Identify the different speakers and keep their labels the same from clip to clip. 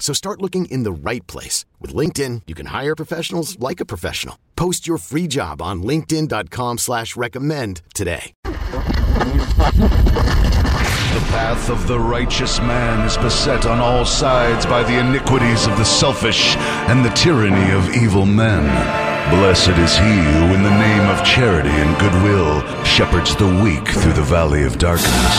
Speaker 1: So start looking in the right place. With LinkedIn, you can hire professionals like a professional. Post your free job on linkedin.com slash recommend today.
Speaker 2: The path of the righteous man is beset on all sides by the iniquities of the selfish and the tyranny of evil men. Blessed is he who, in the name of charity and goodwill, shepherds the weak through the valley of darkness.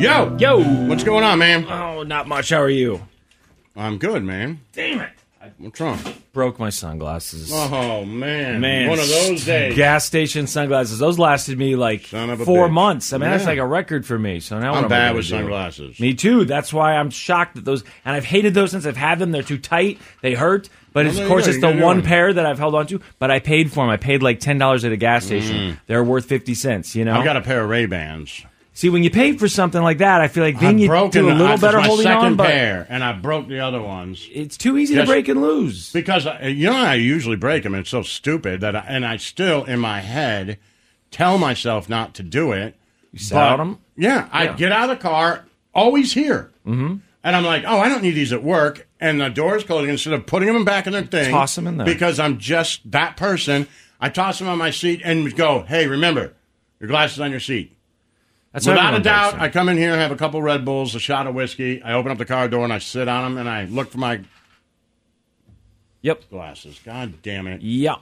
Speaker 3: Yo!
Speaker 4: Yo!
Speaker 3: What's going on, man?
Speaker 4: Oh, not much. How are you?
Speaker 3: I'm good, man.
Speaker 4: Damn it! I
Speaker 3: What's wrong?
Speaker 4: broke my sunglasses.
Speaker 3: Oh, man.
Speaker 4: Man,
Speaker 3: One of those days.
Speaker 4: Gas station sunglasses. Those lasted me like
Speaker 3: Son of a
Speaker 4: four
Speaker 3: bitch.
Speaker 4: months. I mean, that's
Speaker 3: Yeah.
Speaker 4: like a record for me. So now what
Speaker 3: I'm
Speaker 4: am I
Speaker 3: bad
Speaker 4: gonna
Speaker 3: with
Speaker 4: do?
Speaker 3: sunglasses.
Speaker 4: Me too. That's why I'm shocked that those. And I've hated those since I've had them. They're too tight. They hurt. But
Speaker 3: Well,
Speaker 4: it's-
Speaker 3: there
Speaker 4: of
Speaker 3: you
Speaker 4: course,
Speaker 3: go.
Speaker 4: it's
Speaker 3: You
Speaker 4: the
Speaker 3: got your
Speaker 4: one
Speaker 3: one.
Speaker 4: pair that I've held on to. But I paid for them. I paid like ten dollars at a gas station. They're worth fifty cents. You know.
Speaker 3: Mm. I've got a pair of Ray-Bans.
Speaker 4: See, when you pay for something like that, I feel like then
Speaker 3: I've
Speaker 4: you
Speaker 3: broken
Speaker 4: do a little
Speaker 3: I- it's
Speaker 4: better
Speaker 3: my
Speaker 4: holding
Speaker 3: second
Speaker 4: on. But
Speaker 3: pair, and I broke the other ones.
Speaker 4: it's too easy
Speaker 3: Just-
Speaker 4: to break and lose.
Speaker 3: Because, I, you know, I usually break them. It's so stupid that I, and I still, in my head, tell myself not to do it. You
Speaker 4: sat on 'em?
Speaker 3: Yeah. I get out of the car, always here. Mm-hmm. And I'm like, oh, I don't need these at work. And the door's closing. Instead of putting them back in their thing,
Speaker 4: Toss 'em in there.
Speaker 3: Because I'm just that person. I toss them on my seat and go, hey, remember, your glasses on your seat.
Speaker 4: That's what
Speaker 3: Without a
Speaker 4: everyone does.
Speaker 3: doubt, I come in here, have a couple Red Bulls, a shot of whiskey. I open up the car door and I sit on them and I look for my
Speaker 4: Yep.
Speaker 3: glasses. God damn it.
Speaker 4: Yeah.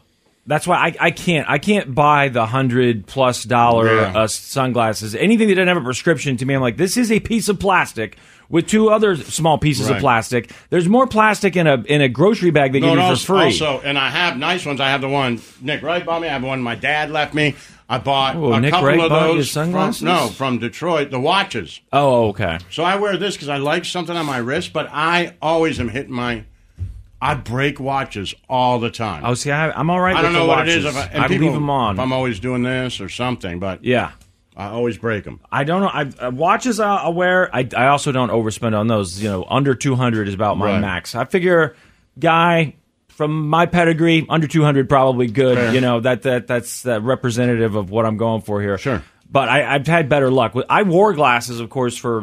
Speaker 4: That's why I, I can't I can't buy the hundred plus dollar
Speaker 3: Yeah.
Speaker 4: uh, sunglasses anything that doesn't have a prescription to me I'm like this is a piece of plastic with two other small pieces of
Speaker 3: Right.
Speaker 4: plastic there's more plastic in a in a grocery bag they give
Speaker 3: and
Speaker 4: you for
Speaker 3: also,
Speaker 4: free
Speaker 3: also- and I have nice ones. I have the one Nick Wright bought me. I have one my dad left me. I bought
Speaker 4: Oh,
Speaker 3: a
Speaker 4: Nick
Speaker 3: couple
Speaker 4: Wright
Speaker 3: of
Speaker 4: bought you
Speaker 3: those.
Speaker 4: sunglasses?
Speaker 3: From, no, from Detroit, the watches.
Speaker 4: oh okay
Speaker 3: So I wear this because I like something on my wrist, but I always am hitting my. I break watches all the time.
Speaker 4: oh see I, I'm all right
Speaker 3: I
Speaker 4: with
Speaker 3: don't know
Speaker 4: the
Speaker 3: what it is.
Speaker 4: watches.
Speaker 3: If I, and
Speaker 4: I
Speaker 3: people-
Speaker 4: leave them on
Speaker 3: If I'm always doing this or something, but
Speaker 4: yeah
Speaker 3: I always break them.
Speaker 4: I don't know. I uh, watches I, I wear. I, I also don't overspend on those. You know, under two hundred is about my
Speaker 3: Right.
Speaker 4: max. I figure, guy from my pedigree, under two hundred probably good. You know that that that's that representative of what I'm going for here.
Speaker 3: Sure.
Speaker 4: But I, I've had better luck. with- I wore glasses, of course, for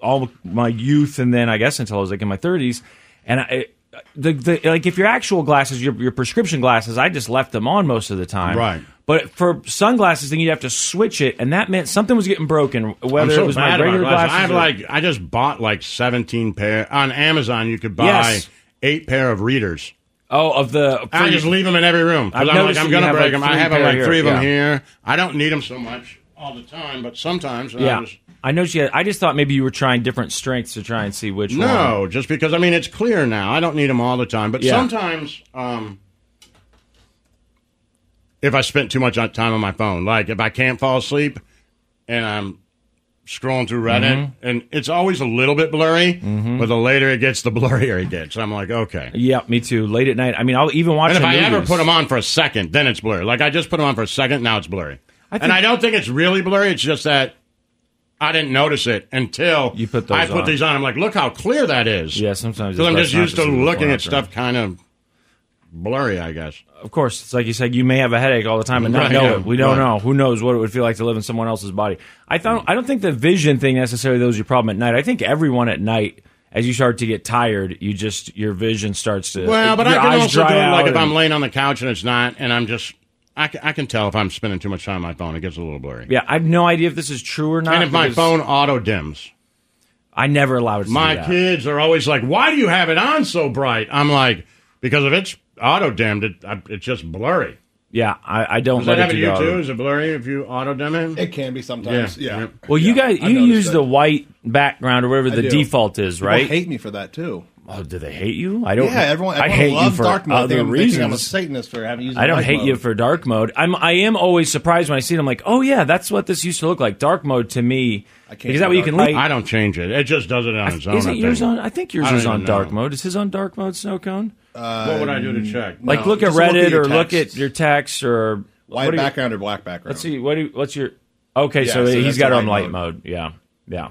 Speaker 4: all my youth, and then I guess until I was like in my thirties. And I, the, the like, if your actual glasses, your your prescription glasses, I just left them on most of the time.
Speaker 3: Right.
Speaker 4: But for sunglasses, then you'd have to switch it, and that meant something was getting broken. Whether
Speaker 3: I'm so
Speaker 4: it was my
Speaker 3: bad about
Speaker 4: regular
Speaker 3: glasses.
Speaker 4: glasses,
Speaker 3: I have
Speaker 4: or-
Speaker 3: like I just bought like 17 pair on Amazon. You could buy
Speaker 4: Yes.
Speaker 3: eight pair of readers.
Speaker 4: oh, of the
Speaker 3: I just leave them in every room. 'Cause
Speaker 4: I've
Speaker 3: I'm like
Speaker 4: noticed
Speaker 3: I'm
Speaker 4: that you
Speaker 3: gonna
Speaker 4: have,
Speaker 3: break
Speaker 4: like,
Speaker 3: them. I
Speaker 4: three
Speaker 3: have uh, like
Speaker 4: pair
Speaker 3: three of
Speaker 4: here.
Speaker 3: them
Speaker 4: Yeah.
Speaker 3: here. I don't need them so much all the time, but sometimes. and I
Speaker 4: yeah.
Speaker 3: just-
Speaker 4: I know she. Had, I just thought maybe you were trying different strengths to try and see which one.
Speaker 3: no, just because I mean it's clear now. I don't need them all the time, but
Speaker 4: Yeah.
Speaker 3: sometimes. um if I spent too much time on my phone, like if I can't fall asleep and I'm scrolling through Reddit,
Speaker 4: Mm-hmm.
Speaker 3: and it's always a little bit blurry, but the later it gets, the blurrier it gets. I'm like, okay.
Speaker 4: Yeah, me too. Late at night. I mean, I'll even watch.
Speaker 3: And if
Speaker 4: the
Speaker 3: I ever
Speaker 4: movies.
Speaker 3: put them on for a second, then it's blurry. Like I just put them on for a second, now it's blurry.
Speaker 4: think-
Speaker 3: and I don't think it's really blurry. It's just that I didn't notice it until
Speaker 4: You put those
Speaker 3: I put
Speaker 4: on.
Speaker 3: these on. I'm like, look how clear that is.
Speaker 4: Yeah, sometimes
Speaker 3: Because I'm
Speaker 4: it's best
Speaker 3: just
Speaker 4: not
Speaker 3: used to
Speaker 4: see the
Speaker 3: looking
Speaker 4: before
Speaker 3: at
Speaker 4: after.
Speaker 3: stuff kind of blurry, I guess.
Speaker 4: Of course, it's like you said. You may have a headache all the time and not
Speaker 3: Right,
Speaker 4: know
Speaker 3: yeah,
Speaker 4: it. We don't
Speaker 3: right.
Speaker 4: know. Who knows what it would feel like to live in someone else's body? I don't. I don't think the vision thing necessarily though is your problem at night. I think everyone at night, as you start to get tired, you just your vision starts to.
Speaker 3: Well, but I
Speaker 4: your
Speaker 3: can
Speaker 4: eyes
Speaker 3: also do
Speaker 4: dry
Speaker 3: it
Speaker 4: out
Speaker 3: like if
Speaker 4: and-
Speaker 3: I'm laying on the couch and it's not, and I'm just, I can, I can tell if I'm spending too much time on my phone. It gets a little blurry.
Speaker 4: Yeah, I have no idea if this is true or not.
Speaker 3: and if my
Speaker 4: because
Speaker 3: phone auto dims,
Speaker 4: I never allowed it. To
Speaker 3: my
Speaker 4: do that.
Speaker 3: kids are always like, "Why do you have it on so bright?" I'm like, "Because if it's auto dimmed, it, I- it's just blurry."
Speaker 4: Yeah, I, I don't
Speaker 3: Does
Speaker 4: let
Speaker 3: that happen
Speaker 4: it
Speaker 3: to
Speaker 4: do
Speaker 3: you
Speaker 4: that.
Speaker 3: too? Is it blurry if you auto dim it?
Speaker 5: It can be sometimes.
Speaker 3: Yeah.
Speaker 5: Yeah.
Speaker 3: Yeah.
Speaker 4: Well, you guys,
Speaker 5: I
Speaker 4: you
Speaker 5: noticed
Speaker 4: use
Speaker 5: that.
Speaker 4: the white background or whatever the
Speaker 5: do.
Speaker 4: default is,
Speaker 5: People
Speaker 4: right?
Speaker 5: hate me for that too.
Speaker 4: oh, do they hate you? I don't.
Speaker 5: Yeah, everyone.
Speaker 4: I
Speaker 5: everyone
Speaker 4: hate
Speaker 5: loves
Speaker 4: you for
Speaker 5: dark mode. They
Speaker 4: other
Speaker 5: think I'm- they think I'm a
Speaker 4: reasons.
Speaker 5: Satanist for having used.
Speaker 4: I don't
Speaker 5: light
Speaker 4: hate
Speaker 5: mode.
Speaker 4: you for dark mode. I'm I am always surprised when I see it. I'm like, oh yeah, that's what this used to look like. Dark mode to me.
Speaker 5: I can't
Speaker 4: Is that
Speaker 5: do
Speaker 4: what you
Speaker 5: dark
Speaker 4: can
Speaker 5: mode.
Speaker 4: light?
Speaker 3: I don't change it. It just does it on its own.
Speaker 4: is
Speaker 3: I
Speaker 4: it yours
Speaker 3: think.
Speaker 4: on? I think yours
Speaker 3: I don't
Speaker 4: is on
Speaker 3: even
Speaker 4: dark
Speaker 3: know.
Speaker 4: mode. Is his on dark mode, Snow Cone?
Speaker 3: what would I do to check?
Speaker 4: Like,
Speaker 5: No,
Speaker 4: look at
Speaker 5: just look at
Speaker 4: Reddit
Speaker 5: your
Speaker 4: or look at
Speaker 5: texts.
Speaker 4: your text or
Speaker 5: white
Speaker 4: what do you-
Speaker 5: background or black background.
Speaker 4: Let's see. What do you, what's your? Okay,
Speaker 5: Yeah,
Speaker 4: so,
Speaker 5: so
Speaker 4: he's
Speaker 5: that's
Speaker 4: got it
Speaker 5: the
Speaker 4: on
Speaker 5: light
Speaker 4: light mode.
Speaker 5: mode.
Speaker 4: Yeah, yeah.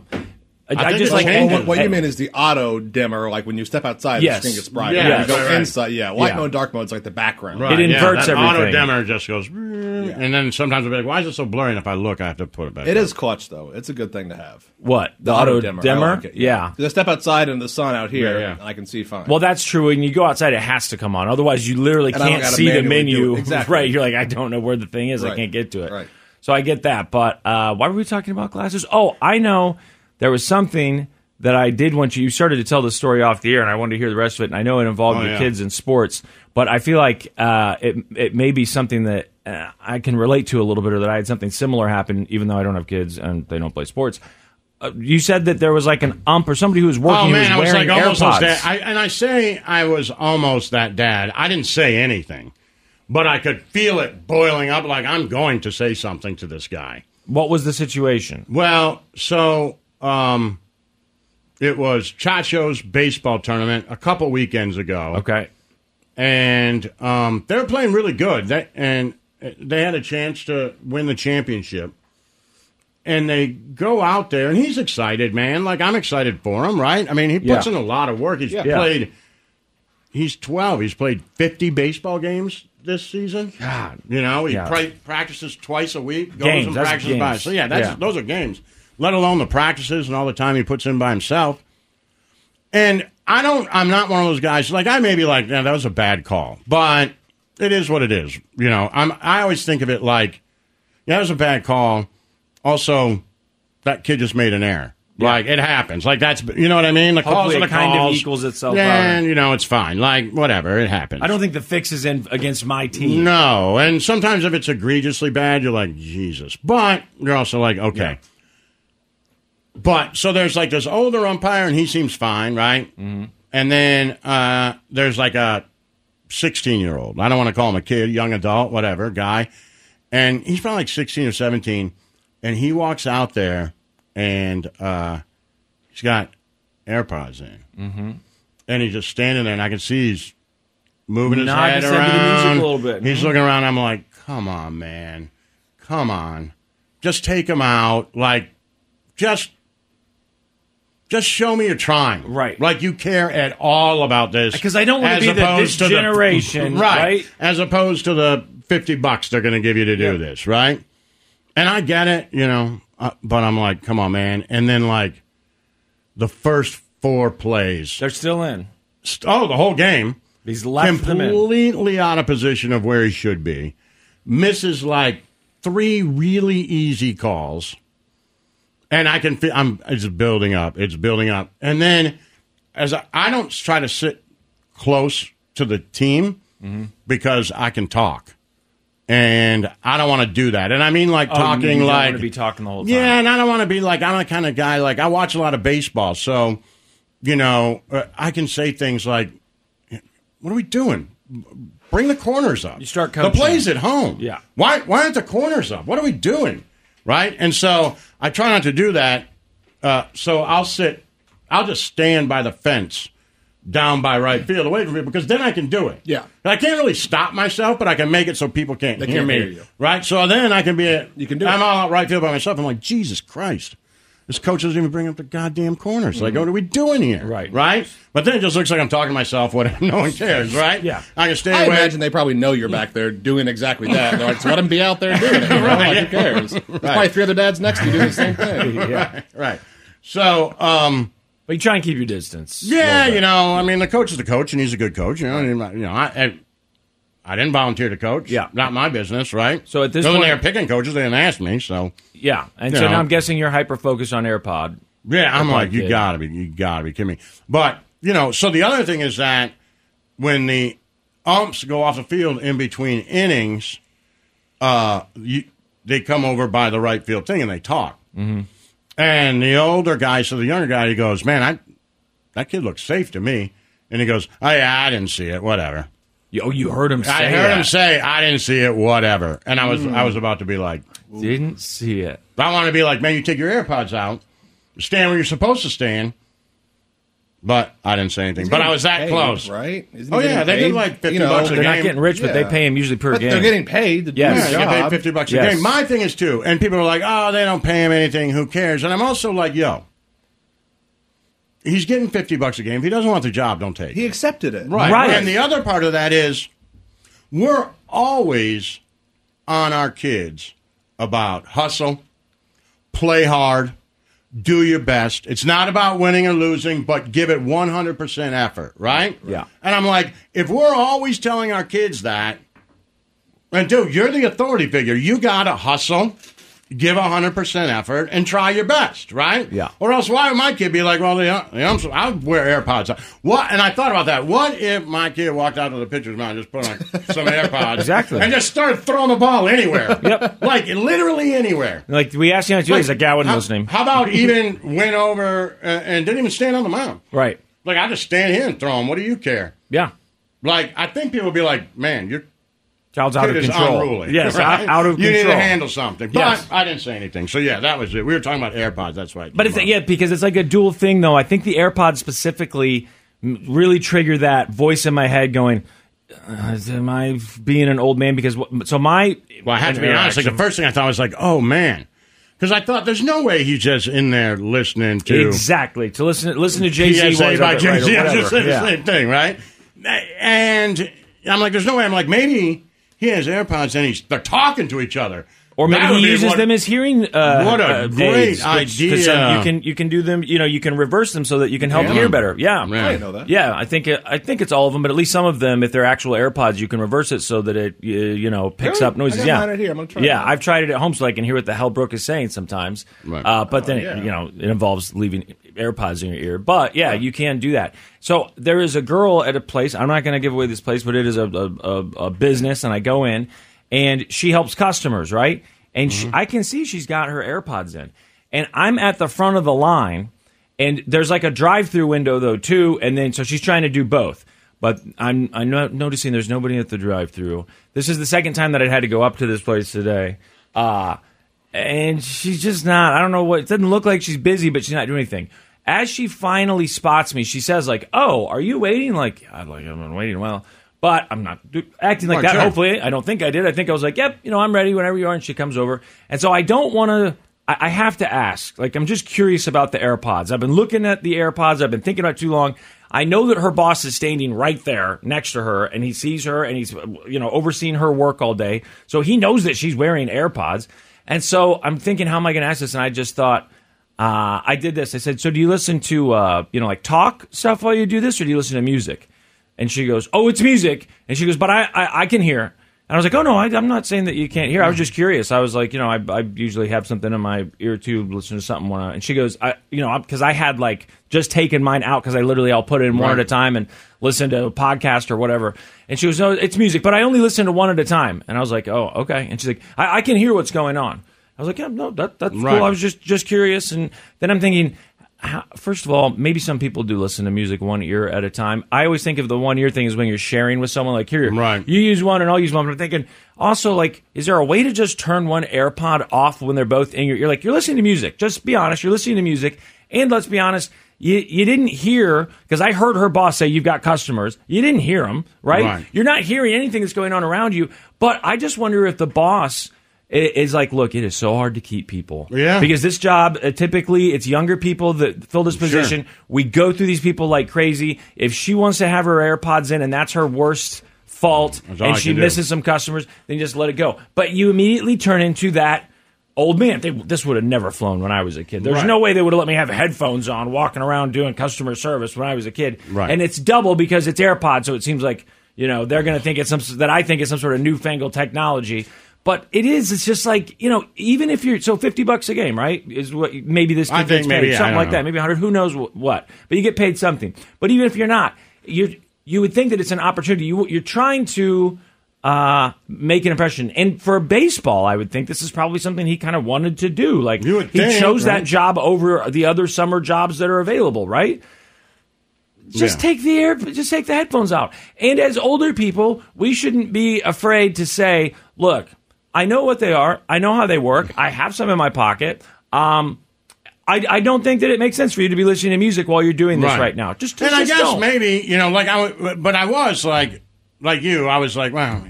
Speaker 4: I,
Speaker 3: think
Speaker 4: just
Speaker 3: it's
Speaker 4: like
Speaker 5: Well, oh, what,
Speaker 3: changes.
Speaker 5: what
Speaker 4: Hey,
Speaker 5: you mean is the auto dimmer, like when you step outside,
Speaker 4: Yes.
Speaker 5: the screen gets brighter.
Speaker 3: Yeah,
Speaker 5: Yeah, you go
Speaker 3: right, right.
Speaker 5: inside. Yeah, light
Speaker 4: Yeah.
Speaker 5: mode, dark mode's like the background.
Speaker 3: Right,
Speaker 4: It
Speaker 3: yeah,
Speaker 4: inverts
Speaker 3: that Auto
Speaker 4: everything.
Speaker 3: dimmer just goes, and then sometimes I'll be like, "Why is it so blurry?" And if I look, I have to put it back.
Speaker 5: It
Speaker 3: up.
Speaker 5: is clutch though. It's a good thing to have.
Speaker 4: what the auto dimmer?
Speaker 5: dimmer. I like it,
Speaker 4: yeah.
Speaker 5: 'Cause I step outside into the sun out here,
Speaker 3: Yeah, yeah.
Speaker 5: and I can see fine.
Speaker 4: Well, that's true. When you go outside, it has to come on. Otherwise, you literally
Speaker 5: And I don't
Speaker 4: can't
Speaker 5: gotta
Speaker 4: see the
Speaker 5: manually do
Speaker 4: menu.
Speaker 5: it. Exactly.
Speaker 4: Right. You're like, I don't know where the thing is. I
Speaker 5: Right.
Speaker 4: can't get to it.
Speaker 5: Right.
Speaker 4: So I get that. But uh, why were we talking about glasses? Oh, I know there was something that I did want you. You started to tell the story off the air, and I wanted to hear the rest of it. And I know it involved
Speaker 3: Oh,
Speaker 4: your
Speaker 3: yeah.
Speaker 4: kids in sports, but I feel like uh, it, it may be something that uh, I can relate to a little bit, or that I had something similar happen, even though I don't have kids and they don't play sports. Uh, you said that there was like an ump or somebody who was working
Speaker 3: Oh
Speaker 4: who
Speaker 3: man, I
Speaker 4: was
Speaker 3: was
Speaker 4: wearing
Speaker 3: like almost
Speaker 4: AirPods.
Speaker 3: those dad. I, and I say I was almost that dad. I didn't say anything, but I could feel it boiling up. Like I'm going to say something to this guy.
Speaker 4: what was the situation?
Speaker 3: Well, so um, it was Chacho's baseball tournament a couple weekends ago.
Speaker 4: Okay.
Speaker 3: and um, they were playing really good. They, and they had a chance to win the championship. And they go out there, and he's excited, man. Like I'm excited for him, right? I mean, he puts
Speaker 4: Yeah.
Speaker 3: in a lot of work. He's
Speaker 4: Yeah.
Speaker 3: played. He's 12. He's played 50 baseball games this season.
Speaker 4: God.
Speaker 3: you know, he
Speaker 4: Yeah.
Speaker 3: pra- practices twice a week. Goes
Speaker 4: Games,
Speaker 3: and
Speaker 4: that's
Speaker 3: practices by.
Speaker 4: games.
Speaker 3: So yeah, that's
Speaker 4: Yeah.
Speaker 3: those are games. Let alone the practices and all the time he puts in by himself. And I don't. I'm not one of those guys. Like I may be like, "Nah, that was a bad call, but it is what it is. You know, I'm. I always think of it like, yeah, that was a bad call. Also, that kid just made an error. Like it happens. Like that's you know what I mean. The calls
Speaker 4: Hopefully
Speaker 3: are the
Speaker 4: it kind of
Speaker 3: calls.
Speaker 4: equals itself out.
Speaker 3: and you know it's fine. Like whatever, it happens.
Speaker 4: I don't think the fix is in against my team.
Speaker 3: No, and sometimes if it's egregiously bad, you're like Jesus, but you're also like okay. But so there's like this older umpire, and he seems fine, right? Mm-hmm. And then uh, there's like a 16 year old. I don't want to call him a kid, young adult, whatever, guy, and he's probably like 16 or 17, and he walks out there, and uh, he's got AirPods in, mm-hmm. and he's just standing there, and I can see he's moving his
Speaker 4: Nodding
Speaker 3: head
Speaker 4: his head to the
Speaker 3: around
Speaker 4: music a little bit.
Speaker 3: He's looking around. I'm like, come on, man, come on, just take him out. Like, just, just show me you're trying.
Speaker 4: Right.
Speaker 3: Like you care at all about this.
Speaker 4: 'Cause I don't wanna
Speaker 3: As
Speaker 4: be the- this
Speaker 3: opposed to
Speaker 4: generation,
Speaker 3: right?
Speaker 4: right?
Speaker 3: As opposed to the fifty bucks they're going to give you to do this, right? And I get it, you know, uh, but I'm like, come on, man. And then like the first four plays,
Speaker 4: They're still in.
Speaker 3: st- oh, the whole game
Speaker 4: He's left them in.
Speaker 3: completely out of position of where he should be. Misses like three really easy calls, and I can feel I'm it's building up, it's building up, and then as I, I don't try to sit close to the team
Speaker 4: Mm-hmm.
Speaker 3: because I can talk, and I don't want to do that, and I mean like
Speaker 4: Oh, you
Speaker 3: talking
Speaker 4: don't
Speaker 3: like
Speaker 4: want to be talking the whole time.
Speaker 3: yeah, and I don't want to be like I'm the kind of guy like I watch a lot of baseball, so you know uh, I can say things like, "What are we doing? Bring the corners up. You
Speaker 4: start
Speaker 3: the
Speaker 4: coaching.
Speaker 3: plays at home.
Speaker 4: Yeah.
Speaker 3: why why aren't the corners up? What are we doing? Right? And so I try not to do that. Uh, so I'll sit, I'll just stand by the fence down by right field away from people because then I can do it.
Speaker 5: Yeah.
Speaker 3: And I can't really stop myself, but I can make it so people can't
Speaker 5: They
Speaker 3: hear
Speaker 5: can't
Speaker 3: me.
Speaker 5: hear you.
Speaker 3: Right? So then I can be a,
Speaker 5: You can do
Speaker 3: I'm
Speaker 5: it.
Speaker 3: all out right field by myself. I'm like, Jesus Christ. This coach doesn't even bring up the goddamn corners. Like, what are we doing here?
Speaker 4: Right.
Speaker 3: Right? But then it just looks like I'm talking to myself, whatever. No one cares, right?
Speaker 4: Yeah.
Speaker 3: I can stay
Speaker 5: I
Speaker 3: away.
Speaker 5: imagine they probably know you're back there doing exactly that. They're like, "So let him be out there doing it. You know? Like, who cares? There's probably three other dads next to you doing the same thing.
Speaker 4: yeah.
Speaker 3: Right. So, um,
Speaker 4: But you try and keep your distance.
Speaker 3: yeah, you know, I mean, the coach is the coach, and he's a good coach. You know, and, you know, I, and I didn't volunteer to coach.
Speaker 4: Yeah.
Speaker 3: Not my business, right?
Speaker 4: So at this
Speaker 3: Because when
Speaker 4: point-
Speaker 3: they were picking coaches, they didn't ask me, so.
Speaker 4: Yeah. And
Speaker 3: You
Speaker 4: so
Speaker 3: know.
Speaker 4: now I'm guessing you're hyper focused on AirPod.
Speaker 3: Yeah, I'm like, you
Speaker 4: kid.
Speaker 3: gotta be, you gotta be kidding me. But you know, so the other thing is that when the umps go off the field in between innings, uh, you, they come over by the right field thing and they talk. Mm-hmm. And the older guy, so the younger guy, he goes, "Man, I that kid looks safe to me." And he goes, "Oh yeah, I didn't see it. Whatever."
Speaker 4: You- Oh, you heard him say
Speaker 3: I heard
Speaker 4: that. Mm.
Speaker 3: him say, "I didn't see it. Whatever." And I was, I was about to be like,
Speaker 4: Didn't see it.
Speaker 3: I want to be like, man, you take your AirPods out, stand where you're supposed to stand. But I didn't say anything. But I was that
Speaker 5: Paid,
Speaker 3: close.
Speaker 5: right? Isn't he
Speaker 3: Oh yeah,
Speaker 5: getting
Speaker 3: they
Speaker 5: paid?
Speaker 3: did like fifty
Speaker 5: You know,
Speaker 3: bucks a
Speaker 4: They're
Speaker 3: game.
Speaker 4: not getting rich, but they
Speaker 5: Yeah.
Speaker 4: pay him usually per
Speaker 5: But
Speaker 4: game.
Speaker 5: they're getting paid to do
Speaker 4: Yes.
Speaker 3: Yeah,
Speaker 5: their
Speaker 3: you get paid
Speaker 5: job.
Speaker 3: fifty bucks a
Speaker 4: Yes.
Speaker 3: game. My thing is too, and people are like, oh, they don't pay him anything. Who cares? And I'm also like, yo, he's getting fifty bucks a game. If he doesn't want the job, don't take. it.
Speaker 5: He accepted it.
Speaker 3: Right.
Speaker 4: Right.
Speaker 3: And the other part of that is we're always on our kids about hustle, play hard, do your best. It's not about winning or losing, but give it 100% effort, right?
Speaker 4: Yeah.
Speaker 3: And I'm like, if we're always telling our kids that, and dude, you're the authority figure. You got to hustle, give 100% effort, and try your best, right?
Speaker 4: Yeah.
Speaker 3: Or else, why would my kid be like, well, the, the, I'm, I wear AirPods. What? And I thought about that. What if my kid walked out to the pitcher's mound and just put on some AirPods?
Speaker 4: Exactly.
Speaker 3: And just started throwing the ball anywhere. yep. Like, literally anywhere.
Speaker 4: Like we asked him, he's like, "Yeah, I wasn't
Speaker 3: how,
Speaker 4: listening."
Speaker 3: How about even went over uh, and didn't even stand on the mound?
Speaker 4: right?
Speaker 3: Like, I just stand here and throw them. What do you care?
Speaker 4: Yeah,
Speaker 3: Like, I think people would be like, man, you're
Speaker 4: child's out
Speaker 3: kid
Speaker 4: of
Speaker 3: is
Speaker 4: control.
Speaker 3: unruly.
Speaker 4: Yes,
Speaker 3: right?
Speaker 4: out, out of
Speaker 3: you
Speaker 4: control.
Speaker 3: need to handle something. But
Speaker 4: Yes.
Speaker 3: I didn't say anything. So yeah, that was it. We were talking about AirPods. That's right.
Speaker 4: But it's yeah, because it's like a dual thing though. I think the AirPods specifically m- really trigger that voice in my head going, uh, is- "Am I being an old man?" Because what, so my
Speaker 3: Well, I have to be honest. Like the first thing I thought was like, oh man, because I thought there's no way he's just in there listening to
Speaker 4: exactly to listen listen to Jay Z
Speaker 3: PSA by Jay Z. I just said
Speaker 4: yeah.
Speaker 3: the same thing, right? And I'm like, there's no way. I'm like, maybe he has AirPods and he's they're talking to each other.
Speaker 4: Or
Speaker 3: That
Speaker 4: maybe
Speaker 3: would
Speaker 4: he
Speaker 3: be
Speaker 4: uses
Speaker 3: what-
Speaker 4: them as hearing. Uh,
Speaker 3: What a
Speaker 4: uh,
Speaker 3: great
Speaker 4: aids, which- 'cause, um,
Speaker 3: idea.
Speaker 4: you can you can do them. You know, you can reverse them so that you can help
Speaker 3: Yeah.
Speaker 4: hear better. Yeah,
Speaker 3: Yeah. I didn't
Speaker 5: know that.
Speaker 4: Yeah, I think it, I think it's all of them, but at least some of them, if they're actual AirPods, you can reverse it so that it you, you know picks
Speaker 5: Really?
Speaker 4: up
Speaker 5: I
Speaker 4: noises.
Speaker 5: got
Speaker 4: yeah,
Speaker 5: mine right here. I'm gonna try
Speaker 4: yeah,
Speaker 5: it.
Speaker 4: I've tried it at home, so I can hear what the hell Brooke is saying sometimes.
Speaker 3: Right.
Speaker 4: Uh, but then
Speaker 5: Oh, yeah.
Speaker 4: it, you know it involves leaving AirPods in your ear. But yeah, you can do that. So there is a girl at a place. I'm not going to give away this place, but it is a a, a a business, and I go in, and she helps customers, right? And she, I can see she's got her AirPods in, and I'm at the front of the line, and there's like a drive-through window though too, and then so she's trying to do both. But I'm I'm not noticing there's nobody at the drive-through. This is the second time that I had to go up to this place today. Uh and she's just not. I don't know what. It doesn't look like she's busy, but she's not doing anything. As she finally spots me, she says like, "Oh, are you waiting?" Like, "Yeah, I'm like I've been waiting a while, but I'm not do- acting like
Speaker 3: Right,
Speaker 4: that.
Speaker 3: sure.
Speaker 4: Hopefully, I don't think I did. I think I was like, "Yep, you know, I'm ready whenever you are." And she comes over, and so I don't want to. I I have to ask. Like, I'm just curious about the AirPods. I've been looking at the AirPods. I've been thinking about it too long. I know that her boss is standing right there next to her, and he sees her, and he's you know overseeing her work all day, so he knows that she's wearing AirPods. And so I'm thinking, how am I going to ask this? And I just thought, uh, I did this. I said, so do you listen to, uh, you know, like talk stuff while you do this, or do you listen to music? And she goes, oh, it's music. And she goes, but I, I, I can hear. And I was like, oh, no, I, I'm not saying that you can't hear. I was just curious. I was like, you know, I, I usually have something in my ear tube, listen to something. When I, and she goes, I, you know, because I had like just taken mine out because I literally I'll put it in one at a time and listen to a podcast or whatever. And she goes, no, it's music, but I only listen to one at a time. And I was like, oh, okay. And she's like, I, I can hear what's going on. I was like, yeah, no, that, that's
Speaker 3: Right.
Speaker 4: cool. I was just just curious, and then I'm thinking, how, first of all, maybe some people do listen to music one ear at a time. I always think of the one ear thing is when you're sharing with someone, like here,
Speaker 3: Right.
Speaker 4: you use one and I'll use one. But I'm thinking also like, is there a way to just turn one AirPod off when they're both in your ear? Like you're listening to music. Just be honest, you're listening to music, and let's be honest. You, you didn't hear because I heard her boss say you've got customers. You didn't hear them, right?
Speaker 3: Right.
Speaker 4: You're not hearing anything that's going on around you. But I just wonder if the boss it is like, look, it is so hard to keep people.
Speaker 3: Yeah.
Speaker 4: Because this job, uh, typically, it's younger people that fill this position. We go through these people like crazy. If she wants to have her AirPods in and that's her worst fault
Speaker 3: That's all
Speaker 4: and
Speaker 3: I
Speaker 4: she
Speaker 3: can do.
Speaker 4: misses some customers, then just let it go. But you immediately turn into that old man. They, this would have never flown when I was a kid. There's
Speaker 3: Right.
Speaker 4: no way they would have let me have headphones on walking around doing customer service when I was a kid.
Speaker 3: Right.
Speaker 4: And it's double because it's AirPods, so it seems like you know they're going to think it's some that I think it's some sort of newfangled technology. But it is. It's just like you know, even if you're so fifty bucks a game, right? Is what maybe this kid
Speaker 3: I think
Speaker 4: gets
Speaker 3: maybe,
Speaker 4: paid,
Speaker 3: yeah, I
Speaker 4: something
Speaker 3: don't
Speaker 4: like
Speaker 3: know.
Speaker 4: that, maybe hundred. Who knows wh- what? But you get paid something. But even if you're not, you you would think that it's an opportunity. You you're trying to uh, make an impression. And for baseball, I would think this is probably something he kind of wanted to do. Like
Speaker 3: You would
Speaker 4: he
Speaker 3: think,
Speaker 4: chose
Speaker 3: right?
Speaker 4: that job over the other summer jobs that are available, right? Just
Speaker 3: Yeah.
Speaker 4: take the air, just take the headphones out. And as older people, we shouldn't be afraid to say, "Look, I know what they are. I know how they work. I have some in my pocket. Um, I, I don't think that it makes sense for you to be listening to music while you're doing this right, now. Just, just
Speaker 3: and I
Speaker 4: just
Speaker 3: guess
Speaker 4: don't.
Speaker 3: maybe you know, like I, w- but I was like, like you, I was like, wow,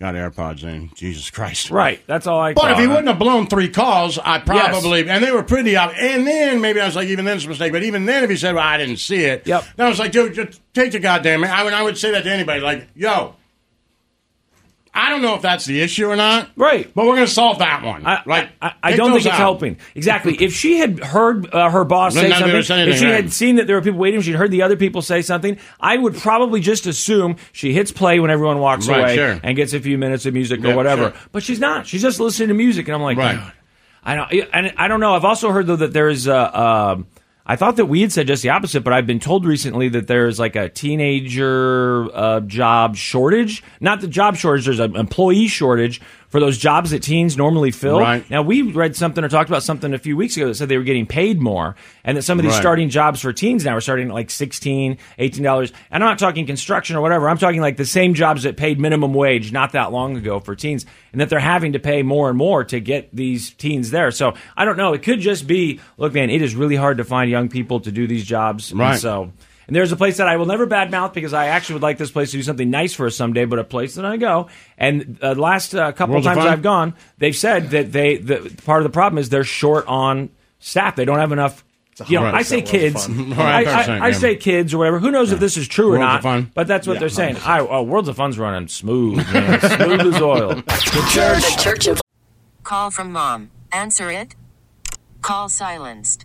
Speaker 3: got AirPods in, Jesus Christ,
Speaker 4: right. That's all I.
Speaker 3: But if he
Speaker 4: thought.
Speaker 3: wouldn't have blown three calls, I probably and they were pretty up. And then maybe I was like, even then it's a mistake. But even then, if he said, "Well, I didn't see it,"
Speaker 4: Yep.
Speaker 3: then I was like, "Dude, just take the goddamn." I would I would say that to anybody, like, "Yo, I don't know if that's the issue or not,
Speaker 4: Right.
Speaker 3: But we're gonna solve that one."
Speaker 4: I,
Speaker 3: like,
Speaker 4: I, I
Speaker 3: take
Speaker 4: don't
Speaker 3: those
Speaker 4: think it's
Speaker 3: out.
Speaker 4: helping. Exactly. If she had heard uh, her boss
Speaker 3: Then
Speaker 4: say
Speaker 3: none of it
Speaker 4: something,
Speaker 3: was anything,
Speaker 4: if she
Speaker 3: right.
Speaker 4: had seen that there were people waiting, if she'd heard the other people say something, I would probably just assume she hits play when everyone walks
Speaker 3: Right,
Speaker 4: away
Speaker 3: sure.
Speaker 4: and gets a few minutes of music or
Speaker 3: Yeah,
Speaker 4: whatever.
Speaker 3: sure.
Speaker 4: But she's not. She's just listening to music, and I'm like,
Speaker 3: Right.
Speaker 4: God. I don't. And I don't know. I've also heard though that there is a. Um, I thought that we had said just the opposite, but I've been told recently that there's like a teenager uh, job shortage. Not the job shortage. There's an employee shortage for those jobs that teens normally fill.
Speaker 3: Right.
Speaker 4: Now we read something or talked about something a few weeks ago that said they were getting paid more, and that some of these
Speaker 3: Right.
Speaker 4: starting jobs for teens now are starting at like 16 dollars. And I'm not talking construction or whatever. I'm talking like the same jobs that paid minimum wage not that long ago for teens, and that they're having to pay more and more to get these teens there. So I don't know. It could just be, look, man, it is really hard to find young people to do these jobs.
Speaker 3: Right.
Speaker 4: And so. And there's a place that I will never badmouth because I actually would like this place to do something nice for us someday, but a place that I go. And uh, the last uh, couple
Speaker 3: Worlds of
Speaker 4: times
Speaker 3: Fun?
Speaker 4: I've gone, they've said that they the, part of the problem is they're short on staff. They don't have enough. You know,
Speaker 3: hard
Speaker 4: I
Speaker 3: to
Speaker 4: say
Speaker 5: sell Worlds of
Speaker 4: kids.
Speaker 5: Fun.
Speaker 4: I,
Speaker 3: Right,
Speaker 4: I-
Speaker 3: percent,
Speaker 4: I
Speaker 3: yeah.
Speaker 4: say kids or whatever. Who knows if this is true or
Speaker 3: Worlds of
Speaker 4: not?
Speaker 3: Fun.
Speaker 4: But that's what they're saying. I, oh, Worlds of Fun's running smooth, man. smooth as oil.
Speaker 6: The Church of
Speaker 7: Call from mom. Answer it. Call silenced.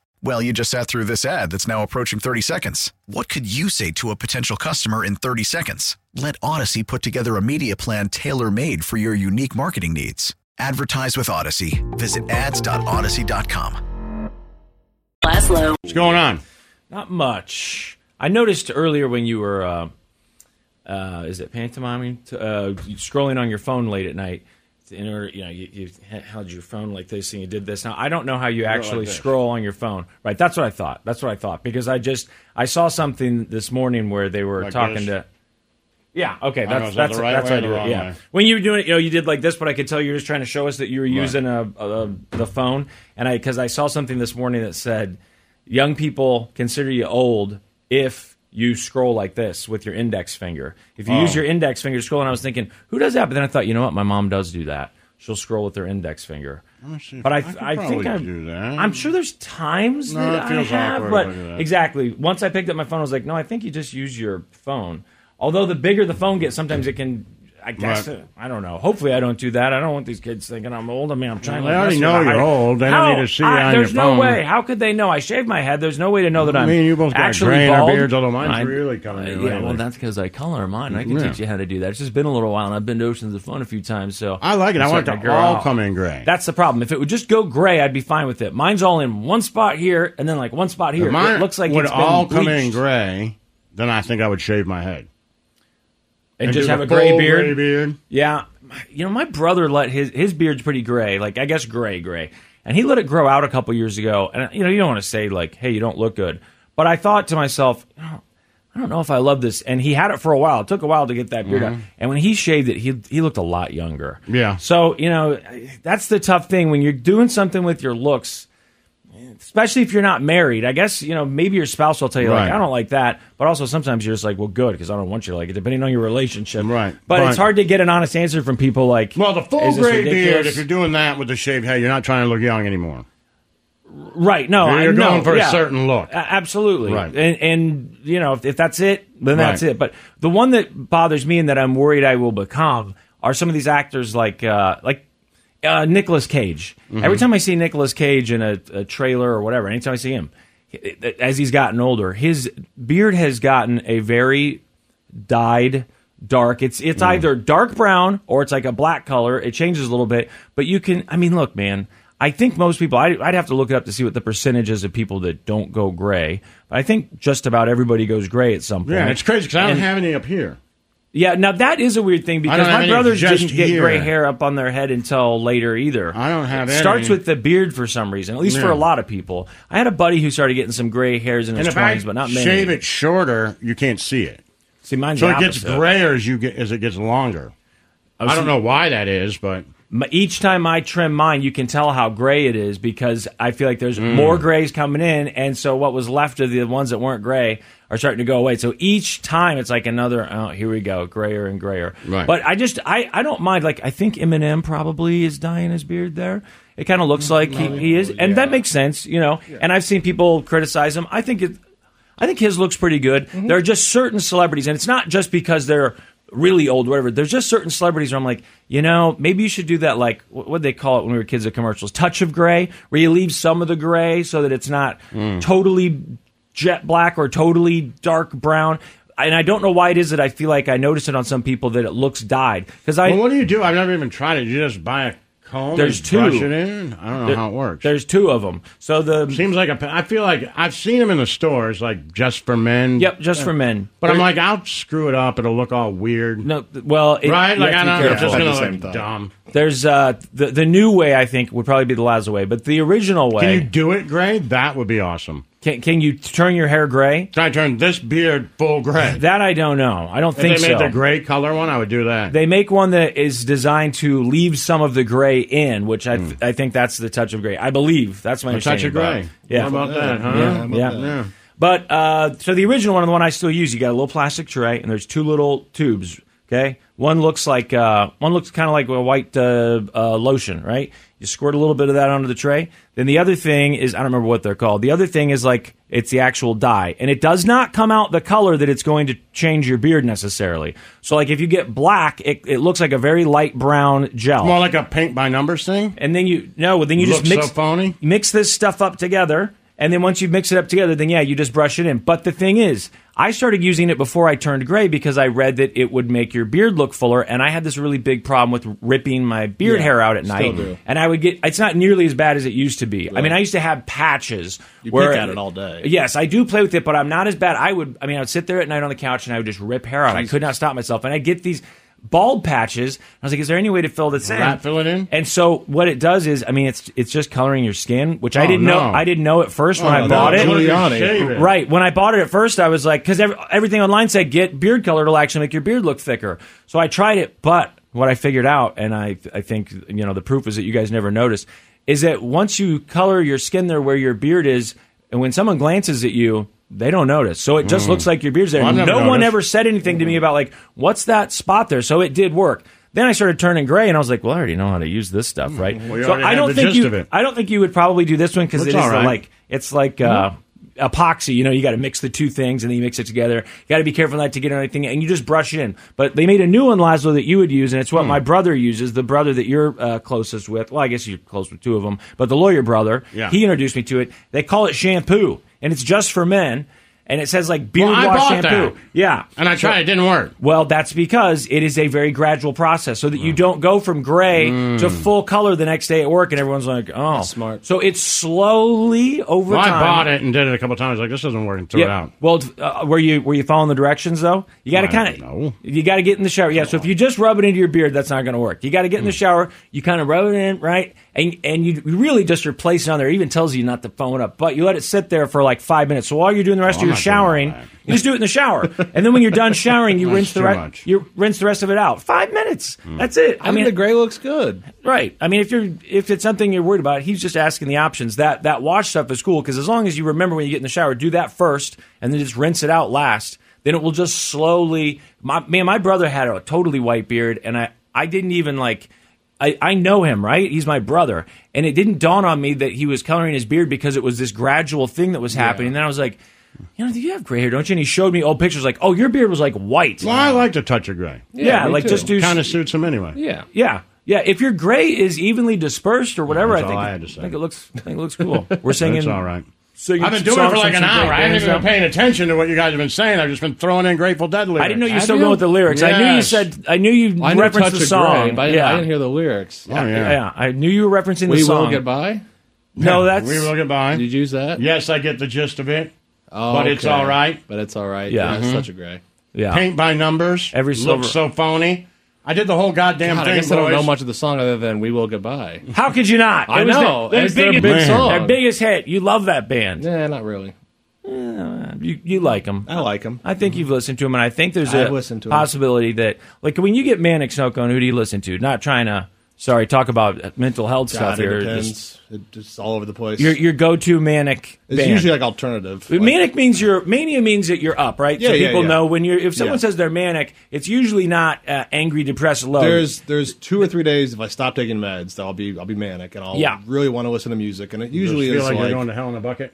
Speaker 8: Well, you just sat through this ad that's now approaching 30 seconds. What could you say to a potential customer in 30 seconds? Let Odyssey put together a media plan tailor made for your unique marketing needs. Advertise with Odyssey. Visit ads.odyssey.com.
Speaker 6: Laszlo.
Speaker 3: What's going on?
Speaker 4: Not much. I noticed earlier when you were, uh, uh, is it pantomiming? T- Uh, scrolling on your phone late at night. In order, you know, you, you h- held your phone like this and you did this. Now I don't know how you actually scroll on your phone, right? That's what I thought. That's what I thought because I just I saw something this morning where they were
Speaker 3: Like
Speaker 4: talking
Speaker 3: this?
Speaker 4: to. Yeah. Okay.
Speaker 3: don't know,
Speaker 4: That's
Speaker 3: is that
Speaker 4: that's
Speaker 3: the right way
Speaker 4: that's how
Speaker 3: or
Speaker 4: I
Speaker 3: the
Speaker 4: do it.
Speaker 3: wrong
Speaker 4: Yeah.
Speaker 3: way?
Speaker 4: When you were doing it, you know, you did like this, but I could tell you were just trying to show us that you were using a, a the phone, and I because I saw something this morning that said young people consider you old if you scroll like this with your
Speaker 3: Oh.
Speaker 4: index finger. If you use your index finger to scroll, and I was thinking, who does that? But then I thought, you know what, my mom does do that. She'll scroll with her index finger.
Speaker 3: Let me see if-
Speaker 4: But I,
Speaker 3: I could
Speaker 4: I, think
Speaker 3: probably
Speaker 4: I'm,
Speaker 3: do that.
Speaker 4: I'm sure there's times
Speaker 3: No,
Speaker 4: that
Speaker 3: it feels
Speaker 4: I have,
Speaker 3: awkward
Speaker 4: but
Speaker 3: if I do that.
Speaker 4: exactly. Once I picked up my phone, I was like, no, I think you just use your phone. Although the bigger the phone gets, sometimes it can. I guess
Speaker 3: Right.
Speaker 4: I don't know. Hopefully, I don't do that. I don't want these kids thinking I'm old. I mean, I'm trying.
Speaker 3: Well,
Speaker 4: to
Speaker 3: they already
Speaker 4: mess
Speaker 3: know
Speaker 4: with my-
Speaker 3: you're old. They don't
Speaker 4: How?
Speaker 3: need to see you
Speaker 4: I,
Speaker 3: on
Speaker 4: There's
Speaker 3: your
Speaker 4: no
Speaker 3: phone.
Speaker 4: way. How could they know? I shaved my head. There's no way to know that I'm.
Speaker 3: Me and you both got
Speaker 4: actually
Speaker 3: gray in our
Speaker 4: bald.
Speaker 3: beards, although mine's
Speaker 4: I'm- uh,
Speaker 3: really coming in
Speaker 4: Yeah,
Speaker 3: lately.
Speaker 4: well, that's because I color mine. I can
Speaker 3: Yeah.
Speaker 4: teach you how to do that. It's just been a little while, and I've been to Oceans of Fun a few times, so
Speaker 3: I like it. I
Speaker 4: I'm
Speaker 3: want it
Speaker 4: starting
Speaker 3: to
Speaker 4: grow
Speaker 3: all
Speaker 4: out.
Speaker 3: come in gray.
Speaker 4: That's the problem. If it would just go gray, I'd be fine with it. Mine's all in one spot here, and then like one spot here.
Speaker 3: If mine
Speaker 4: it looks like
Speaker 3: would
Speaker 4: it's
Speaker 3: all
Speaker 4: been
Speaker 3: come in
Speaker 4: bleached.
Speaker 3: gray. Then I think I would shave my head
Speaker 4: and, just
Speaker 3: do
Speaker 4: have a
Speaker 3: full
Speaker 4: gray beard.
Speaker 3: Gray beard.
Speaker 4: Yeah, you know, my brother let his his beard's pretty gray, like I guess gray, gray, and he let it grow out a couple years ago. And you know, you don't want to say like, "Hey, you don't look good," but I thought to myself, oh, I don't know if I love this. And he had it for a while. It took a while to get that beard out. And when he shaved it, he he looked a lot younger.
Speaker 3: Mm-hmm. Yeah.
Speaker 4: So you know, that's the tough thing when you're doing something with your looks. Especially if you're not married, I guess you know maybe your spouse will tell you like
Speaker 3: Right.
Speaker 4: I don't like that, but also sometimes you're just like well good because I don't want you to like it depending on your relationship.
Speaker 3: Right.
Speaker 4: But
Speaker 3: Right.
Speaker 4: it's hard to get an honest answer from people like
Speaker 3: Well, the full
Speaker 4: is this
Speaker 3: gray
Speaker 4: ridiculous?
Speaker 3: beard. If you're doing that with the shaved head, you're not trying to look young anymore.
Speaker 4: right, no,
Speaker 3: You're
Speaker 4: I
Speaker 3: going
Speaker 4: know,
Speaker 3: for a
Speaker 4: yeah.
Speaker 3: certain look.
Speaker 4: A- absolutely.
Speaker 3: Right.
Speaker 4: And, and you know if, if that's it, then that's
Speaker 3: Right.
Speaker 4: it. But the one that bothers me and that I'm worried I will become are some of these actors like uh, like uh, Nicolas Cage.
Speaker 3: Mm-hmm.
Speaker 4: Every time I see Nicolas Cage in a, a trailer or whatever, anytime I see him, he- as he's gotten older, his beard has gotten a very dyed dark. It's
Speaker 3: Mm.
Speaker 4: it's either dark brown or it's like a black color. It changes a little bit, but you can. I mean, look, man. I think most people. I, I'd have to look it up to see what the percentage is of people that don't go gray. But I think just about everybody goes gray at some point.
Speaker 3: Yeah, it's crazy because I don't
Speaker 4: And-
Speaker 3: have any up here.
Speaker 4: Yeah, now that is a weird thing
Speaker 3: don't
Speaker 4: because
Speaker 3: have
Speaker 4: my
Speaker 3: any
Speaker 4: brothers
Speaker 3: just
Speaker 4: didn't get
Speaker 3: here.
Speaker 4: gray hair up on their head until later either.
Speaker 3: I don't have
Speaker 4: it Starts
Speaker 3: any.
Speaker 4: with the beard for some reason, at least for
Speaker 3: Yeah.
Speaker 4: a lot of people. I had a buddy who started getting some gray hairs in
Speaker 3: And
Speaker 4: his
Speaker 3: if I
Speaker 4: twenties, but not many.
Speaker 3: shave it shorter, you can't see it.
Speaker 4: See, mine's
Speaker 3: So
Speaker 4: the
Speaker 3: it gets
Speaker 4: opposite.
Speaker 3: grayer as you get as it gets longer. I don't know why that is, but
Speaker 4: M- Each time I trim mine, you can tell how gray it is because I feel like there's more grays coming in, and so what was left of the ones that weren't gray are starting to go away. So each time it's like another. Oh, here we go, grayer and grayer.
Speaker 3: Right.
Speaker 4: But I just I I don't mind. Like I think Eminem probably is dyeing his beard there. It kind of looks like he, he is, and that makes sense, you know. And I've seen people criticize him. I think it. I think his looks pretty good. There are just certain celebrities, and it's not just because they're really old, whatever. There's just certain celebrities where I'm like, you know, maybe you should do that. Like, what would they call it when we were kids at commercials? Touch of gray, where you leave some of the gray so that it's not totally jet black or totally dark brown. And I don't know why it is that I feel like I notice it on some people that it looks dyed because I
Speaker 3: well, what do you do? I've never even tried it. You just buy a comb.
Speaker 4: There's
Speaker 3: and
Speaker 4: two.
Speaker 3: Brush it in. I don't know how it works.
Speaker 4: there's two of them. So the
Speaker 3: Seems like a. pa- I feel like I've seen them in the stores, like just for men.
Speaker 4: yep, just for men.
Speaker 3: But I'm like, I'll screw it up. It'll look all weird.
Speaker 4: No, well, it,
Speaker 3: right?
Speaker 4: you
Speaker 3: Like I don't.
Speaker 4: have to be
Speaker 3: know. It's
Speaker 4: careful.
Speaker 3: just
Speaker 5: I had
Speaker 3: gonna
Speaker 5: the
Speaker 3: look
Speaker 5: same thought.
Speaker 3: dumb.
Speaker 4: There's uh the the new way I think would probably be the Lazo way, but the original way.
Speaker 3: Can you do it gray? That would be awesome.
Speaker 4: can, can you turn your hair gray?
Speaker 3: Can I turn this beard full gray?
Speaker 4: That I don't know. I don't
Speaker 3: if
Speaker 4: think
Speaker 3: they made
Speaker 4: so.
Speaker 3: the gray color one, I would do that.
Speaker 4: They make one that is designed to leave some of the gray in, which I th- I think that's the touch of gray. I believe that's my
Speaker 3: a Hmm. touch of
Speaker 4: understanding, Bob.
Speaker 3: gray.
Speaker 4: Yeah.
Speaker 3: How about that? Huh?
Speaker 4: Yeah, yeah.
Speaker 3: Yeah.
Speaker 4: But uh, so the original one, and the one I still use, you got a little plastic tray, and there's two little tubes. Okay, one looks like uh, one looks kind of like a white uh, uh, lotion, right? You squirt a little bit of that onto the tray. Then the other thing is I don't remember what they're called. The other thing is like it's the actual dye, and it does not come out the color that it's going to change your beard necessarily. So like if you get black, it, it looks like a very light brown gel.
Speaker 3: More like a paint by numbers thing.
Speaker 4: and then you no, then you just
Speaker 3: Looks
Speaker 4: mix
Speaker 3: so phony.
Speaker 4: mix this stuff up together and then once you mix it up together then yeah you just brush it in but the thing is i started using it before i turned gray because i read that it would make your beard look fuller and i had this really big problem with ripping my beard hair out at night and i would get it's not nearly as bad as it used to be i mean i used to have patches you where
Speaker 5: pick at it all day.
Speaker 4: yes i do play with it but i'm not as bad i would i mean i would sit there at night on the couch and i would just rip hair out i could not stop myself and i get these bald patches i was like is there any way to fill this in
Speaker 3: that fill it in?
Speaker 4: and so what it does is, I mean, it's it's just coloring your skin, which I
Speaker 3: Oh,
Speaker 4: didn't know.
Speaker 3: no. Oh,
Speaker 4: I didn't know at first when I
Speaker 5: no,
Speaker 4: bought
Speaker 5: it's
Speaker 4: it.
Speaker 5: one of your
Speaker 3: Giuliani.
Speaker 5: Shave
Speaker 3: it.
Speaker 4: Right when I bought it at first, I was like, because everything online said get beard color, it'll actually make your beard look thicker. So I tried it, but what I figured out, and I I think you know the proof is that you guys never noticed, is that once you color your skin there where your beard is, and when someone glances at you. They don't notice, so it just looks like your beard's there.
Speaker 3: Mm. Well, I've
Speaker 4: no
Speaker 3: never
Speaker 4: one
Speaker 3: noticed.
Speaker 4: ever said anything to me about like what's that spot there. So it did work. Then I started turning gray, and I was like, "Well, I already know how to use this stuff, right?"
Speaker 3: well, you
Speaker 4: so
Speaker 3: Mm. already
Speaker 4: I
Speaker 3: have
Speaker 4: don't
Speaker 3: the
Speaker 4: think
Speaker 3: gist
Speaker 4: you.
Speaker 3: of it.
Speaker 4: I don't think you would probably do this one because it
Speaker 3: That's
Speaker 4: is
Speaker 3: all right.
Speaker 4: like it's like uh, epoxy. You know, you got to mix the two things, and then you mix it together. You got to be careful not to get anything, and you just brush it in. But they made a new one, Laszlo, that you would use, and it's
Speaker 3: Hmm.
Speaker 4: what my brother uses. The brother that you're uh, closest with. Well, I guess you're close with two of them, but the lawyer brother.
Speaker 3: Yeah.
Speaker 4: He introduced me to it. They call it shampoo, and it's just for men. And it says like beard
Speaker 3: Well, I
Speaker 4: wash
Speaker 3: bought that.
Speaker 4: shampoo. Yeah.
Speaker 3: And I tried, it didn't work.
Speaker 4: Well, that's because it is a very gradual process, so that you don't go from gray to full color the next day at work, and everyone's like, "Oh,
Speaker 5: smart.
Speaker 4: So it's slowly over
Speaker 3: Well, I
Speaker 4: time.
Speaker 3: bought it and did it a couple times. Like this doesn't work. And threw it
Speaker 4: Yeah.
Speaker 3: out.
Speaker 4: Well, uh, were you were you following the directions though? You got to
Speaker 3: I
Speaker 4: kind
Speaker 3: don't know.
Speaker 4: of you got to get in the shower. Yeah. So if you just rub it into your beard, that's not going to work. You got to get in
Speaker 3: Hmm.
Speaker 4: the shower. You kind of rub it in, right? And and you really just replace it on there. It even tells you not to foam it up, but you let it sit there for like five minutes. So while you're doing the rest
Speaker 3: Oh, I'm
Speaker 4: of your
Speaker 3: not doing all
Speaker 4: showering,
Speaker 3: that.
Speaker 4: you just do it in the shower, and then when you're done showering, you
Speaker 3: That's
Speaker 4: rinse the
Speaker 3: too
Speaker 4: rest.
Speaker 3: much. Hmm.
Speaker 4: You rinse the rest of it out. Five minutes. That's it.
Speaker 5: I
Speaker 4: I,
Speaker 5: mean,
Speaker 4: mean,
Speaker 5: the gray looks good.
Speaker 4: Right. I mean, if you're if it's something you're worried about, he's just asking the options. That that wash stuff is cool because as long as you remember when you get in the shower, do that first, and then just rinse it out last. Then it will just slowly. My man, my brother had a totally white beard, and I I didn't even like. I, I know him, right? He's my brother. And it didn't dawn on me that he was coloring his beard because it was this gradual thing that was happening. And then I was like, you know, you have gray hair, don't you? And he showed me old pictures like, oh, your beard was like white.
Speaker 3: Well, I like to touch a gray.
Speaker 4: yeah,
Speaker 5: me
Speaker 4: like
Speaker 5: too.
Speaker 4: just do
Speaker 3: Kind of suits him anyway.
Speaker 5: Yeah.
Speaker 4: yeah. Yeah, if your gray is evenly dispersed or whatever,
Speaker 3: That's
Speaker 4: I think
Speaker 3: all I
Speaker 4: it,
Speaker 3: had to say.
Speaker 4: think it looks I think it looks cool. We're singing.
Speaker 3: It's all right.
Speaker 4: singing
Speaker 3: I've been
Speaker 4: some
Speaker 3: doing it for
Speaker 4: songs
Speaker 3: like
Speaker 4: from
Speaker 3: an
Speaker 4: some
Speaker 3: hour.
Speaker 4: great
Speaker 3: I haven't
Speaker 4: bands
Speaker 3: even been
Speaker 4: now.
Speaker 3: paying attention to what you guys have been saying. I've just been throwing in Grateful Dead lyrics.
Speaker 4: I didn't know you
Speaker 5: Have
Speaker 4: still
Speaker 5: you?
Speaker 4: going with the lyrics. I knew you
Speaker 3: Yes.
Speaker 4: said I knew you
Speaker 5: I know
Speaker 4: referenced
Speaker 5: touch
Speaker 4: the
Speaker 5: of
Speaker 4: song.
Speaker 5: gray, but I didn't,
Speaker 4: yeah.
Speaker 5: I didn't hear the lyrics.
Speaker 3: Oh, yeah.
Speaker 4: yeah, I knew you were referencing
Speaker 5: we
Speaker 4: the song.
Speaker 5: will get by.
Speaker 4: No, Oh, that's
Speaker 3: We will get by.
Speaker 5: Did you use that?
Speaker 3: Yes, I get the gist of it.
Speaker 5: Oh,
Speaker 3: But it's
Speaker 5: okay.
Speaker 3: all right.
Speaker 5: But it's all right.
Speaker 4: Yeah.
Speaker 5: Yeah, Mm-hmm. it's such a gray.
Speaker 4: yeah.
Speaker 3: Paint by numbers.
Speaker 4: Oh. Every silver-
Speaker 3: looks so phony. I did the whole goddamn
Speaker 5: God,
Speaker 3: thing.
Speaker 5: I guess I don't
Speaker 3: boys.
Speaker 5: know much of the song other than "We Will Get By."
Speaker 4: How could you not?
Speaker 5: I
Speaker 4: It was
Speaker 5: know.
Speaker 4: their,
Speaker 5: It's
Speaker 4: their
Speaker 5: their
Speaker 4: biggest,
Speaker 5: big song.
Speaker 4: Their biggest hit. You love that band.
Speaker 5: Nah, not really.
Speaker 4: You, you like them.
Speaker 5: I like them.
Speaker 4: I think you've listened to him, and I think there's a
Speaker 5: I've listened to 'em.
Speaker 4: possibility that, like, when you get manic Snoko, and who do you listen to? Not trying to, sorry, talk about mental health stuff
Speaker 5: God, it
Speaker 4: here.
Speaker 5: depends.
Speaker 4: Just-
Speaker 5: It just all over the place.
Speaker 4: your your go to manic.
Speaker 5: it's
Speaker 4: band.
Speaker 5: usually like alternative. Like,
Speaker 4: manic means you're mania means that you're up, right? so
Speaker 5: Yeah, yeah,
Speaker 4: people
Speaker 5: yeah.
Speaker 4: know when you're. If someone
Speaker 5: Yeah.
Speaker 4: says they're manic, it's usually not uh, angry, depressed, low.
Speaker 5: There's there's two or three days if I stop taking meds that I'll be I'll be manic and I'll
Speaker 4: Yeah.
Speaker 5: really want to listen to music and it
Speaker 3: Just
Speaker 5: usually
Speaker 3: feel
Speaker 5: is
Speaker 3: like,
Speaker 5: like,
Speaker 3: you're going to hell in a bucket.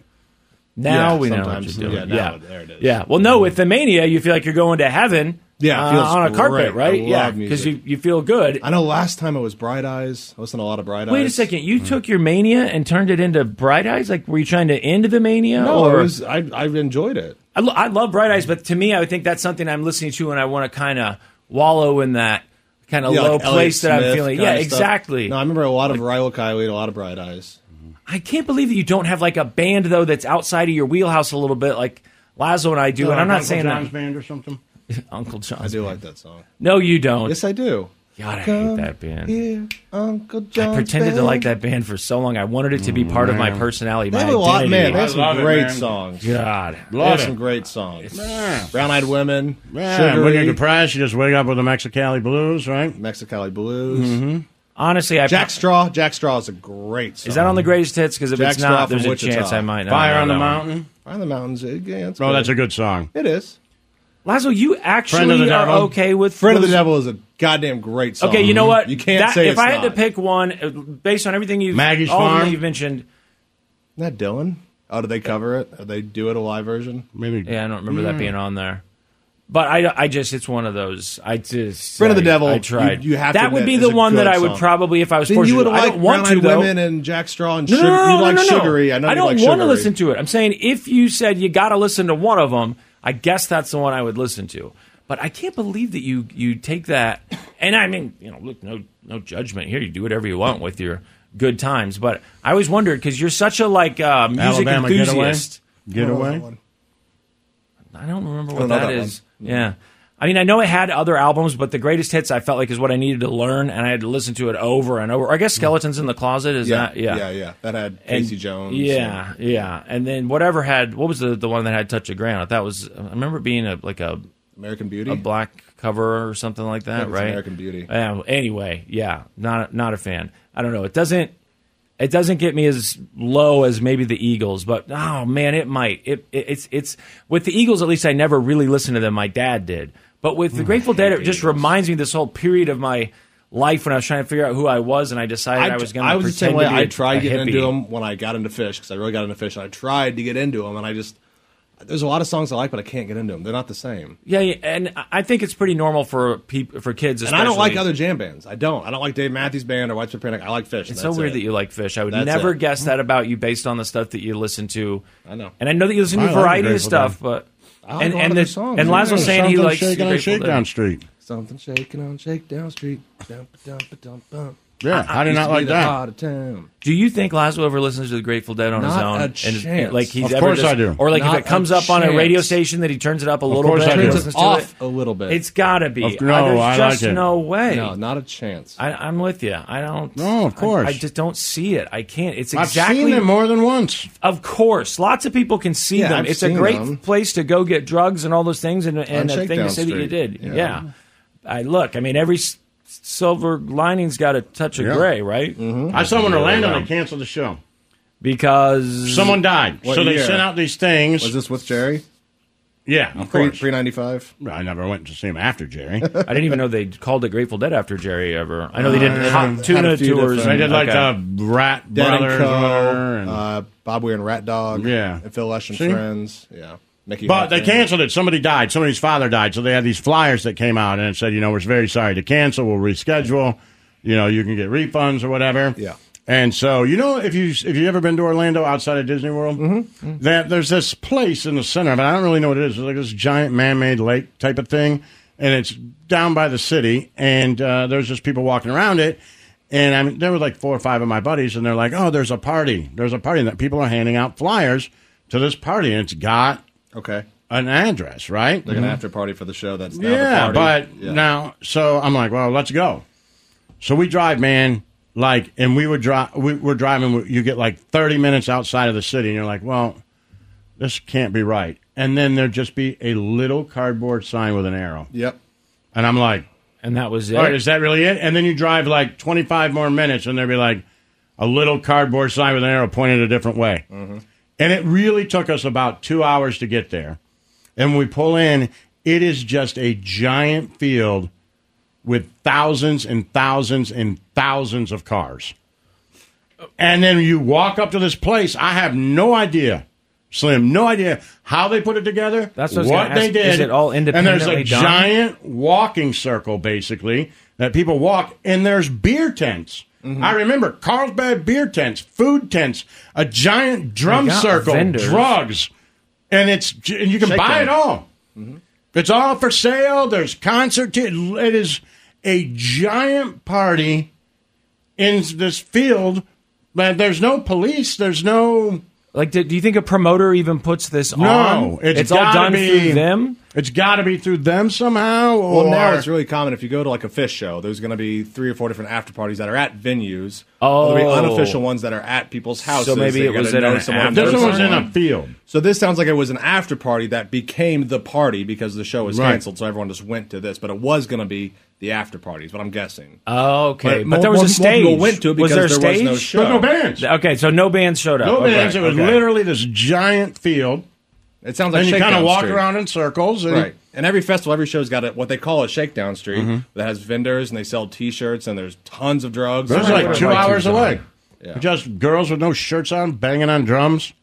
Speaker 4: now
Speaker 5: yeah,
Speaker 4: we know what
Speaker 5: sometimes.
Speaker 4: you're doing.
Speaker 5: Yeah, now there it is.
Speaker 4: Yeah. Well, no, with the mania, you feel like you're going to heaven.
Speaker 5: Yeah, it
Speaker 4: uh,
Speaker 5: feels
Speaker 4: on a carpet,
Speaker 5: great. I
Speaker 4: right?
Speaker 5: love
Speaker 4: yeah, because
Speaker 5: music.
Speaker 4: you, you feel good.
Speaker 5: I know last time it was Bright Eyes. I listened to a lot of Bright Eyes.
Speaker 4: Wait a second, you
Speaker 5: Mm.
Speaker 4: took your mania and turned it into Bright Eyes? Like, were you trying to end the mania?
Speaker 5: No,
Speaker 4: or
Speaker 5: it was, I I enjoyed it.
Speaker 4: I, lo- I love Bright Eyes, but to me, I would think that's something I'm listening to, and I want to kind of wallow in that kind of
Speaker 5: Yeah,
Speaker 4: low
Speaker 5: like Elliott
Speaker 4: place that I'm
Speaker 5: Smith
Speaker 4: feeling.
Speaker 5: kinda
Speaker 4: Yeah,
Speaker 5: stuff.
Speaker 4: exactly.
Speaker 5: No, I remember a lot of Rilo Kiley, a lot of Bright Eyes.
Speaker 4: I can't believe that you don't have like a band though that's outside of your wheelhouse a little bit, like Lazo and I do. and I'm not
Speaker 3: Uh, Uncle
Speaker 4: saying
Speaker 3: John's
Speaker 4: that
Speaker 3: band or something.
Speaker 4: Uncle John.
Speaker 5: I do like that song.
Speaker 4: No, you don't.
Speaker 5: Yes, I do.
Speaker 4: God, I hate that band.
Speaker 5: Here, Uncle John.
Speaker 4: I pretended to like that band for so long. I wanted it to be part of my personality,
Speaker 5: Mm, They
Speaker 4: my
Speaker 5: have a lot, man.
Speaker 4: identity.
Speaker 5: They have
Speaker 3: I love
Speaker 5: some
Speaker 3: it,
Speaker 5: great
Speaker 3: man.
Speaker 5: songs.
Speaker 4: God,
Speaker 5: They have
Speaker 3: Love
Speaker 5: some
Speaker 3: it.
Speaker 5: great songs.
Speaker 3: Yeah.
Speaker 5: Brown Eyed Women,
Speaker 3: Yeah,
Speaker 5: Sugary,
Speaker 3: when you're depressed, you just wake up with the Mexicali blues, right?
Speaker 5: Mexicali Blues.
Speaker 4: honestly, I
Speaker 5: Jack Straw. Jack Straw is a great song.
Speaker 4: Mm-hmm. is that on the greatest hits? Because if
Speaker 5: Jack
Speaker 4: it's
Speaker 5: Straw
Speaker 4: not,
Speaker 5: from
Speaker 4: there's a
Speaker 5: Wichita.
Speaker 4: chance I might not.
Speaker 3: Fire
Speaker 4: know
Speaker 3: on the
Speaker 4: that one.
Speaker 3: Mountain.
Speaker 5: Fire in the Mountains? uh, Yeah, that's
Speaker 3: Oh,
Speaker 5: good.
Speaker 3: that's a good song.
Speaker 5: It is.
Speaker 4: Lazo, you
Speaker 3: Friend of
Speaker 4: actually
Speaker 3: the
Speaker 4: are
Speaker 3: Devil.
Speaker 4: okay with
Speaker 5: Friend of the
Speaker 4: those-
Speaker 5: Devil is a goddamn great song.
Speaker 4: Okay, you know what?
Speaker 5: You can't
Speaker 4: That-
Speaker 5: say
Speaker 4: if
Speaker 5: it's
Speaker 4: I
Speaker 5: not.
Speaker 4: had to pick one uh, based on everything you've
Speaker 3: Maggie's
Speaker 4: all of them
Speaker 3: Farm.
Speaker 4: you've mentioned.
Speaker 5: Isn't that Dylan? Oh, did they cover it? Did they do it a live version?
Speaker 3: Maybe.
Speaker 4: Yeah, I don't remember
Speaker 5: Hmm.
Speaker 4: that being on there. But I, I just, it's one of those. I just.
Speaker 5: Friend of the
Speaker 4: I-
Speaker 5: Devil,
Speaker 4: I tried.
Speaker 5: you- you have to
Speaker 4: that would be
Speaker 5: admit,
Speaker 4: the
Speaker 5: is a
Speaker 4: one that
Speaker 5: good
Speaker 4: I would
Speaker 5: song.
Speaker 4: probably, if I was
Speaker 5: Then
Speaker 4: forced
Speaker 5: you would
Speaker 4: to. do it.
Speaker 5: have
Speaker 4: I
Speaker 5: liked
Speaker 4: don't want
Speaker 5: Brown Eyed
Speaker 4: to, though.
Speaker 5: Women and Jack Straw and
Speaker 4: No,
Speaker 5: Sug-
Speaker 4: no, no,
Speaker 5: you
Speaker 4: no,
Speaker 5: like
Speaker 4: no, no.
Speaker 5: Sugary. I know you
Speaker 4: don't
Speaker 5: like
Speaker 4: want
Speaker 5: Sugary.
Speaker 4: to listen to it. I'm saying if you said you got to listen to one of them, I guess that's the one I would listen to. But I can't believe that you you take that. And I mean, you know, look, no no judgment here. You do whatever you want with your good times. But I always wondered because you're such a like uh, music
Speaker 3: Alabama
Speaker 4: enthusiast.
Speaker 3: Get away.
Speaker 4: I don't remember
Speaker 5: I
Speaker 4: what
Speaker 5: don't know
Speaker 4: that
Speaker 5: that
Speaker 4: is. Yeah. I mean, I know it had other albums, but the greatest hits I felt like is what I needed to learn, and I had to listen to it over and over. I guess "Skeletons in the Closet" is
Speaker 5: Hmm. Yeah,
Speaker 4: that,
Speaker 5: yeah, yeah, That had
Speaker 4: And-
Speaker 5: Casey Jones.
Speaker 4: Yeah, yeah. And then whatever had what was the the one that had Touch of Ground? That was I remember it being a like a
Speaker 5: American Beauty.
Speaker 4: a
Speaker 9: Mm.
Speaker 4: black cover or something like
Speaker 5: I
Speaker 4: that,
Speaker 5: think it's
Speaker 4: right?
Speaker 5: American Beauty.
Speaker 4: Um, anyway, yeah, not not a fan. I don't know. It doesn't it doesn't get me as low as maybe the Eagles, but oh man, it might. It, it it's it's with the Eagles at least I
Speaker 9: Mm.
Speaker 4: never really listened to them. My dad did, but with the Grateful Dead, it just reminds me of this whole period of my life when I was trying to figure out who I was, and I decided I, was going to.
Speaker 9: I was the same
Speaker 4: pretend
Speaker 9: way.
Speaker 4: to be
Speaker 9: I
Speaker 4: a-
Speaker 9: tried
Speaker 4: a
Speaker 9: getting
Speaker 4: hippie.
Speaker 9: into them when I got into fish because I really got into fish. And I tried to get into them, and I just there's a lot of songs I like, but I can't get into them. They're not the same.
Speaker 4: Yeah, yeah, and I- I think it's pretty normal for peop for kids.
Speaker 9: And I don't like
Speaker 4: especially.
Speaker 9: other jam bands. I don't. I don't like Dave Matthews Band or White Strip Panic. I like Fish.
Speaker 4: It's
Speaker 9: and
Speaker 4: so
Speaker 9: that's
Speaker 4: weird
Speaker 9: it.
Speaker 4: that you like fish. I would
Speaker 9: That's
Speaker 4: never
Speaker 9: it.
Speaker 4: guess that about you based on the stuff that you listen to.
Speaker 9: I know.
Speaker 4: and I know that you listen to
Speaker 3: I
Speaker 4: a
Speaker 3: like
Speaker 4: variety of
Speaker 3: Grateful
Speaker 4: stuff, but
Speaker 9: like
Speaker 4: and
Speaker 9: a lot
Speaker 4: and
Speaker 9: of their
Speaker 4: the-
Speaker 9: songs.
Speaker 4: and Laz was
Speaker 9: Yeah,
Speaker 4: saying he
Speaker 3: Something
Speaker 4: likes the
Speaker 3: shaking on
Speaker 4: Grateful Dead.
Speaker 3: Shakedown Street.
Speaker 9: Something shaking on Shakedown Street. Dump, dump, dump, dump.
Speaker 3: Yeah, how do you not like that?
Speaker 9: Out of town.
Speaker 4: Do you think Lazo ever listens to the Grateful Dead on his
Speaker 9: Not
Speaker 4: own?
Speaker 9: a
Speaker 4: And
Speaker 9: chance.
Speaker 4: like he's
Speaker 3: Of
Speaker 4: ever
Speaker 3: course
Speaker 4: just-
Speaker 3: I do.
Speaker 4: Or like
Speaker 9: Not
Speaker 4: if it comes
Speaker 9: a
Speaker 4: up on a radio
Speaker 9: chance.
Speaker 4: station that he turns it up a little
Speaker 3: course
Speaker 4: bit,
Speaker 3: I do.
Speaker 4: and
Speaker 3: Turns
Speaker 4: listens to
Speaker 9: Off
Speaker 4: it.
Speaker 9: a little bit.
Speaker 4: It's got to be.
Speaker 3: Of- no,
Speaker 4: there's
Speaker 3: I
Speaker 4: just
Speaker 3: like it.
Speaker 4: no way.
Speaker 9: no, not a chance.
Speaker 4: I, I'm with you. I don't.
Speaker 3: No, of
Speaker 4: I-
Speaker 3: course.
Speaker 4: I, just don't see it. I can't. It's
Speaker 3: I've
Speaker 4: exactly.
Speaker 3: seen them more than once.
Speaker 4: Of course, lots of people can see
Speaker 9: Yeah,
Speaker 4: them.
Speaker 9: I've
Speaker 4: it's a
Speaker 9: seen
Speaker 4: great
Speaker 9: them.
Speaker 4: place to go get drugs and all those things, and, and a thing to
Speaker 9: Shakedown
Speaker 4: say that you
Speaker 9: Street.
Speaker 4: did. Yeah.
Speaker 9: Yeah.
Speaker 4: I look. I mean, every s- silver lining's got a touch of
Speaker 3: Yeah.
Speaker 4: gray, right?
Speaker 9: Mm-hmm.
Speaker 3: I saw one in Orlando. They canceled the show.
Speaker 4: Because
Speaker 3: Someone died,
Speaker 9: What
Speaker 3: so they
Speaker 9: year?
Speaker 3: sent out these things.
Speaker 9: Was this with Jerry?
Speaker 3: yeah, of
Speaker 9: Pre
Speaker 3: course.
Speaker 9: pre ninety five.
Speaker 3: I never went to see him after Jerry.
Speaker 4: I didn't even know they called it Grateful Dead after Jerry ever. I know they did
Speaker 9: Uh,
Speaker 4: hot
Speaker 9: had a
Speaker 4: tuna
Speaker 9: few
Speaker 4: tours.
Speaker 3: they
Speaker 9: different-
Speaker 3: did like um,
Speaker 4: Okay.
Speaker 3: the Rat
Speaker 9: Dead
Speaker 3: Brothers
Speaker 9: and
Speaker 3: or whatever,
Speaker 9: Co.
Speaker 3: and-
Speaker 9: Uh, Bob Weir and Rat Dog.
Speaker 3: Yeah.
Speaker 9: And Phil Lesh and
Speaker 3: See?
Speaker 9: Friends. Yeah. Mickey.
Speaker 3: But they
Speaker 9: Hawkins.
Speaker 3: canceled it. Somebody died. Somebody's father died. So they had these flyers that came out and it said, you know, we're very sorry to cancel. We'll reschedule. You know, you can get refunds or whatever.
Speaker 9: Yeah.
Speaker 3: And so you know, if you if you've ever been to Orlando outside of Disney World, that there's this place in the center, but I don't really know what it is. It's like this giant man-made lake type of thing, and it's down by the city, and uh, there's just people walking around it. And I mean, there were like four or five of my buddies, and they're like, "Oh, there's a party. There's a party that people are handing out flyers to this party, and it's got
Speaker 9: Okay.
Speaker 3: an address, right?
Speaker 9: Like an after party for the show. That's now
Speaker 3: Mm-hmm. yeah,
Speaker 9: the party.
Speaker 3: but now, so I'm like, well, let's go. So we drive, man. Like, and we would drive. We, we're driving. You get like 30 minutes outside of the city, and you're like, well, this can't be right. And then there'd just be a little cardboard sign with an arrow,
Speaker 9: Yep.
Speaker 3: and I'm like,
Speaker 4: and that was it.
Speaker 3: all right, is that really it? And then you drive like 25 more minutes, and there'd be like a little cardboard sign with an arrow pointed a different way.
Speaker 4: Mm-hmm.
Speaker 3: And it really took us about two hours to get there. And when we pull in, it is just a giant field with thousands and thousands and thousands of cars. And then you walk up to this place. I have no idea, Slim, no idea how they put it together.
Speaker 4: That's what I was gonna
Speaker 3: they
Speaker 4: ask.
Speaker 3: did.
Speaker 4: Is it all
Speaker 3: And there's a
Speaker 4: independently done?
Speaker 3: giant walking circle, basically, that people walk. And there's beer tents.
Speaker 4: Mm-hmm.
Speaker 3: I remember Carlsbad beer tents, food tents, a giant drum
Speaker 4: They got
Speaker 3: circle,
Speaker 4: vendors.
Speaker 3: drugs, and it's and you can
Speaker 9: Shake
Speaker 3: buy it
Speaker 9: them.
Speaker 3: all.
Speaker 4: Mm-hmm.
Speaker 3: It's all for sale. There's concert. ti- It is a giant party in this field. But there's no police. There's no
Speaker 4: Like, do, do you think a promoter even puts this on?
Speaker 3: no.
Speaker 4: it's all
Speaker 3: gotta
Speaker 4: done
Speaker 3: be,
Speaker 4: through them.
Speaker 3: It's got to be through them somehow. Or
Speaker 9: Well, now it's really common if you go to like a fish show. There's going to be three or four different after parties that are at venues.
Speaker 4: Oh.
Speaker 9: there'll be unofficial ones that are at people's houses.
Speaker 4: maybe
Speaker 9: They
Speaker 4: it
Speaker 9: gotta
Speaker 4: was at
Speaker 9: know
Speaker 4: an
Speaker 9: someone
Speaker 4: after-
Speaker 9: knows
Speaker 3: this one was in
Speaker 9: someone.
Speaker 3: a field.
Speaker 9: So this sounds like it was an after party that became the party because the show was
Speaker 3: Right.
Speaker 9: canceled, so everyone just went to this. But it was going to be the after parties, but I'm guessing.
Speaker 4: Oh, okay. But,
Speaker 9: more-
Speaker 4: there was
Speaker 9: more-
Speaker 4: a
Speaker 9: more
Speaker 4: stage.
Speaker 9: people went to it because
Speaker 4: was there a
Speaker 9: there was
Speaker 4: stage?
Speaker 9: no show.
Speaker 3: But no bands.
Speaker 4: Okay, so no bands showed up.
Speaker 3: No
Speaker 4: Okay,
Speaker 3: bands. It was
Speaker 4: okay.
Speaker 3: literally this giant field,
Speaker 9: It sounds like
Speaker 3: and you
Speaker 9: kind of
Speaker 3: walk around in circles. And
Speaker 9: Right. And every festival, every show's got a, what they call a shakedown street
Speaker 4: Mm-hmm.
Speaker 9: that has vendors and they sell T-shirts and there's tons of drugs.
Speaker 3: This is like two
Speaker 4: Right,
Speaker 3: hours
Speaker 4: two
Speaker 3: away.
Speaker 9: Yeah.
Speaker 3: Just girls with no shirts on, banging on drums.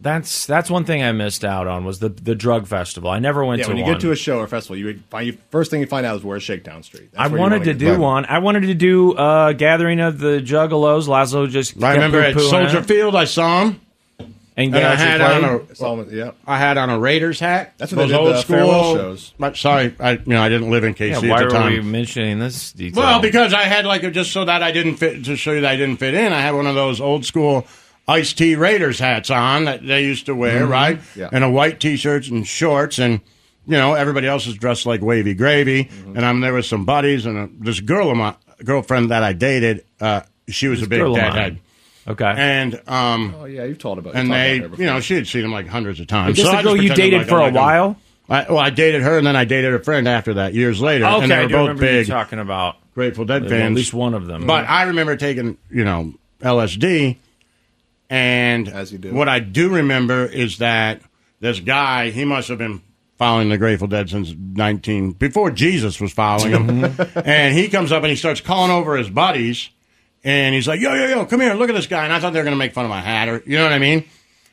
Speaker 4: That's that's one thing I missed out on was the the drug festival. I never went
Speaker 9: Yeah,
Speaker 4: to
Speaker 9: when you
Speaker 4: one.
Speaker 9: get to a show or festival, you find you, first thing you find out is where shakedown street. That's
Speaker 4: I
Speaker 9: where you
Speaker 4: wanted
Speaker 9: wanna
Speaker 4: to
Speaker 9: get
Speaker 4: do one. I wanted to do a gathering of the Juggalos. Lazo just
Speaker 3: I
Speaker 4: kept
Speaker 3: remember at
Speaker 4: poo-pooing
Speaker 3: Soldier
Speaker 4: it.
Speaker 3: Field, I saw him,
Speaker 4: and,
Speaker 3: and I
Speaker 4: Galaxy
Speaker 3: had
Speaker 4: played.
Speaker 3: on a
Speaker 9: Solomon, yeah.
Speaker 3: I had on a Raiders hat.
Speaker 9: That's what they did the farewell shows.
Speaker 3: But sorry, I you know I didn't live in KC
Speaker 4: Yeah,
Speaker 3: at
Speaker 4: why
Speaker 3: the
Speaker 4: were we
Speaker 3: time.
Speaker 4: mentioning this detail?
Speaker 3: well, because I had like just so that I didn't fit to show you that I didn't fit in. I had one of those old school iced tea Raiders hats on that they used to
Speaker 4: Mm-hmm.
Speaker 3: wear, right?
Speaker 9: Yeah.
Speaker 3: And a white t-shirt and shorts and. You know, everybody else is dressed like wavy gravy,
Speaker 4: Mm-hmm.
Speaker 3: and I'm there with some buddies and uh this girl of my girlfriend that I dated. Uh, she was a big
Speaker 4: girl of mine.
Speaker 3: deadhead,
Speaker 4: okay,
Speaker 3: and um,
Speaker 9: Oh yeah, you've told about.
Speaker 3: and
Speaker 9: you've talked
Speaker 3: they,
Speaker 9: about that
Speaker 3: you know,
Speaker 9: before.
Speaker 3: she had seen him like hundreds of times.
Speaker 4: Just
Speaker 3: So
Speaker 4: the
Speaker 3: I
Speaker 4: girl you
Speaker 3: pretended
Speaker 4: dated
Speaker 3: like I
Speaker 4: for a
Speaker 3: liked him.
Speaker 4: while?
Speaker 3: I, well, I dated her, and then I dated a friend after that years later.
Speaker 4: okay.
Speaker 3: and they
Speaker 4: I
Speaker 3: were
Speaker 4: do
Speaker 3: both
Speaker 4: remember
Speaker 3: big
Speaker 4: you talking about
Speaker 3: Grateful Dead
Speaker 4: at
Speaker 3: fans.
Speaker 4: least one of them.
Speaker 3: But I remember taking, you know, LSD, and
Speaker 9: As you do.
Speaker 3: what I do remember is that this guy, he must have been following the Grateful Dead since 19 before Jesus was following them. and he comes up and he starts calling over his buddies and he's like, "Yo, yo, yo, come here, look at this guy." And I thought they were going to make fun of my hat or you know what I mean?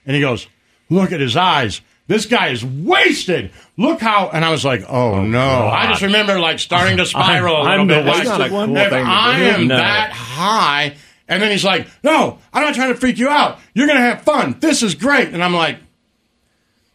Speaker 3: And he goes, "Look at his eyes." This guy is wasted. Look how, and I was like, "Oh, no!" I just remember like starting to spiral. a
Speaker 4: I'm
Speaker 3: little bit.
Speaker 4: the
Speaker 3: Like,
Speaker 4: wasted
Speaker 3: if
Speaker 4: one?
Speaker 3: If
Speaker 4: Cool thing to
Speaker 3: I
Speaker 4: do.
Speaker 3: am
Speaker 4: No.
Speaker 3: that high, and then he's like, "No, I'm not trying to freak you out. You're going to have fun. This is great." And I'm like,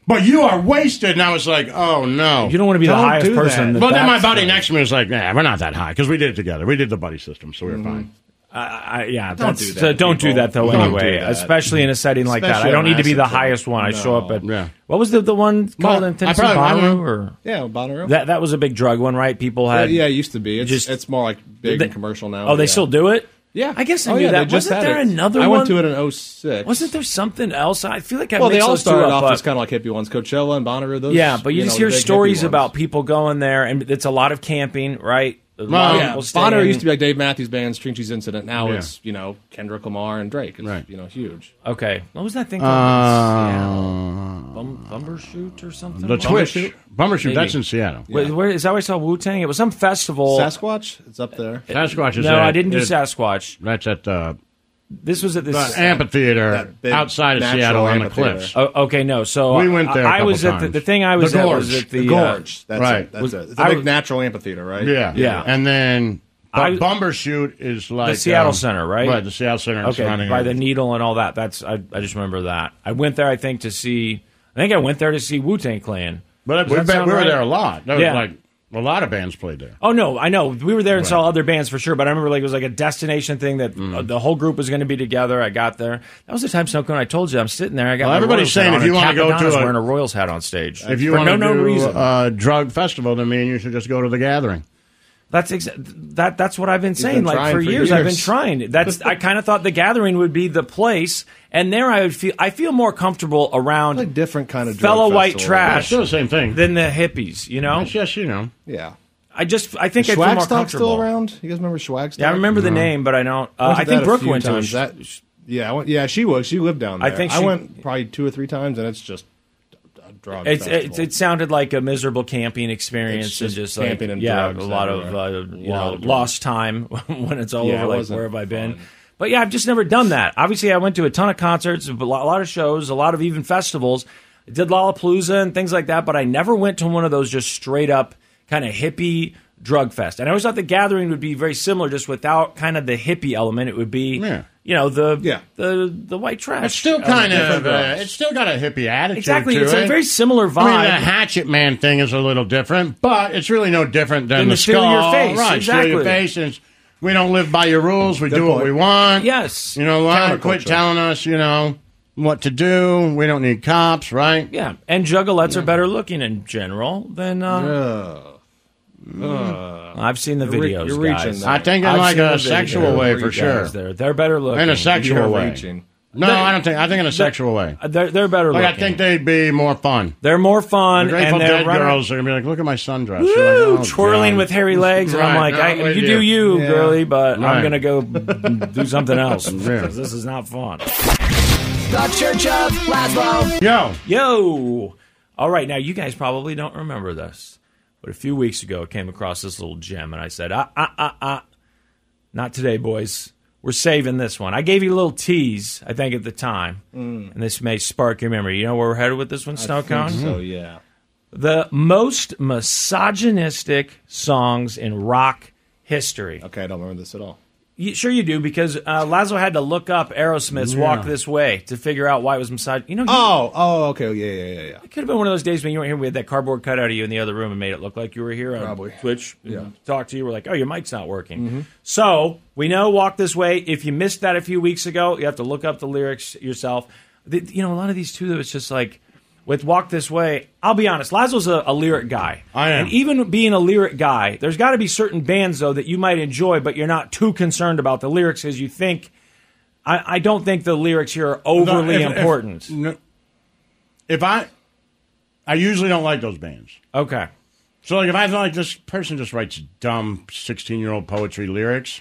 Speaker 3: "But you are wasted." And I was like, "Oh no!"
Speaker 4: You don't want to be the highest person. that
Speaker 3: But then my
Speaker 4: that's
Speaker 3: buddy
Speaker 4: the-
Speaker 3: next to me was like, "Nah, we're not that high because we did it together. We did the buddy system, so we
Speaker 5: Mm-hmm.
Speaker 3: were fine."
Speaker 4: I, I, yeah,
Speaker 5: Don't
Speaker 4: that's-
Speaker 5: do that,
Speaker 4: so don't do
Speaker 5: people.
Speaker 4: that though.
Speaker 5: Don't
Speaker 4: anyway,
Speaker 5: do that.
Speaker 4: especially in a setting like that,
Speaker 5: Especially
Speaker 4: I don't
Speaker 5: on
Speaker 4: need to be
Speaker 5: acid
Speaker 4: the
Speaker 5: trip.
Speaker 4: highest one. I show up at
Speaker 3: Yeah.
Speaker 4: what was the the one called
Speaker 3: Well,
Speaker 4: in
Speaker 3: I
Speaker 4: Tennessee?
Speaker 3: probably- I don't
Speaker 4: Bonnaroo
Speaker 3: know.
Speaker 4: or
Speaker 5: Yeah, Bonnaroo.
Speaker 4: that that was a big drug one, right? People
Speaker 5: Uh,
Speaker 4: had
Speaker 5: yeah, it used to be. It's,
Speaker 4: Just-
Speaker 5: it's more like big
Speaker 4: they-
Speaker 5: and commercial now.
Speaker 4: Oh, they
Speaker 5: yeah.
Speaker 4: still do it.
Speaker 5: Yeah,
Speaker 4: I guess I
Speaker 5: oh,
Speaker 4: knew
Speaker 5: yeah, they
Speaker 4: that.
Speaker 5: just
Speaker 4: Wasn't
Speaker 5: had
Speaker 4: there
Speaker 5: it.
Speaker 4: another
Speaker 5: I
Speaker 4: one?
Speaker 5: went to it in 06.
Speaker 4: Wasn't there something else? I feel like I
Speaker 5: Well, they
Speaker 4: mixed
Speaker 5: all
Speaker 4: those two
Speaker 5: started
Speaker 4: up,
Speaker 5: off
Speaker 4: but-
Speaker 5: as kind of like hippie ones. Coachella and Bonnaroo. Those,
Speaker 4: yeah, but you,
Speaker 5: know,
Speaker 4: just
Speaker 5: the
Speaker 4: hear
Speaker 5: big hippie
Speaker 4: stories
Speaker 5: ones.
Speaker 4: about people going there, and it's a lot of camping, right? A lot
Speaker 3: Well,
Speaker 4: of
Speaker 5: Yeah,
Speaker 4: people staying-
Speaker 5: Bonnaroo Um, used to be like Dave Matthews Band's String Cheese Incident. Now
Speaker 3: Yeah.
Speaker 5: it's you know Kendrick Lamar and Drake. It's
Speaker 3: Right.
Speaker 5: you know huge.
Speaker 4: okay. What was that thing called?
Speaker 5: Uh,
Speaker 4: Seattle. Bum, Bumbershoot or something?
Speaker 3: The Twitch
Speaker 4: Bumbershoot?
Speaker 3: Bummer Shoot,
Speaker 4: Maybe.
Speaker 3: that's in Seattle.
Speaker 4: Wait, where is that where I saw Wu Tang? It was some festival.
Speaker 5: Sasquatch, it's up there.
Speaker 3: Sasquatch is
Speaker 4: no,
Speaker 3: at-
Speaker 4: I didn't do
Speaker 3: is-
Speaker 4: Sasquatch.
Speaker 3: That's at the,
Speaker 4: This was at this.
Speaker 3: the amphitheater
Speaker 5: that big
Speaker 3: outside of
Speaker 5: natural
Speaker 3: Seattle on the
Speaker 5: amphitheater.
Speaker 3: cliffs.
Speaker 4: Oh, okay, no. So uh,
Speaker 3: We went there a
Speaker 4: I, I was
Speaker 3: couple
Speaker 4: at the,
Speaker 3: times.
Speaker 4: the thing. I
Speaker 3: The
Speaker 4: was at was
Speaker 3: gorge.
Speaker 4: at the,
Speaker 5: The
Speaker 4: uh,
Speaker 5: gorge. That's
Speaker 3: right.
Speaker 5: it. That's
Speaker 4: Was-
Speaker 5: it. It's a
Speaker 4: I
Speaker 5: big
Speaker 4: was-
Speaker 5: natural amphitheater, right?
Speaker 3: yeah.
Speaker 4: Yeah.
Speaker 3: And then but
Speaker 4: I-
Speaker 3: Bummer Shoot is like um,
Speaker 4: Seattle Center, right?
Speaker 3: Right, the Seattle Center. and
Speaker 4: okay
Speaker 3: surrounding
Speaker 4: by the
Speaker 3: areas.
Speaker 4: needle and all that. That's I, I just remember that. I went there. I think to see. I think I went there to see Wu Tang Clan.
Speaker 3: But
Speaker 4: Does
Speaker 3: we,
Speaker 4: that
Speaker 3: bet-
Speaker 4: sound
Speaker 3: we were
Speaker 4: right?
Speaker 3: there a lot. There was
Speaker 4: Yeah.
Speaker 3: like a lot of bands played there.
Speaker 4: Oh no, I know we were there and saw other bands for sure. But I remember like it was like a destination thing that uh,
Speaker 3: Mm.
Speaker 4: the whole group was going to be together. I got there. That was the time Snowcone. I told you I'm sitting there. I got
Speaker 3: Well,
Speaker 4: my
Speaker 3: everybody's
Speaker 4: Royals
Speaker 3: saying
Speaker 4: hat
Speaker 3: if
Speaker 4: on,
Speaker 3: you
Speaker 4: and
Speaker 3: wanna go to
Speaker 4: Capadonna's
Speaker 3: a-
Speaker 4: wearing a Royals hat on stage.
Speaker 3: If you
Speaker 4: for
Speaker 3: want
Speaker 4: no
Speaker 3: to
Speaker 4: known
Speaker 3: do
Speaker 4: reason,
Speaker 3: a drug festival, then me and you should just go to the gathering.
Speaker 4: That's exa- that. That's what I've been saying.
Speaker 5: been
Speaker 4: like
Speaker 5: trying
Speaker 4: for
Speaker 5: for
Speaker 4: years, I've been
Speaker 5: years.
Speaker 4: trying. That's. I kind of thought the gathering would be the place, and there I would feel. I feel more comfortable around
Speaker 5: Like different kind of drug
Speaker 4: fellow white
Speaker 5: festival.
Speaker 4: trash
Speaker 3: Still the same thing.
Speaker 4: than the hippies. You know,
Speaker 3: It's just, you know.
Speaker 5: Yeah.
Speaker 4: I just. I think I feel more
Speaker 5: Schwagstock
Speaker 4: comfortable.
Speaker 5: still around? You guys remember Schwagstock?
Speaker 4: Yeah, I remember the name, but I don't. Uh,
Speaker 5: went to
Speaker 4: I think
Speaker 5: that a
Speaker 4: Brooke
Speaker 5: few
Speaker 4: went to. a
Speaker 5: times.
Speaker 4: sh-
Speaker 5: that. Yeah, I went, yeah, she was. She lived down
Speaker 4: I
Speaker 5: there.
Speaker 4: think
Speaker 5: I
Speaker 4: she-
Speaker 5: went probably two or three times, and it's just a drug.
Speaker 4: It's,
Speaker 5: festival.
Speaker 4: it's, it sounded like a miserable camping experience
Speaker 5: It's
Speaker 4: and
Speaker 5: just
Speaker 4: just like,
Speaker 5: camping and
Speaker 4: yeah,
Speaker 5: drugs
Speaker 4: a lot of
Speaker 5: everywhere.
Speaker 4: uh, you
Speaker 5: Lot
Speaker 4: know
Speaker 5: of drugs.
Speaker 4: lost time when it's all
Speaker 5: Yeah, it
Speaker 4: over. Like
Speaker 5: wasn't
Speaker 4: where have I been?
Speaker 5: fun.
Speaker 4: But yeah, I've just never done that. Obviously, I went to a ton of concerts, a lo- a lot of shows, a lot of even festivals. I did Lollapalooza and things like that, but I never went to one of those just straight up kind of hippie drug fest. And I always thought the gathering would be very similar, just without kind of the hippie element. It would be
Speaker 3: Yeah.
Speaker 4: you know the
Speaker 5: Yeah.
Speaker 4: the the white trash.
Speaker 3: It's still
Speaker 4: element.
Speaker 3: kind of, uh,
Speaker 4: drugs.
Speaker 3: it's still got a hippie attitude.
Speaker 4: Exactly,
Speaker 3: to
Speaker 4: it's a
Speaker 3: it.
Speaker 5: eh?
Speaker 4: very similar vibe.
Speaker 3: I mean, the Hatchet Man thing is a little different, but it's really no different than
Speaker 4: Than
Speaker 3: the,
Speaker 4: the steal
Speaker 3: skull.
Speaker 4: your face,
Speaker 3: Right, steal your
Speaker 4: exactly.
Speaker 3: face. It's, we don't live by your rules. We do what we want.
Speaker 4: Yes.
Speaker 3: You know what? Quit
Speaker 5: Counterculture.
Speaker 3: telling us, you know, what to do. We don't need cops, right?
Speaker 4: Yeah, and juggalettes are better looking in general than. Uh, Hmm. I've seen the
Speaker 5: You're re-
Speaker 4: videos.
Speaker 5: you're reaching
Speaker 4: guys.
Speaker 5: there.
Speaker 3: I think in
Speaker 4: I've
Speaker 3: like
Speaker 4: seen
Speaker 3: a
Speaker 4: the
Speaker 3: sexual
Speaker 4: videos.
Speaker 3: way
Speaker 4: You
Speaker 3: for
Speaker 4: guys
Speaker 3: sure.
Speaker 4: There. They're better looking.
Speaker 3: In a sexual
Speaker 5: You're
Speaker 3: way.
Speaker 5: reaching.
Speaker 3: No, I don't think. I think in a sexual way.
Speaker 4: They're, they're better
Speaker 3: Like I
Speaker 4: looking.
Speaker 3: think they'd be more fun.
Speaker 4: they're more fun
Speaker 3: The Grateful
Speaker 4: and they're
Speaker 3: Dead
Speaker 4: running,
Speaker 3: girls are gonna be like, "Look at my sundress."
Speaker 4: woo,
Speaker 3: They're like, "Oh,
Speaker 4: twirling
Speaker 3: God."
Speaker 4: with hairy legs, and I'm
Speaker 3: Right,
Speaker 4: like,
Speaker 3: no,
Speaker 4: I,
Speaker 3: I'm with
Speaker 4: you
Speaker 3: you.
Speaker 4: do you,
Speaker 5: Yeah.
Speaker 4: girlie, but
Speaker 3: Right.
Speaker 4: I'm gonna go do something else.
Speaker 3: Yeah.
Speaker 4: This is not fun.
Speaker 6: The Church of Laszlo.
Speaker 3: Yo,
Speaker 4: Yo! All right, now you guys probably don't remember this, but a few weeks ago I came across this little gem and I said, ah, ah, ah, ah. Not today, boys. We're saving this one. I gave you a little tease, I think, at the time, and this may spark your memory. You know where we're headed with this one, Snow Cone?
Speaker 5: So yeah,
Speaker 4: The most misogynistic songs in rock history.
Speaker 5: okay, I don't remember this at all.
Speaker 4: You, sure you do, because uh, Lazo had to look up Aerosmith's Walk This Way to figure out why it was misogynistic. You know, you-
Speaker 5: Oh, oh, okay, yeah, yeah, yeah, yeah.
Speaker 4: Could have been one of those days when you weren't here. We had that cardboard cutout of you in the other room and made it look like you were here on
Speaker 5: Probably.
Speaker 4: Twitch. Yeah. Talked to you. We're like, oh, your mic's not working.
Speaker 3: Mm-hmm.
Speaker 4: So we know Walk This Way. If you missed that a few weeks ago, you have to look up the lyrics yourself. The, you know, a lot of these, too, though, it's just like with Walk This Way, I'll be honest, Lazo's a, a lyric guy.
Speaker 3: I am.
Speaker 4: And even being a lyric guy, there's got to be certain bands, though, that you might enjoy, but you're not too concerned about the lyrics because you think. I, I don't think the lyrics here are overly
Speaker 3: if- if-
Speaker 4: important.
Speaker 3: n- if I, I usually don't like those bands.
Speaker 4: okay.
Speaker 3: So like, if I feel like this person just writes dumb sixteen-year-old poetry lyrics,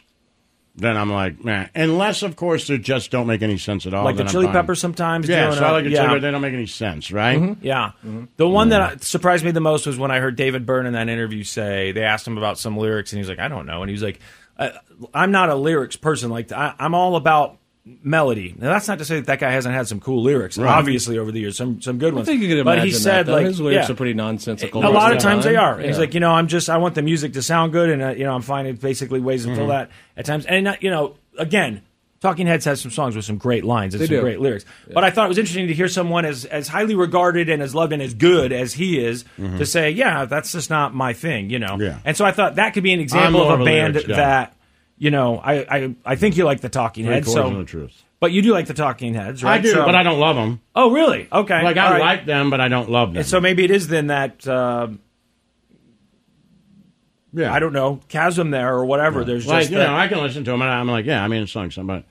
Speaker 3: then I'm like, man. Unless, of course, they just don't make any sense at all.
Speaker 4: Like the
Speaker 3: then I'm
Speaker 4: chili
Speaker 3: fine.
Speaker 4: peppers sometimes
Speaker 3: Yeah,
Speaker 4: doing
Speaker 3: so I
Speaker 4: a-
Speaker 3: like a
Speaker 4: yeah.
Speaker 3: chili pepper. They don't make any sense, right?
Speaker 4: Mhm, Yeah.
Speaker 5: Mm-hmm.
Speaker 4: The one that surprised me the most was when I heard David Byrne in that interview say they asked him about some lyrics and he was like, I don't know. And he was like, uh, I'm not a lyrics person. Like, I, I'm all about melody. Now, that's not to say that that guy hasn't had some cool lyrics,
Speaker 5: Right.
Speaker 4: obviously, over the years, some some good
Speaker 5: I
Speaker 4: ones.
Speaker 5: think you could
Speaker 4: but he
Speaker 5: imagine
Speaker 4: said,
Speaker 5: that, though.
Speaker 4: like,
Speaker 5: His lyrics
Speaker 4: yeah.
Speaker 5: are pretty nonsensical
Speaker 4: A
Speaker 5: most
Speaker 4: lot
Speaker 5: of
Speaker 4: of
Speaker 5: the
Speaker 4: times
Speaker 5: time.
Speaker 4: they are. And He's
Speaker 5: Yeah.
Speaker 4: like, you know, I'm just, I want the music to sound good, and uh, you know, I'm finding basically ways to
Speaker 3: Mm-hmm.
Speaker 4: fill
Speaker 5: Mhm.
Speaker 4: that at times. And uh, you know, again, Talking Heads has some songs with some great lines and
Speaker 5: They
Speaker 4: some
Speaker 5: do.
Speaker 4: great lyrics. But I thought it was interesting to hear someone as as highly regarded and as loved and as good as he is
Speaker 3: Mhm.
Speaker 4: to say, yeah, that's just not my thing, you know.
Speaker 3: Yeah.
Speaker 4: And so I thought that could be an
Speaker 3: I'm
Speaker 4: example
Speaker 3: more
Speaker 4: of
Speaker 3: of
Speaker 4: a
Speaker 3: a
Speaker 4: band
Speaker 3: lyrics guy.
Speaker 4: that, you know, I I, I think you like the Talking
Speaker 3: Three
Speaker 4: Heads,
Speaker 3: quarters
Speaker 4: so
Speaker 3: of the truth.
Speaker 4: but you do like the Talking Heads, right?
Speaker 3: I do,
Speaker 4: So-
Speaker 3: but I don't love them.
Speaker 4: Oh, really? Okay,
Speaker 3: Like
Speaker 4: All
Speaker 3: I
Speaker 4: right.
Speaker 3: like them, but I don't love them.
Speaker 4: And so maybe it is then that uh,
Speaker 3: Yeah.
Speaker 4: I don't know chasm there or whatever. There's
Speaker 3: like
Speaker 4: just
Speaker 3: you
Speaker 4: that-
Speaker 3: know, I can listen to them, and I'm like, yeah, I mean, it's song somebody.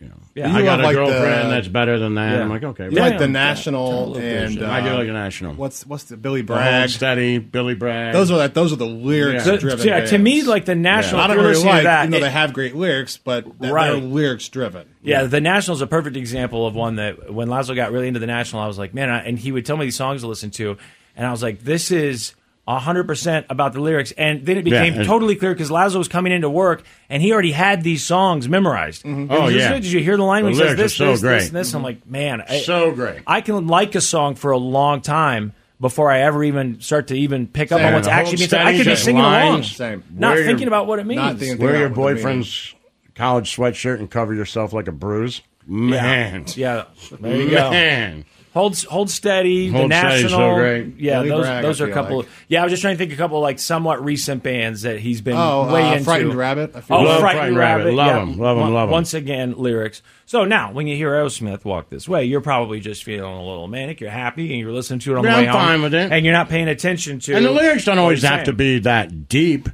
Speaker 3: You know,
Speaker 4: Yeah.
Speaker 3: I
Speaker 4: You
Speaker 3: got
Speaker 4: have,
Speaker 3: a
Speaker 4: like,
Speaker 3: girlfriend
Speaker 4: the-
Speaker 3: that's better than that.
Speaker 4: Yeah.
Speaker 3: I'm like, okay,
Speaker 4: You like
Speaker 3: yeah.
Speaker 4: the
Speaker 3: Yeah.
Speaker 4: National
Speaker 3: Yeah.
Speaker 4: and,
Speaker 3: I do
Speaker 4: uh,
Speaker 5: um,
Speaker 3: like the national.
Speaker 9: What's what's the Billy
Speaker 3: The Home
Speaker 9: Bragg?
Speaker 3: steady, Billy Bragg.
Speaker 9: Those are that. Those are the lyrics.
Speaker 3: Yeah.
Speaker 9: driven
Speaker 4: Yeah, to me, like, the National-
Speaker 9: I
Speaker 4: if
Speaker 9: don't
Speaker 4: you're
Speaker 9: really
Speaker 4: listening to
Speaker 9: like.
Speaker 4: that,
Speaker 9: even though
Speaker 4: it-
Speaker 9: they have great lyrics, but they're,
Speaker 4: Right.
Speaker 9: lyrics driven.
Speaker 4: Yeah, the National's a perfect example of one that when Lazo got really into the National, I was like, man, I, and he would tell me these songs to listen to, and I was like, this is. 100% about the lyrics. And then it
Speaker 3: Yeah,
Speaker 4: became
Speaker 3: and-
Speaker 4: totally clear because Lazo was coming into work and he already had these songs memorized. And
Speaker 3: Oh,
Speaker 4: he was
Speaker 3: yeah.
Speaker 4: like, Did you hear the line
Speaker 3: The
Speaker 4: when he says
Speaker 3: lyrics are
Speaker 4: this,
Speaker 3: so
Speaker 4: this,
Speaker 3: great.
Speaker 4: this, and this? I'm like, man. I,
Speaker 3: So great.
Speaker 4: I can like a song for a long time before I ever even start to even pick up
Speaker 3: Same.
Speaker 4: on what's
Speaker 3: The whole
Speaker 4: actually being said. I
Speaker 3: study,
Speaker 4: could be
Speaker 3: just
Speaker 4: singing along,
Speaker 3: lines. Same.
Speaker 4: not
Speaker 3: Where your-
Speaker 4: thinking about what it means.
Speaker 3: Wear your boyfriend's college sweatshirt and cover yourself like a bruise. Man,
Speaker 4: Yeah, there you go.
Speaker 3: Man.
Speaker 4: Hold hold steady. the
Speaker 3: Hold Steady's so
Speaker 4: national.
Speaker 3: great.
Speaker 4: Yeah,
Speaker 9: Billy
Speaker 4: those
Speaker 9: Bragg, I
Speaker 4: those are a
Speaker 9: feel
Speaker 4: couple.
Speaker 9: like.
Speaker 4: Of, yeah, I was just trying to think of a couple of, like somewhat recent bands that he's been
Speaker 9: Oh,
Speaker 4: way
Speaker 9: uh,
Speaker 4: into.
Speaker 9: Frightened Rabbit, I feel
Speaker 4: oh,
Speaker 9: like. Love
Speaker 4: Frightened,
Speaker 9: Frightened
Speaker 4: Rabbit.
Speaker 9: Rabbit. Love
Speaker 4: yeah.
Speaker 9: 'em, love 'em,
Speaker 4: One-
Speaker 9: love 'em.
Speaker 4: Once again, lyrics. So now, when you hear Aerosmith walk this way, you're probably just feeling a little manic. You're happy, and you're listening to it on
Speaker 3: Yeah,
Speaker 4: the way
Speaker 3: I'm
Speaker 4: home,
Speaker 3: fine with it.
Speaker 4: and you're not paying attention to.
Speaker 3: and the lyrics don't
Speaker 4: what
Speaker 3: always
Speaker 4: he's
Speaker 3: have to
Speaker 4: saying.
Speaker 3: be that deep.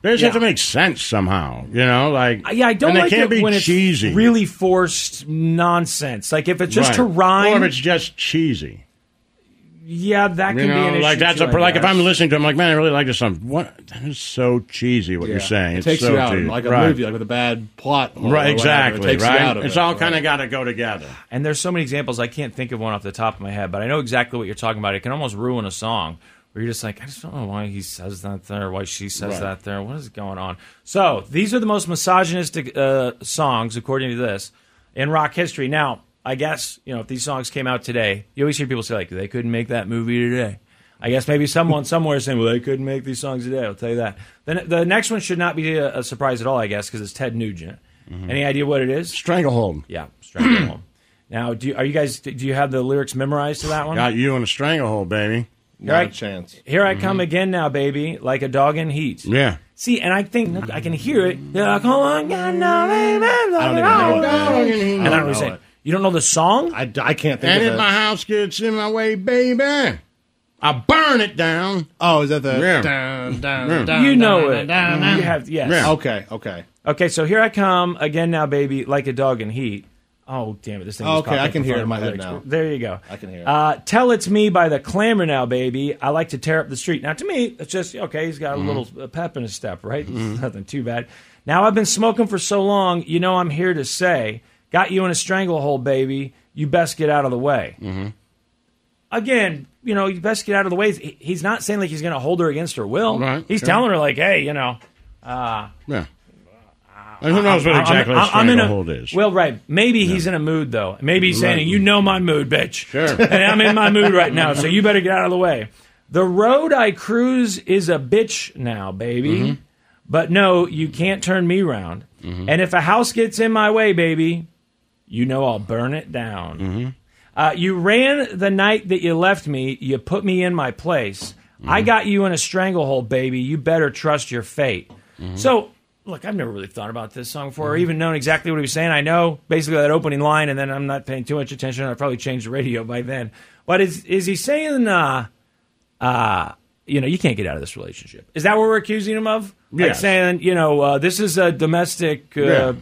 Speaker 3: They just
Speaker 4: Yeah.
Speaker 3: have to make sense somehow. You know, like
Speaker 4: Uh, Yeah, I don't
Speaker 3: and they
Speaker 4: like
Speaker 3: can't
Speaker 4: it
Speaker 3: be
Speaker 4: when
Speaker 3: cheesy.
Speaker 4: it's really forced nonsense. Like if it's just to
Speaker 3: Right.
Speaker 4: rhyme,
Speaker 3: or if it's just cheesy.
Speaker 4: yeah, that
Speaker 3: You
Speaker 4: can
Speaker 3: know,
Speaker 4: be an
Speaker 3: like
Speaker 4: issue
Speaker 3: that's
Speaker 4: too,
Speaker 3: a like if
Speaker 4: guess.
Speaker 3: I'm listening to, it, I'm like, man, I really like this song. What that is so cheesy. What you're saying
Speaker 9: It
Speaker 3: It's
Speaker 9: takes
Speaker 3: so
Speaker 9: you out
Speaker 3: cheesy.
Speaker 9: like a
Speaker 3: right.
Speaker 9: movie, like with a bad plot. hole or
Speaker 3: Right,
Speaker 9: whatever.
Speaker 3: exactly.
Speaker 9: It takes
Speaker 3: right,
Speaker 9: you out of
Speaker 3: it's
Speaker 9: it.
Speaker 3: all kind of got to go together.
Speaker 4: And there's so many examples. I can't think of one off the top of my head, but I know exactly what you're talking about. It can almost ruin a song where you're just like, I just don't know why he says that there, why she says
Speaker 3: Right.
Speaker 4: that there. What is going on? So these are the most misogynistic uh, songs, according to this, in rock history. Now, I guess, you know, if these songs came out today, you always hear people say, like, they couldn't make that movie today. I guess maybe someone somewhere is saying, well, they couldn't make these songs today. I'll tell you that. Then the next one should not be a, a surprise at all, I guess, because it's Ted Nugent. Any idea what it is?
Speaker 3: Stranglehold.
Speaker 4: Yeah, Stranglehold. now, do you, are you guys? Do you have the lyrics memorized to that one?
Speaker 3: Got you in a stranglehold, baby.
Speaker 4: Here I-
Speaker 9: chance.
Speaker 4: Here I
Speaker 9: Mm-hmm.
Speaker 4: come again now, baby, like a dog in heat.
Speaker 3: Yeah.
Speaker 4: See, and I think I can hear it. Yeah, come on, God, no, baby,
Speaker 9: even know
Speaker 4: dog
Speaker 9: it,
Speaker 4: in heat.
Speaker 9: man.
Speaker 4: And I
Speaker 9: I
Speaker 4: don't
Speaker 9: don't
Speaker 4: really
Speaker 9: know
Speaker 4: say.
Speaker 9: it.
Speaker 4: You don't know the song?
Speaker 9: I, I can't think
Speaker 3: and
Speaker 9: of
Speaker 3: if
Speaker 9: it.
Speaker 3: my house gets in my way, baby, I burn it down.
Speaker 9: oh, is that the
Speaker 3: Yeah.
Speaker 9: down, down,
Speaker 3: Yeah.
Speaker 9: down,
Speaker 4: you know
Speaker 9: down,
Speaker 4: it.
Speaker 9: down, down,
Speaker 4: You have yes.
Speaker 3: Yeah.
Speaker 9: Okay, okay.
Speaker 4: Okay, so here I come again now, baby, like a dog in heat. Oh damn it! This thing. just
Speaker 9: Okay,
Speaker 4: popped
Speaker 9: I
Speaker 4: up
Speaker 9: can hear
Speaker 4: front
Speaker 9: it in
Speaker 4: of
Speaker 9: my head
Speaker 4: lyrics.
Speaker 9: now.
Speaker 4: There you go.
Speaker 9: I can hear it.
Speaker 4: Uh, Tell it's me by the clamor now, baby. I like to tear up the street. Now to me, it's just okay. He's got a
Speaker 9: Mm-hmm.
Speaker 4: little uh, pep in his step, right? Nothing too bad. Now I've been smoking for so long, you know I'm here to say, got you in a stranglehold, baby. You best get out of the way.
Speaker 9: Mm-hmm.
Speaker 4: Again, you know you best get out of the way. He- He's not saying like he's going to hold her against her will.
Speaker 3: Right,
Speaker 4: He's
Speaker 3: sure.
Speaker 4: telling her like, hey, you know. Uh,
Speaker 3: Yeah. And who knows what
Speaker 4: I'm-
Speaker 3: exactly
Speaker 4: I'm-
Speaker 3: a
Speaker 4: I'm in a-
Speaker 3: stranglehold is?
Speaker 4: Well, right. Maybe he's in a mood though. Maybe he's
Speaker 3: Right.
Speaker 4: saying, "You know my mood, bitch."
Speaker 3: Sure.
Speaker 4: and I'm in my mood right now, so you better get out of the way. The road I cruise is a bitch now, baby.
Speaker 3: Mm-hmm.
Speaker 4: But no, you can't turn me round. And if a house gets in my way, baby, you know I'll burn it
Speaker 3: Mm-hmm.
Speaker 4: down. Uh, you ran the night that you left me. You put me in my place.
Speaker 3: Mm-hmm.
Speaker 4: I got you in a stranglehold, baby. You better trust your fate.
Speaker 3: Mm-hmm.
Speaker 4: So, look, I've never really thought about this song before or even known exactly what he was saying. I know basically that opening line, and then I'm not paying too much attention. I probably changed the radio by then. But is is he saying, uh, uh, you know, you can't get out of this relationship? Is that what we're accusing him of? Like
Speaker 3: Yes.
Speaker 4: saying, you know, uh, this is a domestic. Uh,
Speaker 3: Yeah.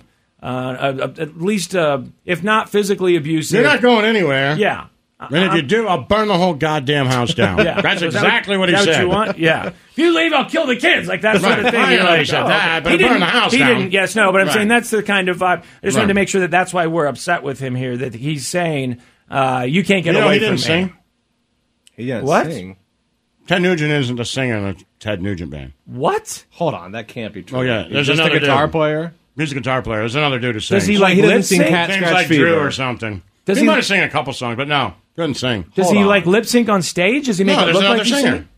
Speaker 4: Uh, uh, at least, uh, if not physically abusive,
Speaker 3: You're not going anywhere.
Speaker 4: yeah.
Speaker 3: And if you do, I'll burn the whole goddamn house down.
Speaker 4: Yeah.
Speaker 3: That's
Speaker 4: Is that
Speaker 3: exactly what he
Speaker 4: is that
Speaker 3: said.
Speaker 4: you want? Yeah. If you leave, I'll kill the kids. Like that sort of
Speaker 3: Right.
Speaker 4: thing.
Speaker 3: I
Speaker 4: You're
Speaker 3: know
Speaker 4: like,
Speaker 3: he said
Speaker 4: oh,
Speaker 3: that, but
Speaker 4: he
Speaker 3: I burned
Speaker 4: didn't-
Speaker 3: the house
Speaker 4: He
Speaker 3: down.
Speaker 4: didn't. Yes, no. But I'm
Speaker 3: Right.
Speaker 4: saying that's the kind of vibe. I just wanted
Speaker 3: Right.
Speaker 4: to make sure that that's why we're upset with him here. That he's saying uh, you can't get
Speaker 3: You know,
Speaker 4: away
Speaker 3: he
Speaker 4: from
Speaker 3: didn't
Speaker 4: me.
Speaker 3: sing. He didn't
Speaker 4: What? sing.
Speaker 3: Ted Nugent isn't a singer in the Ted Nugent band.
Speaker 4: What?
Speaker 9: Hold on, that can't be true.
Speaker 3: Oh yeah,
Speaker 9: He's
Speaker 3: there's
Speaker 9: just a
Speaker 3: another
Speaker 9: guitar
Speaker 3: dude.
Speaker 9: player.
Speaker 3: He's a guitar player. There's another dude who sings.
Speaker 9: Does he, like,
Speaker 3: he
Speaker 9: lip
Speaker 3: sing?
Speaker 9: sync? Cat
Speaker 3: Seems
Speaker 9: Scratch
Speaker 3: like Drew
Speaker 9: Fever.
Speaker 3: or something.
Speaker 4: Does
Speaker 3: he,
Speaker 4: he-
Speaker 3: might have sang a couple songs, but no, couldn't sing.
Speaker 4: Does he like lip sync on stage? Does he make
Speaker 3: No,
Speaker 4: it
Speaker 3: there's
Speaker 4: look
Speaker 3: another
Speaker 4: like he's
Speaker 3: singer.
Speaker 4: singing?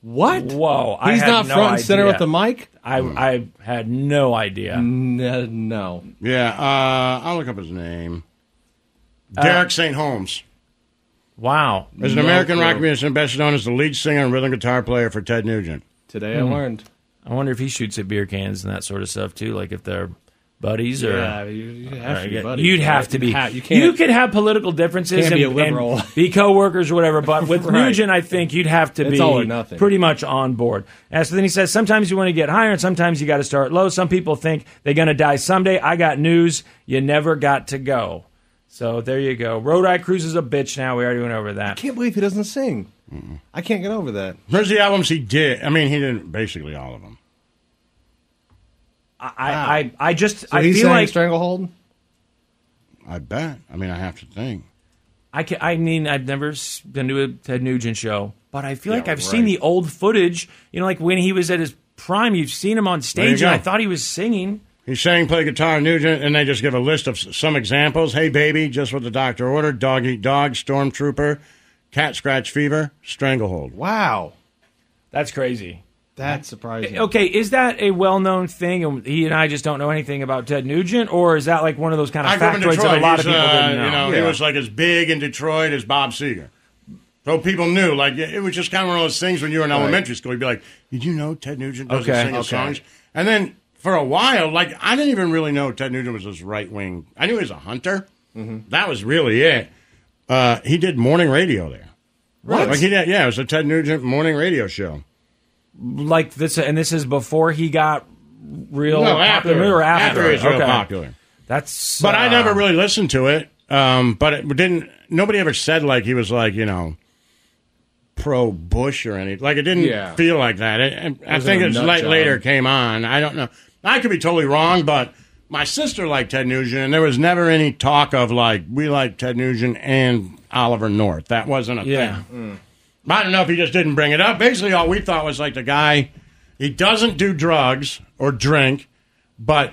Speaker 4: What? Whoa! I
Speaker 9: He's
Speaker 4: had
Speaker 9: not
Speaker 4: no
Speaker 9: front and center
Speaker 4: idea.
Speaker 9: with the Mm. mic?
Speaker 4: I I had no idea.
Speaker 9: No, uh, no.
Speaker 3: Yeah, uh, I'll look up his name.
Speaker 4: Uh,
Speaker 3: Derek St. Holmes
Speaker 4: Wow.
Speaker 3: is an
Speaker 9: No
Speaker 3: American rock
Speaker 9: clue.
Speaker 3: musician best known as the lead singer and rhythm guitar player for Ted Nugent.
Speaker 9: Today I
Speaker 4: Hmm.
Speaker 9: learned.
Speaker 4: I wonder if he shoots at beer cans and that sort of stuff too. Like if they're buddies or
Speaker 9: Yeah, you- you have to be
Speaker 4: yeah,
Speaker 9: buddies,
Speaker 4: you'd
Speaker 9: right?
Speaker 4: have to be.
Speaker 9: You ha- you can't-
Speaker 4: could have political differences
Speaker 9: Can't
Speaker 4: and,
Speaker 9: be a liberal.
Speaker 4: and be coworkers or whatever. But with
Speaker 9: Right.
Speaker 4: Nugent, I think you'd have to
Speaker 9: It's
Speaker 4: be
Speaker 9: all or nothing.
Speaker 4: pretty much on board. And so then he says, sometimes you want to get higher, and sometimes you got to start low. Some people think they're going to die someday. I got news: you never got to go. So there you go. Road Eye Cruise is a bitch. Now we already went over that.
Speaker 9: Can't believe he doesn't sing. I can't get over that.
Speaker 3: Here's the albums he did. I mean, he did basically all of them.
Speaker 4: I I, I just
Speaker 9: So
Speaker 4: I
Speaker 9: he
Speaker 4: feel
Speaker 9: sang
Speaker 4: like
Speaker 9: Stranglehold.
Speaker 3: I bet. I mean, I have to think.
Speaker 4: I can, I mean, I've never s- been to a Ted Nugent show, but I feel
Speaker 3: Yeah,
Speaker 4: like I've
Speaker 3: right.
Speaker 4: seen the old footage. You know, like when he was at his prime, you've seen him on
Speaker 3: There you
Speaker 4: stage,
Speaker 3: go.
Speaker 4: and I thought he was singing.
Speaker 3: He sang, play guitar, Nugent, and they just give a list of s- some examples. Hey, baby, just what the doctor ordered. Dog eat dog, stormtrooper, cat scratch fever, stranglehold.
Speaker 9: Wow,
Speaker 4: That's crazy.
Speaker 9: that's surprising.
Speaker 4: Okay, is that a well-known thing, and he and I just don't know anything about Ted Nugent, or is that like one of those kind of
Speaker 3: I grew up in
Speaker 4: factoids
Speaker 3: Detroit.
Speaker 4: that a lot
Speaker 3: He's,
Speaker 4: of people
Speaker 3: uh,
Speaker 4: didn't know?
Speaker 3: You know, he
Speaker 4: Yeah.
Speaker 3: was like as big in Detroit as Bob Seger. So people knew, like it was just kind of one of those things when you were in elementary school. You'd be like, "Did you know Ted Nugent doesn't
Speaker 4: Okay.
Speaker 3: sing his
Speaker 4: Okay.
Speaker 3: songs?" And then for a while, like I didn't even really know Ted Nugent was this right wing. I knew he was a hunter.
Speaker 4: Mm-hmm.
Speaker 3: That was really it. Uh, he did morning radio there.
Speaker 4: What?
Speaker 3: Like he did, yeah, it was a Ted Nugent morning radio show.
Speaker 4: like this, and this is before he got real
Speaker 3: No,
Speaker 4: popular,
Speaker 3: after,
Speaker 4: or Oh, after,
Speaker 3: after it was real
Speaker 4: Okay.
Speaker 3: popular.
Speaker 4: That's
Speaker 3: But I
Speaker 4: uh,
Speaker 3: never really listened to it. Um, but it didn't. Nobody ever said like he was like you know pro Bush or anything. Like it didn't
Speaker 9: Yeah.
Speaker 3: feel like that. It, I
Speaker 9: Wasn't
Speaker 3: think
Speaker 9: a
Speaker 3: it's
Speaker 9: nut
Speaker 3: like
Speaker 9: job.
Speaker 3: later came on. I don't know. I could be totally wrong, but my sister liked Ted Nugent, and there was never any talk of like we like Ted Nugent and Oliver North. That wasn't a
Speaker 4: Yeah.
Speaker 3: thing. I don't know if he just didn't bring it up. Basically, all we thought was like the guy, he doesn't do drugs or drink, but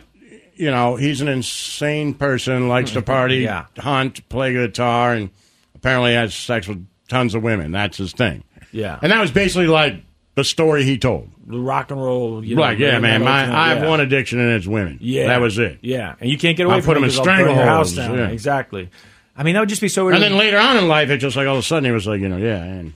Speaker 3: you know he's an insane person, likes to party,
Speaker 4: Yeah.
Speaker 3: hunt, play guitar, and apparently has sex with tons of women. That's his thing.
Speaker 4: yeah,
Speaker 3: And that was basically like the story he told.
Speaker 4: rock and roll. You know,
Speaker 3: like, yeah,
Speaker 4: really
Speaker 3: man,
Speaker 4: metal
Speaker 3: my,
Speaker 4: kind of-
Speaker 3: I have
Speaker 4: yeah.
Speaker 3: one addiction and it's women.
Speaker 4: Yeah,
Speaker 3: that was it.
Speaker 4: Yeah, and you can't get away
Speaker 3: I
Speaker 4: from
Speaker 3: put
Speaker 4: them
Speaker 3: him in
Speaker 4: 'cause they'll burn your house
Speaker 3: strangleholds,
Speaker 4: down.
Speaker 3: yeah.
Speaker 4: Exactly. I mean, that would just be so.
Speaker 3: And then later on in life, it just like all of a sudden he was like, you know, yeah, and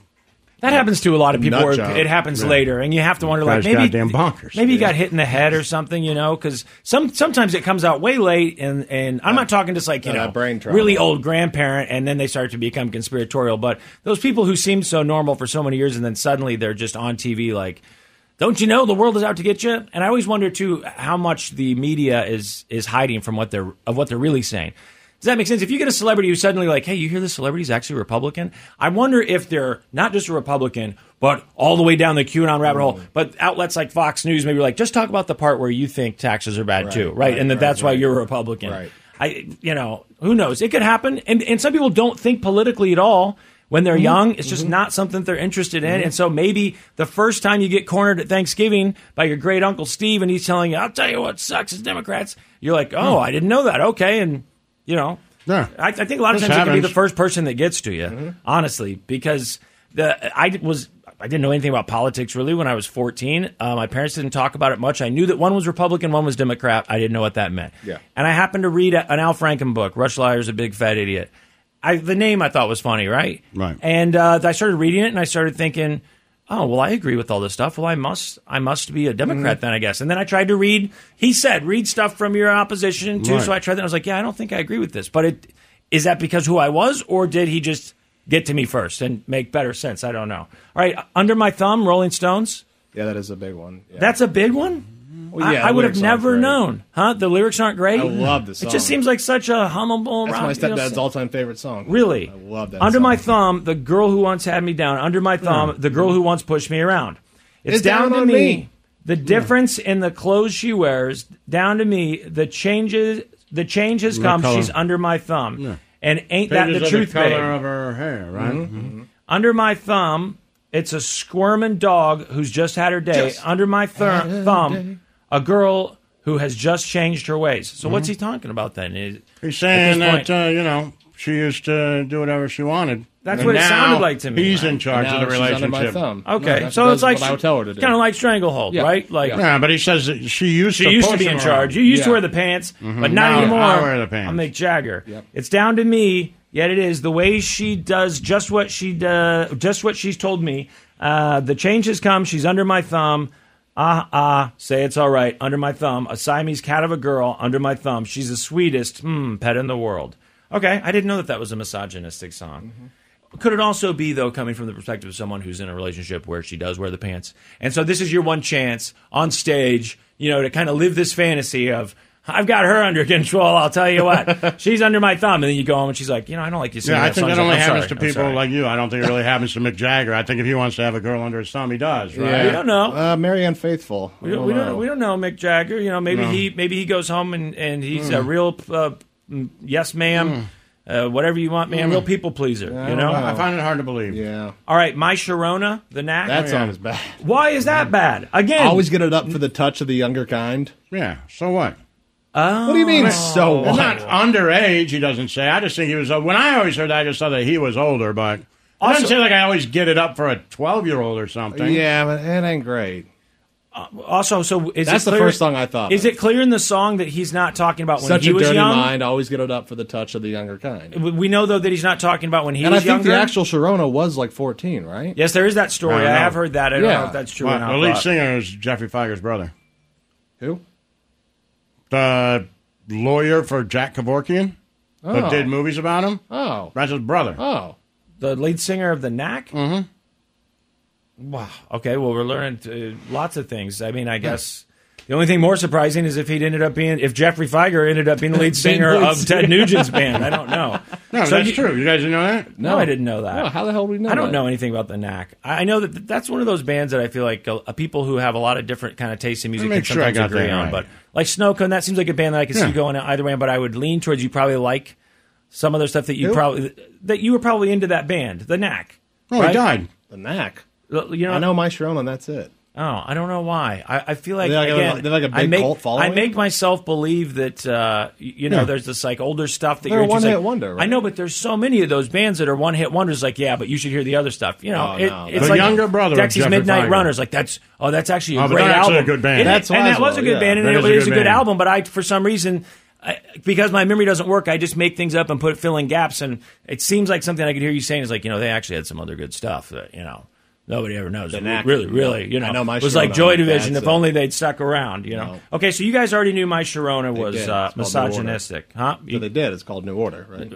Speaker 4: that happens to a lot of people.
Speaker 9: Nut
Speaker 4: Where
Speaker 9: job.
Speaker 4: it happens later, and you have to wonder, like
Speaker 3: guy's
Speaker 4: maybe
Speaker 3: goddamn bonkers.
Speaker 4: Maybe you
Speaker 3: Yeah.
Speaker 4: got hit in the head or something, you know? Because some sometimes it comes out way late, and and I'm not talking just like you
Speaker 9: Uh,
Speaker 4: know
Speaker 9: brain trauma.
Speaker 4: really old grandparent, and then they start to become conspiratorial. But those people who seemed so normal for so many years, and then suddenly they're just on TV like. Don't you know the world is out to get you? And I always wonder too how much the media is is hiding from what they're of what they're really saying. Does that make sense? If you get a celebrity who's suddenly like, "Hey, you hear this celebrity's actually a Republican?" I wonder if they're not just a Republican, but all the way down the QAnon rabbit hole.
Speaker 9: Mm-hmm.
Speaker 4: But outlets like Fox News maybe like just talk about the part where you think taxes are bad too, right?
Speaker 9: right,
Speaker 4: and that
Speaker 9: right,
Speaker 4: that's why
Speaker 9: right.
Speaker 4: you're a Republican.
Speaker 9: Right.
Speaker 4: I, you know, who knows? It could happen. And and some people don't think politically at all when
Speaker 3: Mm-hmm.
Speaker 4: they're young. It's just not something they're interested in. And so maybe the first time you get cornered at Thanksgiving by your great uncle Steve, and he's telling you, "I'll tell you what sucks is Democrats." You're like, "Oh, I didn't know that." Okay, and you know,
Speaker 3: Hmm. Yeah.
Speaker 4: I, I think a lot of
Speaker 3: This
Speaker 4: times it can be
Speaker 3: happens.
Speaker 4: the first person that gets to you, honestly, because the I was. I didn't know anything about politics really when I was 14. Uh, my parents didn't talk about it much. I knew that one was Republican, one was Democrat. I didn't know what that meant.
Speaker 9: Yeah.
Speaker 4: And I happened to read a, an Al Franken book, Rush Lyre's a Big Fat Idiot. I, the name I thought was funny, right?
Speaker 3: Right.
Speaker 4: And uh, I started reading it, and I started thinking, "Oh, well, I agree with all this stuff. Well, I must, I must be a Democrat
Speaker 9: Mm-hmm.
Speaker 4: then, I guess." And then I tried to read. He said, "Read stuff from your opposition too."
Speaker 3: Right.
Speaker 4: So I tried that. and I was like, "Yeah, I don't think I agree with this." But it is that because who I was, or did he just get to me first and make better sense? I don't know. All right, under my thumb, Rolling Stones.
Speaker 9: Yeah, that is a big one. Yeah.
Speaker 4: That's a big one.
Speaker 9: Well, yeah,
Speaker 4: I, I
Speaker 9: the
Speaker 4: would have
Speaker 9: lyrics aren't
Speaker 4: never
Speaker 9: great.
Speaker 4: known, huh? The lyrics aren't great.
Speaker 9: I love the
Speaker 4: It
Speaker 9: song.
Speaker 4: just seems like such a hummable.
Speaker 9: That's
Speaker 4: rock,
Speaker 9: my
Speaker 4: you know,
Speaker 9: stepdad's
Speaker 4: song.
Speaker 9: all-time favorite song.
Speaker 4: Really?
Speaker 9: I love that.
Speaker 4: Under
Speaker 9: song.
Speaker 4: my thumb, the girl who once had me down. Under my thumb, the girl who once pushed me around. It's,
Speaker 9: It's down
Speaker 4: down, to
Speaker 9: on
Speaker 4: me.
Speaker 9: me.
Speaker 4: The difference in the clothes she wears. Down to me. The changes. The change has
Speaker 3: The
Speaker 4: come.
Speaker 3: color.
Speaker 4: She's under my thumb. And
Speaker 3: Changes
Speaker 4: ain't that the
Speaker 3: of
Speaker 4: truth, Mm-hmm.
Speaker 3: color
Speaker 4: babe?
Speaker 3: of her hair, right?
Speaker 4: Under my thumb, it's a squirming dog who's just had her day.
Speaker 9: Just
Speaker 4: Under my
Speaker 9: had
Speaker 4: thir-
Speaker 9: her
Speaker 4: thumb,
Speaker 9: day.
Speaker 4: a girl who has just changed her ways. So what's he talking about then? Is-
Speaker 3: He's
Speaker 4: at
Speaker 3: saying
Speaker 4: this point-
Speaker 3: that uh, you know she used to do whatever she wanted.
Speaker 4: That's
Speaker 3: And
Speaker 4: what it
Speaker 3: now
Speaker 4: sounded like to me.
Speaker 3: He's in charge of
Speaker 9: Now
Speaker 3: the
Speaker 9: she's
Speaker 3: relationship.
Speaker 9: under my thumb. No,
Speaker 4: Okay,
Speaker 9: that's-
Speaker 4: so
Speaker 9: that's
Speaker 4: it's like
Speaker 9: what I would tell her to do.
Speaker 4: kind of like stranglehold,
Speaker 9: Yeah.
Speaker 4: right? Like
Speaker 3: Yeah, but he says that she used
Speaker 4: she
Speaker 3: to
Speaker 4: used to
Speaker 3: push
Speaker 4: be
Speaker 3: him
Speaker 4: in charge.
Speaker 3: around.
Speaker 4: You used
Speaker 9: Yeah.
Speaker 4: to
Speaker 9: Mm-hmm.
Speaker 4: wear the pants, but not
Speaker 3: Now I
Speaker 4: anymore.
Speaker 3: wear the pants.
Speaker 4: I'm Mick Jagger.
Speaker 9: Yep.
Speaker 4: It's down to me. Yet it is the way she does just what she does, just what she's told me. Uh, the change has come. She's under my thumb. Ah ah, say it's all right. Under my thumb, a Siamese cat of a girl. Under my thumb, she's the sweetest hmm, pet in the world. Okay, I didn't know that that was a misogynistic song.
Speaker 9: Mm-hmm.
Speaker 4: Could it also be though coming from the perspective of someone who's in a relationship where she does wear the pants? And so this is your one chance on stage, you know, to kind of live this fantasy of I've got her under control. I'll tell you what, she's under my thumb. And then you go home and she's like, you know, I don't like you singing
Speaker 3: Yeah, I
Speaker 4: that
Speaker 3: think
Speaker 4: song.
Speaker 3: that
Speaker 4: She's
Speaker 3: only
Speaker 4: like, "I'm
Speaker 3: happens
Speaker 4: sorry,
Speaker 3: to
Speaker 4: I'm
Speaker 3: people
Speaker 4: sorry."
Speaker 3: like you. I don't think it really happens to Mick Jagger. I think if he wants to have a girl under his thumb, he does, right?
Speaker 4: We don't know.
Speaker 9: Uh, Mary Unfaithful.
Speaker 4: we, don't, we don't. We don't know Mick Jagger. You know, maybe he maybe he goes home and and he's a real uh, mm, yes, ma'am. Uh, whatever you want, man. Real people pleaser. you know.
Speaker 3: Mm. I find it hard to believe.
Speaker 9: Yeah,
Speaker 4: All right, my Sharona, the knack.
Speaker 9: that song is bad.
Speaker 4: Why is
Speaker 3: Mm.
Speaker 4: that bad? Again,
Speaker 9: Always get it up for the touch of the younger kind.
Speaker 3: Yeah, so what?
Speaker 9: What do you mean? So
Speaker 3: Well,
Speaker 9: what?
Speaker 3: not underage, he doesn't say. I just think he was. Uh, when I always heard that, I just thought that he was older, but I
Speaker 4: Also-
Speaker 3: doesn't say like I always get it up for a twelve-year-old or something.
Speaker 9: Yeah, but it ain't great.
Speaker 4: also, so is
Speaker 9: That's
Speaker 4: it
Speaker 9: the
Speaker 4: clear-
Speaker 9: first song I thought
Speaker 4: Is
Speaker 9: of.
Speaker 4: it clear in the song that he's not talking about when
Speaker 9: Such
Speaker 4: he
Speaker 9: a
Speaker 4: was
Speaker 9: dirty
Speaker 4: young?
Speaker 9: mind. Always get it up for the touch of the younger kind.
Speaker 4: We know though that he's not talking about when he
Speaker 9: and I
Speaker 4: was
Speaker 9: think
Speaker 4: younger.
Speaker 9: the actual Sharona was like 14, right?
Speaker 4: yes, there is that story.
Speaker 3: I
Speaker 4: I,
Speaker 3: don't know.
Speaker 4: have heard that. I don't
Speaker 9: Yeah.
Speaker 4: know if that's true
Speaker 3: Well,
Speaker 4: or not.
Speaker 3: the lead
Speaker 4: but-
Speaker 3: singer is Jeffrey Figer's brother,
Speaker 9: Who?
Speaker 3: the lawyer for Jack Kevorkian,
Speaker 4: Oh.
Speaker 3: that did movies about him.
Speaker 9: Oh.
Speaker 3: That's his brother.
Speaker 9: Oh.
Speaker 4: the lead singer of the Knack. Mm-hmm.
Speaker 9: Mm-hmm.
Speaker 4: Wow. Okay. Well, we're learning uh, lots of things. I mean, I
Speaker 9: Hmm.
Speaker 4: guess. The only thing more surprising is if he would ended up being, if Jeffrey Feiger ended up being the lead singer
Speaker 9: lead
Speaker 4: of Ted Nugent's band. I don't know.
Speaker 3: No,
Speaker 4: So
Speaker 3: that's
Speaker 4: you-
Speaker 3: true. You guys didn't know that?
Speaker 4: No, I didn't know that.
Speaker 9: No, how the hell do we know
Speaker 4: I don't
Speaker 9: that?
Speaker 4: know anything about the Knack. I I know that th- that's one of those bands that I feel like uh, people who have a lot of different kind of tastes in music
Speaker 3: Make
Speaker 4: can
Speaker 3: sure I
Speaker 4: sometimes
Speaker 3: got
Speaker 4: agree
Speaker 3: that
Speaker 4: on.
Speaker 3: right.
Speaker 4: But like Snowcone, that seems like a band that I could see
Speaker 3: Yeah.
Speaker 4: going either way. But I would lean towards you probably like some other stuff that you probably that you were probably into that band, the Knack.
Speaker 3: Oh,
Speaker 4: right?
Speaker 3: he died.
Speaker 9: The Knack.
Speaker 4: L- You know,
Speaker 9: I know my Sharona, and that's it.
Speaker 4: Oh, I don't know why. I, I feel like
Speaker 9: They're like a-
Speaker 4: again,
Speaker 9: they're like a
Speaker 4: I
Speaker 9: big
Speaker 4: make,
Speaker 9: cult following?
Speaker 4: I make myself believe that uh, y- you know there's this like older stuff that
Speaker 9: They're
Speaker 4: you're
Speaker 9: a
Speaker 4: interested-
Speaker 9: one-hit wonder, right?
Speaker 4: I know, but there's so many of those bands that are one hit wonders. Like, yeah, but you should hear the other stuff. You know,
Speaker 9: Oh,
Speaker 4: it,
Speaker 9: no.
Speaker 4: it's
Speaker 3: The
Speaker 4: like
Speaker 3: younger brother of
Speaker 4: Dexy's
Speaker 3: Jeffrey
Speaker 4: Midnight
Speaker 3: Feiger.
Speaker 4: Runners. Like that's oh, that's actually a
Speaker 3: Oh, but
Speaker 4: great
Speaker 3: they're actually
Speaker 4: album.
Speaker 3: a good band.
Speaker 4: And,
Speaker 9: That's
Speaker 4: and that was a
Speaker 9: Laszlo,
Speaker 4: good
Speaker 9: yeah.
Speaker 4: band, and
Speaker 3: That
Speaker 4: it
Speaker 3: is
Speaker 4: was
Speaker 3: a
Speaker 4: a
Speaker 3: good
Speaker 4: good,
Speaker 3: band.
Speaker 4: album. But I, for some reason. I, because my memory doesn't work, I just make things up and put fill in gaps, and it seems like something I could hear you saying is like, you know, they actually had some other good stuff that you know nobody ever knows.
Speaker 9: Knack.
Speaker 4: Really, really, you know,
Speaker 9: I know my
Speaker 4: it was
Speaker 9: Sharona.
Speaker 4: like Joy Division.
Speaker 9: That's
Speaker 4: If
Speaker 9: it.
Speaker 4: only they'd stuck around, you know.
Speaker 9: No.
Speaker 4: Okay, so you guys already knew my Sharona was
Speaker 9: did.
Speaker 4: uh,
Speaker 9: It's called New Order.
Speaker 4: misogynistic, huh?
Speaker 9: So they did. It's called New Order, right?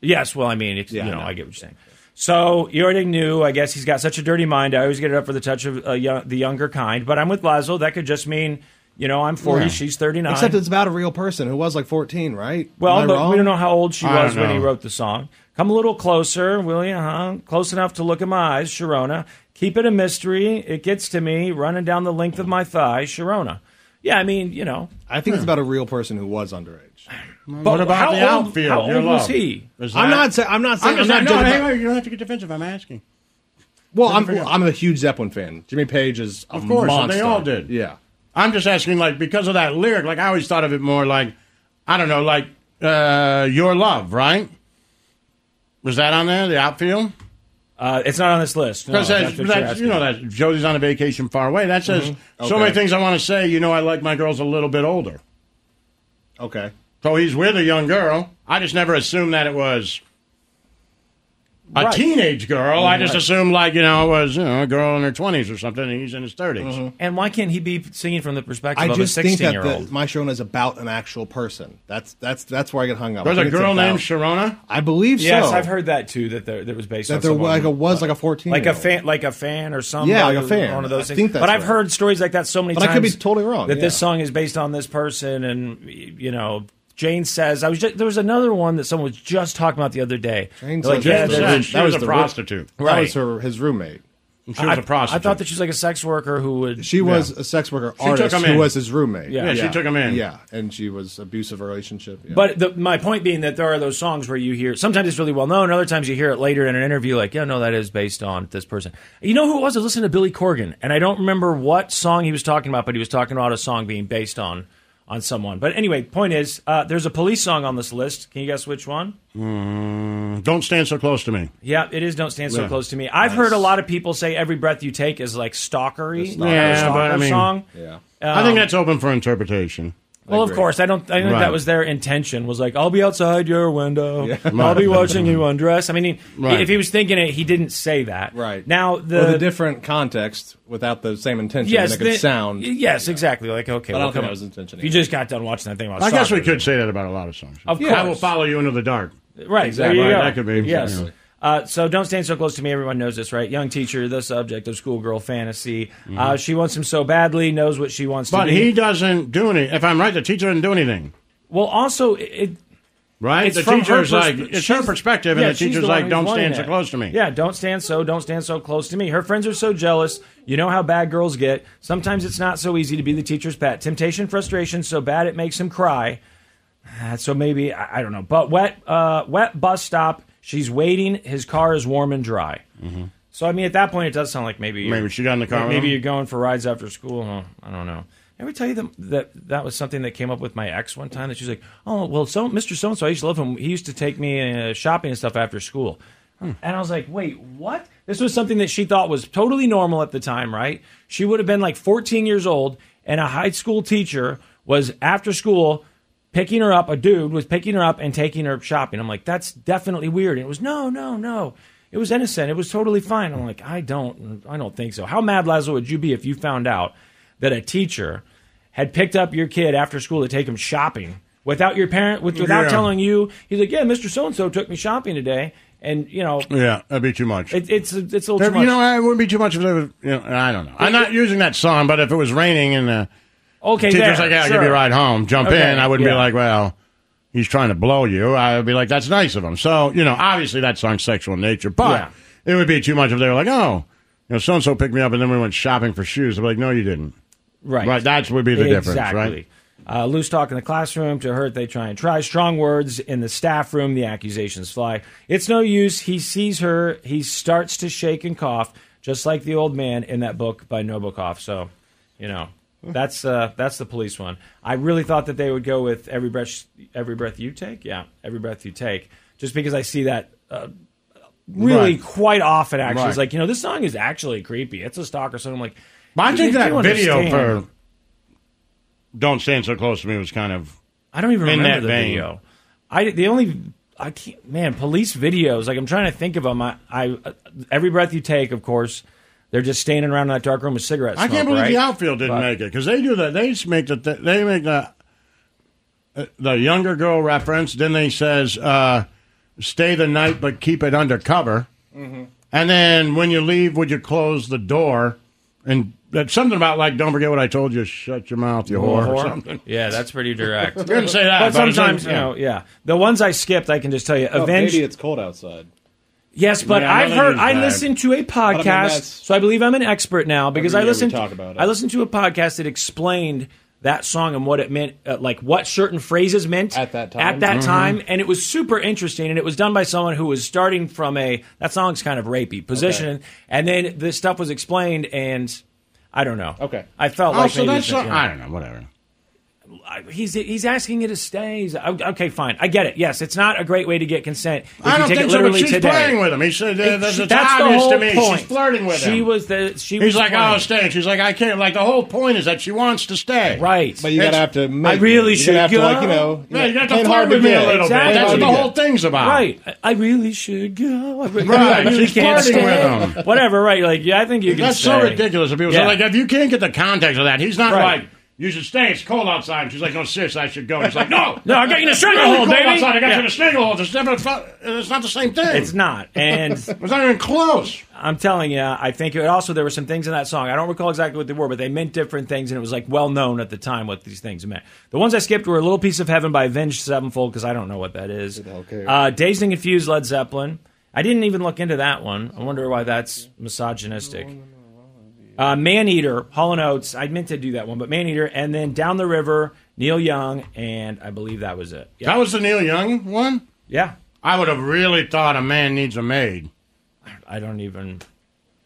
Speaker 4: yes. Well, I mean, it's,
Speaker 9: Yeah,
Speaker 4: you
Speaker 9: I
Speaker 4: know,
Speaker 9: know.
Speaker 4: I get what you're saying. So you already knew. I guess he's got such a dirty mind. I always get it up for the touch of uh, young, the younger kind. But I'm with Lazo. That could just mean, you know, I'm 40,
Speaker 3: Yeah.
Speaker 4: she's 39.
Speaker 9: Except it's about a real person who was like 14, right? Am
Speaker 4: Well,
Speaker 9: I
Speaker 4: but
Speaker 9: wrong?
Speaker 4: we don't know how old she
Speaker 3: I
Speaker 4: was
Speaker 3: don't
Speaker 4: when he
Speaker 3: know.
Speaker 4: wrote the song. Come a little closer, will you? Huh? Close enough to look in my eyes, Sharona. Keep it a mystery. It gets to me, running down the length of my thigh, Sharona. Yeah, I mean, you know,
Speaker 9: I think it's about a real person who was underage.
Speaker 4: but
Speaker 3: what about
Speaker 4: how
Speaker 3: the
Speaker 4: old,
Speaker 3: outfield?
Speaker 4: How old
Speaker 3: Your
Speaker 4: was
Speaker 3: love?
Speaker 4: he?
Speaker 3: Is
Speaker 9: I'm
Speaker 3: that-
Speaker 9: not. Say, I'm not saying.
Speaker 3: I'm,
Speaker 9: I'm,
Speaker 3: just
Speaker 9: not.
Speaker 3: not. No,
Speaker 9: judging
Speaker 3: hey,
Speaker 9: about-
Speaker 3: wait, you don't have to get defensive. I'm asking.
Speaker 9: well, I'm. I'm a huge Zeppelin fan. Jimmy Page is a
Speaker 3: Of course, and
Speaker 9: monster.
Speaker 3: they all did.
Speaker 9: Yeah.
Speaker 3: I'm just asking, like, because of that lyric, like, I always thought of it more like, I don't know, like, uh, Your Love, right? Was that on there, the outfield?
Speaker 4: Uh, it's not on this list. No,
Speaker 3: Because
Speaker 4: that's what you're
Speaker 3: you
Speaker 4: asking. Mm-hmm.
Speaker 3: know that Jody's on a vacation far away. That says so
Speaker 9: Okay.
Speaker 3: many things I want to say. You know, I like my girls a little bit older.
Speaker 9: Okay.
Speaker 3: So he's with a young girl. I just never assumed that it was a
Speaker 4: Right.
Speaker 3: teenage girl. I just
Speaker 4: Right.
Speaker 3: assumed, like, you know, it was you know, a girl in her 20s or something, and he's in his 30s.
Speaker 4: And why can't he be singing from the perspective
Speaker 9: I
Speaker 4: of
Speaker 9: just
Speaker 4: a
Speaker 9: think that the,
Speaker 4: sixteen-year-old?
Speaker 9: my Sharona is about an actual person. That's that's that's where I get hung up.
Speaker 4: There's
Speaker 9: I
Speaker 4: a
Speaker 9: think it's
Speaker 4: girl named
Speaker 9: about- I believe so.
Speaker 4: Yes, I've heard that too. That there, that was based
Speaker 9: that
Speaker 4: on
Speaker 9: there
Speaker 4: someone
Speaker 9: like
Speaker 4: who-
Speaker 9: a, was like a fourteen,
Speaker 4: like a fan, like a fan or something.
Speaker 9: Yeah, like a fan.
Speaker 4: One of those
Speaker 9: I
Speaker 4: things.
Speaker 9: think that's
Speaker 4: but I've
Speaker 9: right.
Speaker 4: heard stories like that so many
Speaker 9: But I
Speaker 4: times.
Speaker 9: could be totally wrong,
Speaker 4: That this
Speaker 9: yeah.
Speaker 4: song is based on this person, and you know, Jane says I was. Just, there was another one that someone was just talking about the other day.
Speaker 9: Jane said
Speaker 4: They're
Speaker 9: that
Speaker 4: they're-
Speaker 9: was-
Speaker 4: they're-
Speaker 9: that was the- That was her his roommate.
Speaker 4: I- I thought that she was like a sex worker who would.
Speaker 9: She was a sex worker artist who was his roommate.
Speaker 4: Yeah. Yeah, she took him in.
Speaker 9: Yeah, and she was abusive relationship. Yeah.
Speaker 4: But the, my point being that there are those songs where you hear sometimes it's really well known, other times you hear it later in an interview, like, yeah, no, that is based on this person. You know who it was? I was listening to Billy Corgan, and I don't remember what song he was talking about, but he was talking about a song being based on on someone. But anyway, point is, uh, there's a police song on this list. Can you guess which one?
Speaker 3: Mm, don't stand so close to me.
Speaker 4: Yeah, it is. Don't stand so
Speaker 3: Yeah.
Speaker 4: close to me. I've heard a lot of people say "Every breath you take" is like stalkery,
Speaker 3: Yeah,
Speaker 4: like a stalker
Speaker 3: but I mean,
Speaker 4: song.
Speaker 9: Yeah.
Speaker 3: I think
Speaker 4: Um,
Speaker 3: that's open for interpretation.
Speaker 4: Well, of course, I don't. I think
Speaker 3: Right.
Speaker 4: that was their intention. Was like, I'll be outside your window. I'll be
Speaker 3: Right.
Speaker 4: watching you undress. I mean, he,
Speaker 9: Right.
Speaker 4: if he was thinking it, he didn't say that.
Speaker 9: right
Speaker 4: Now the,
Speaker 9: With a different context without the same intention.
Speaker 4: yes,
Speaker 9: and it could
Speaker 4: the-
Speaker 9: sound.
Speaker 4: Yes, exactly. Like okay,
Speaker 9: But I
Speaker 4: well,
Speaker 9: don't think
Speaker 4: come
Speaker 9: that
Speaker 4: on.
Speaker 9: was intentional.
Speaker 4: If You just got done watching that thing. About
Speaker 3: I guess we
Speaker 4: soccer.
Speaker 3: could say that about a lot of songs.
Speaker 4: Of
Speaker 3: I will
Speaker 4: course.
Speaker 3: follow you into the dark.
Speaker 4: Right.
Speaker 3: Exactly.
Speaker 4: There you go.
Speaker 3: That could be.
Speaker 4: Yes.
Speaker 3: you know.
Speaker 4: Uh, so don't stand so close to me. Everyone knows this, right? Young teacher, the subject of schoolgirl fantasy. Uh, she wants him so badly. Knows what she wants
Speaker 3: Mm-hmm. But
Speaker 4: to be.
Speaker 3: he doesn't do any. If I'm right, the teacher didn't do anything.
Speaker 4: Well, also, it,
Speaker 3: right?
Speaker 4: it's
Speaker 3: the
Speaker 4: from her
Speaker 3: teacher's like,
Speaker 4: perspe-
Speaker 3: it's her
Speaker 4: she's-
Speaker 3: perspective,
Speaker 4: yeah,
Speaker 3: and the
Speaker 4: she's
Speaker 3: teacher's
Speaker 4: one
Speaker 3: like,
Speaker 4: who's
Speaker 3: don't
Speaker 4: wanting
Speaker 3: stand so
Speaker 4: that.
Speaker 3: close to me.
Speaker 4: Yeah, don't stand so, don't stand so close to me. Her friends are so jealous. You know how bad girls get. Sometimes it's not so easy to be the teacher's pet. Temptation, frustration, so bad it makes him cry. Ah, So maybe I, I don't know. But wet, uh, wet bus stop. She's waiting. His car is warm and dry. So I mean, at that point, it does sound like maybe you're-
Speaker 3: Maybe she got in the car with
Speaker 4: Maybe
Speaker 3: him?
Speaker 4: you're going for rides after school. Huh, I don't know. Ever tell you that, that that was something that came up with my ex one time that she's like, oh well, so Mr. So and So, I used to love him. He used to take me uh, shopping and stuff after school.
Speaker 3: Hmm.
Speaker 4: And I was like, wait, what? This was something that she thought was totally normal at the time, right? She would have been like 14 years old, and a high school teacher was after school picking her up. A dude was picking her up and taking her shopping. I'm like, that's definitely weird. And it was no, no, no. It was innocent. It was totally fine. I'm like, I don't, I don't think so. How mad, Lazo, would you be if you found out that a teacher had picked up your kid after school to take him shopping without your parent, with, without
Speaker 3: Yeah.
Speaker 4: telling you? He's like, yeah, Mr. So and So took me shopping today, and you know,
Speaker 3: Yeah, that'd be too much.
Speaker 4: it, it's it's a little
Speaker 3: There-
Speaker 4: too much.
Speaker 3: You know, it wouldn't be too much if it was. You know, I don't know. I'm not using that song, but if it was raining and the
Speaker 4: Okay,
Speaker 3: teacher's
Speaker 4: there,
Speaker 3: like, "Yeah, I'll give
Speaker 4: sure.
Speaker 3: you a ride home," jump
Speaker 4: Okay,
Speaker 3: in. I wouldn't
Speaker 4: yeah.
Speaker 3: be like, "Well, he's trying to blow you." I would be like, "That's nice of him." So you know, obviously that song's sexual in nature, but it would be too much if they were like, "Oh, you know, so and so picked me up and then we went shopping for shoes." I'd be like, "No, you didn't."
Speaker 4: Right.
Speaker 3: Right. That would be the difference,
Speaker 4: Exactly.
Speaker 3: right?
Speaker 4: Uh, loose talk in the classroom. To hurt, they try and try. Strong words in the staff room. The accusations fly. It's no use. He sees her. He starts to shake and cough, just like the old man in that book by Nobokov. So, you know, that's uh, that's the police one. I really thought that they would go with every breath, every breath you take. Yeah, every breath you take. Just because I see that uh, really
Speaker 3: Right.
Speaker 4: quite often. Actually, it's
Speaker 3: Right.
Speaker 4: like you know, this song is actually creepy. It's a stalker song. I'm like,
Speaker 3: But I
Speaker 4: you-
Speaker 3: think
Speaker 4: you
Speaker 3: that video
Speaker 4: understand.
Speaker 3: for "Don't Stand So Close to Me" was kind of
Speaker 4: I don't even
Speaker 3: in
Speaker 4: remember
Speaker 3: that
Speaker 4: the
Speaker 3: vein.
Speaker 4: video. I the only I can't man police videos like I'm trying to think of them. I, I every breath you take, of course, they're just standing around in that dark room with cigarettes.
Speaker 3: I can't believe the outfield didn't make it because they do that. They just make the th- they make the uh, the younger girl reference. Then they says uh, stay the night but keep it undercover.
Speaker 4: Mm-hmm.
Speaker 3: And then when you leave, would you close the door? And that's something about like don't forget what I told you. Shut your mouth, you whore, or something.
Speaker 4: Yeah, that's pretty direct.
Speaker 3: You didn't say that,
Speaker 4: But
Speaker 3: but it's
Speaker 4: sometimes, you
Speaker 3: like-
Speaker 4: know, yeah. The ones I skipped, I can just tell you.
Speaker 9: Oh,
Speaker 4: Avenge.
Speaker 9: maybe it's cold outside.
Speaker 4: Yes, but
Speaker 9: Yeah,
Speaker 4: I've
Speaker 9: nothing
Speaker 4: heard.
Speaker 9: is
Speaker 4: I
Speaker 9: bad.
Speaker 4: listened to a
Speaker 9: But I mean,
Speaker 4: podcast,
Speaker 9: that's-
Speaker 4: so I believe I'm an expert now because
Speaker 9: Every
Speaker 4: I
Speaker 9: year we
Speaker 4: listened.
Speaker 9: talk about it.
Speaker 4: I listened to a podcast that explained that song and what it meant, uh, like what certain phrases meant at that
Speaker 9: time.
Speaker 4: At that
Speaker 9: Mhm.
Speaker 3: Mm-hmm.
Speaker 4: time, and it was super interesting. And it was done by someone who was starting from a that song's kind of rapey position, and then this stuff was explained, and I don't know. Okay, I felt
Speaker 3: Oh,
Speaker 4: like
Speaker 3: so
Speaker 4: maybe
Speaker 3: that's
Speaker 4: it's-
Speaker 3: some-
Speaker 4: yeah.
Speaker 3: I don't know, whatever.
Speaker 4: I- he's he's asking you to stay. He's, okay, fine. I get it. Yes, it's not a great way to get consent. If
Speaker 3: I
Speaker 4: you
Speaker 3: don't
Speaker 4: take
Speaker 3: think
Speaker 4: it
Speaker 3: so, but
Speaker 4: literally
Speaker 3: she's
Speaker 4: today.
Speaker 3: flirting with him. He said, uh,
Speaker 4: It-
Speaker 3: that's-
Speaker 4: she-
Speaker 3: it's
Speaker 4: that's the
Speaker 3: obvious to
Speaker 4: whole
Speaker 3: me. She's
Speaker 4: Point.
Speaker 3: flirting with
Speaker 4: She
Speaker 3: him.
Speaker 4: was the she.
Speaker 3: He's
Speaker 4: was
Speaker 3: like,
Speaker 4: flirting.
Speaker 3: oh, stay. She's like, I can't. Like, the whole point is that she wants to stay.
Speaker 4: Right.
Speaker 3: But
Speaker 9: you gotta have to make
Speaker 4: I really
Speaker 9: it.
Speaker 4: should
Speaker 9: You're gonna have to,
Speaker 4: go.
Speaker 9: like, you know,
Speaker 3: Yeah, you got to
Speaker 9: Ain't
Speaker 3: flirt
Speaker 9: hard
Speaker 3: with
Speaker 9: to
Speaker 3: me a
Speaker 9: get.
Speaker 3: little
Speaker 4: Exactly.
Speaker 3: bit. That's what the
Speaker 4: Yeah.
Speaker 3: whole thing's about.
Speaker 4: Right. I- I really should go. I re-
Speaker 3: Right.
Speaker 4: I really
Speaker 3: She's
Speaker 4: can't
Speaker 3: flirting
Speaker 4: stay.
Speaker 3: with him.
Speaker 4: Whatever. Right. You're like, yeah, I think you can
Speaker 3: That's
Speaker 4: stay.
Speaker 3: so ridiculous. If people
Speaker 4: Yeah.
Speaker 3: say, like, if you can't get the context of that, he's not
Speaker 4: Right.
Speaker 3: like, you should stay. It's cold outside. And she's like, no, sis, I should go. And he's like, no.
Speaker 4: No, I got you in a
Speaker 3: It's
Speaker 4: stranglehold,
Speaker 3: really cold
Speaker 4: baby.
Speaker 3: Outside. I got
Speaker 4: Yeah.
Speaker 3: you in a stranglehold. It's, never, it's not the same thing.
Speaker 4: It's not. And
Speaker 3: It's not even close.
Speaker 4: I'm telling you, I think it also there were some things in that song. I don't recall exactly what they were, but they meant different things, and it was like well known at the time what these things meant. The ones I skipped were "A Little Piece of Heaven" by Avenged Sevenfold because I don't know what that is. Okay. Uh, "Dazed and Confused" Led Zeppelin. I didn't even look into that one. I wonder why that's misogynistic. Uh, Man Eater, Hall and Oates. I meant to do that one, but Man Eater, and then Down the River, Neil Young, and I believe that was it. Yeah,
Speaker 3: That was the Neil Young one?
Speaker 4: yeah.
Speaker 3: I would have really thought a man needs a maid.
Speaker 4: I don't even.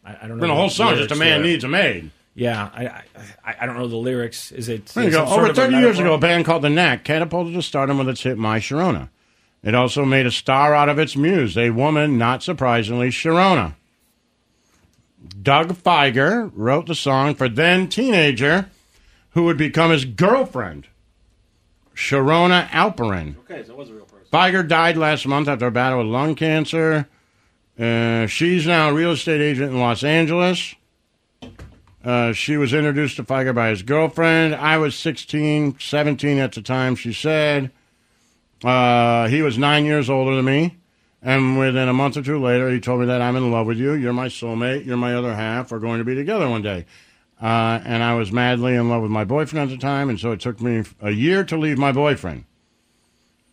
Speaker 4: I, I don't know.
Speaker 3: Then the whole
Speaker 4: what
Speaker 3: song is
Speaker 4: lyrics
Speaker 3: just a man
Speaker 4: there.
Speaker 3: needs a maid.
Speaker 4: Yeah, I, I I- I don't know the lyrics. Is it
Speaker 3: There you
Speaker 4: some
Speaker 3: go.
Speaker 4: sort
Speaker 3: Over
Speaker 4: of a
Speaker 3: 30 years
Speaker 4: metaphor?
Speaker 3: ago, a band called The Knack catapulted to stardom with its hit My Sharona. It also made a star out of its muse, a woman, not surprisingly, Sharona. Doug Feiger wrote the song for then teenager who would become his girlfriend, Sharona Alperin.
Speaker 4: Okay, so it was a real person.
Speaker 3: Feiger died last month after a battle with lung cancer. Uh, she's now a real estate agent in Los Angeles. Uh, she was introduced to Feiger by his girlfriend. I was 16, 17 at the time, she said. Uh, he was nine years older than me. And within a month or two later, he told me that I'm in love with you. You're my soulmate. You're my other half. We're going to be together one day. Uh, and I was madly in love with my boyfriend at the time. And so it took me a year to leave my boyfriend.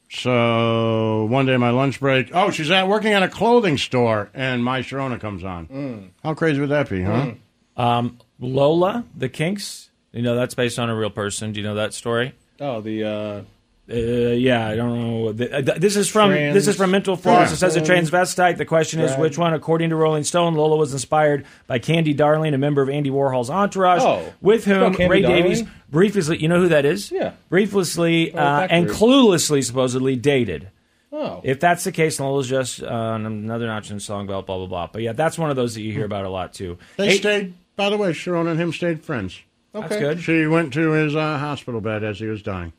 Speaker 3: So one day, my lunch break. Oh, she's at working at a clothing store, and my Sharona comes on. How crazy would that be, huh?
Speaker 4: Um, Lola, the Kinks. You know that's based on a real person. Do you know that story?
Speaker 9: Oh, the uh,
Speaker 4: Uh, yeah, I don't know. what the- uh, th- This is from this is from Mental Floss. It says a transvestite. The question is which one? According to Rolling Stone, Lola was inspired by Candy Darling, a member of Andy Warhol's entourage,
Speaker 9: Oh.
Speaker 4: with whom
Speaker 9: Candy
Speaker 4: Ray Davies
Speaker 9: Darling?
Speaker 4: briefly, you know who that is?
Speaker 9: Yeah.
Speaker 4: briefly
Speaker 9: that
Speaker 4: uh, and
Speaker 9: group.
Speaker 4: cluelessly, supposedly dated.
Speaker 9: oh,
Speaker 4: If that's the case, Lola's just uh, another notch in the song belt, blah blah blah. But yeah, that's one of those that you hear about a lot too.
Speaker 3: They
Speaker 4: Hey,
Speaker 3: stayed. By the way, Sharona and him stayed friends.
Speaker 4: that's good.
Speaker 3: She went to his uh, hospital bed as he was dying.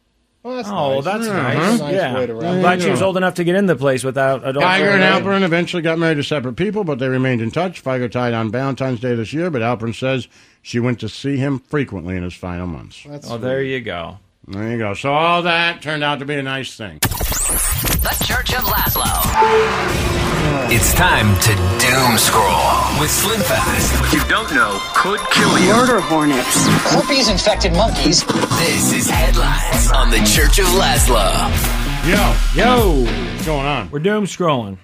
Speaker 9: well, that's
Speaker 4: Oh,
Speaker 9: nice.
Speaker 4: that's
Speaker 9: Yeah,
Speaker 4: nice.
Speaker 9: nice
Speaker 4: yeah,
Speaker 9: way to wrap
Speaker 4: I'm
Speaker 9: it
Speaker 4: glad
Speaker 9: up.
Speaker 4: she was old enough to get in the place without adult.
Speaker 3: Feiger and Alperin eventually got married to separate people, but they remained in touch. Feiger died on Valentine's Day this year, but Alperin says she went to see him frequently in his final months.
Speaker 4: Oh, there you go.
Speaker 3: There you go. So all that turned out to be a nice thing.
Speaker 6: The Church of Laszlo. It's time to doom scroll with Slim Fast. You don't know could kill you. Murder hornets. Herpes infected monkeys. This is headlines on the Church of Laszlo.
Speaker 3: Yo,
Speaker 4: Yo,
Speaker 3: what's going on?
Speaker 4: we're doom scrolling.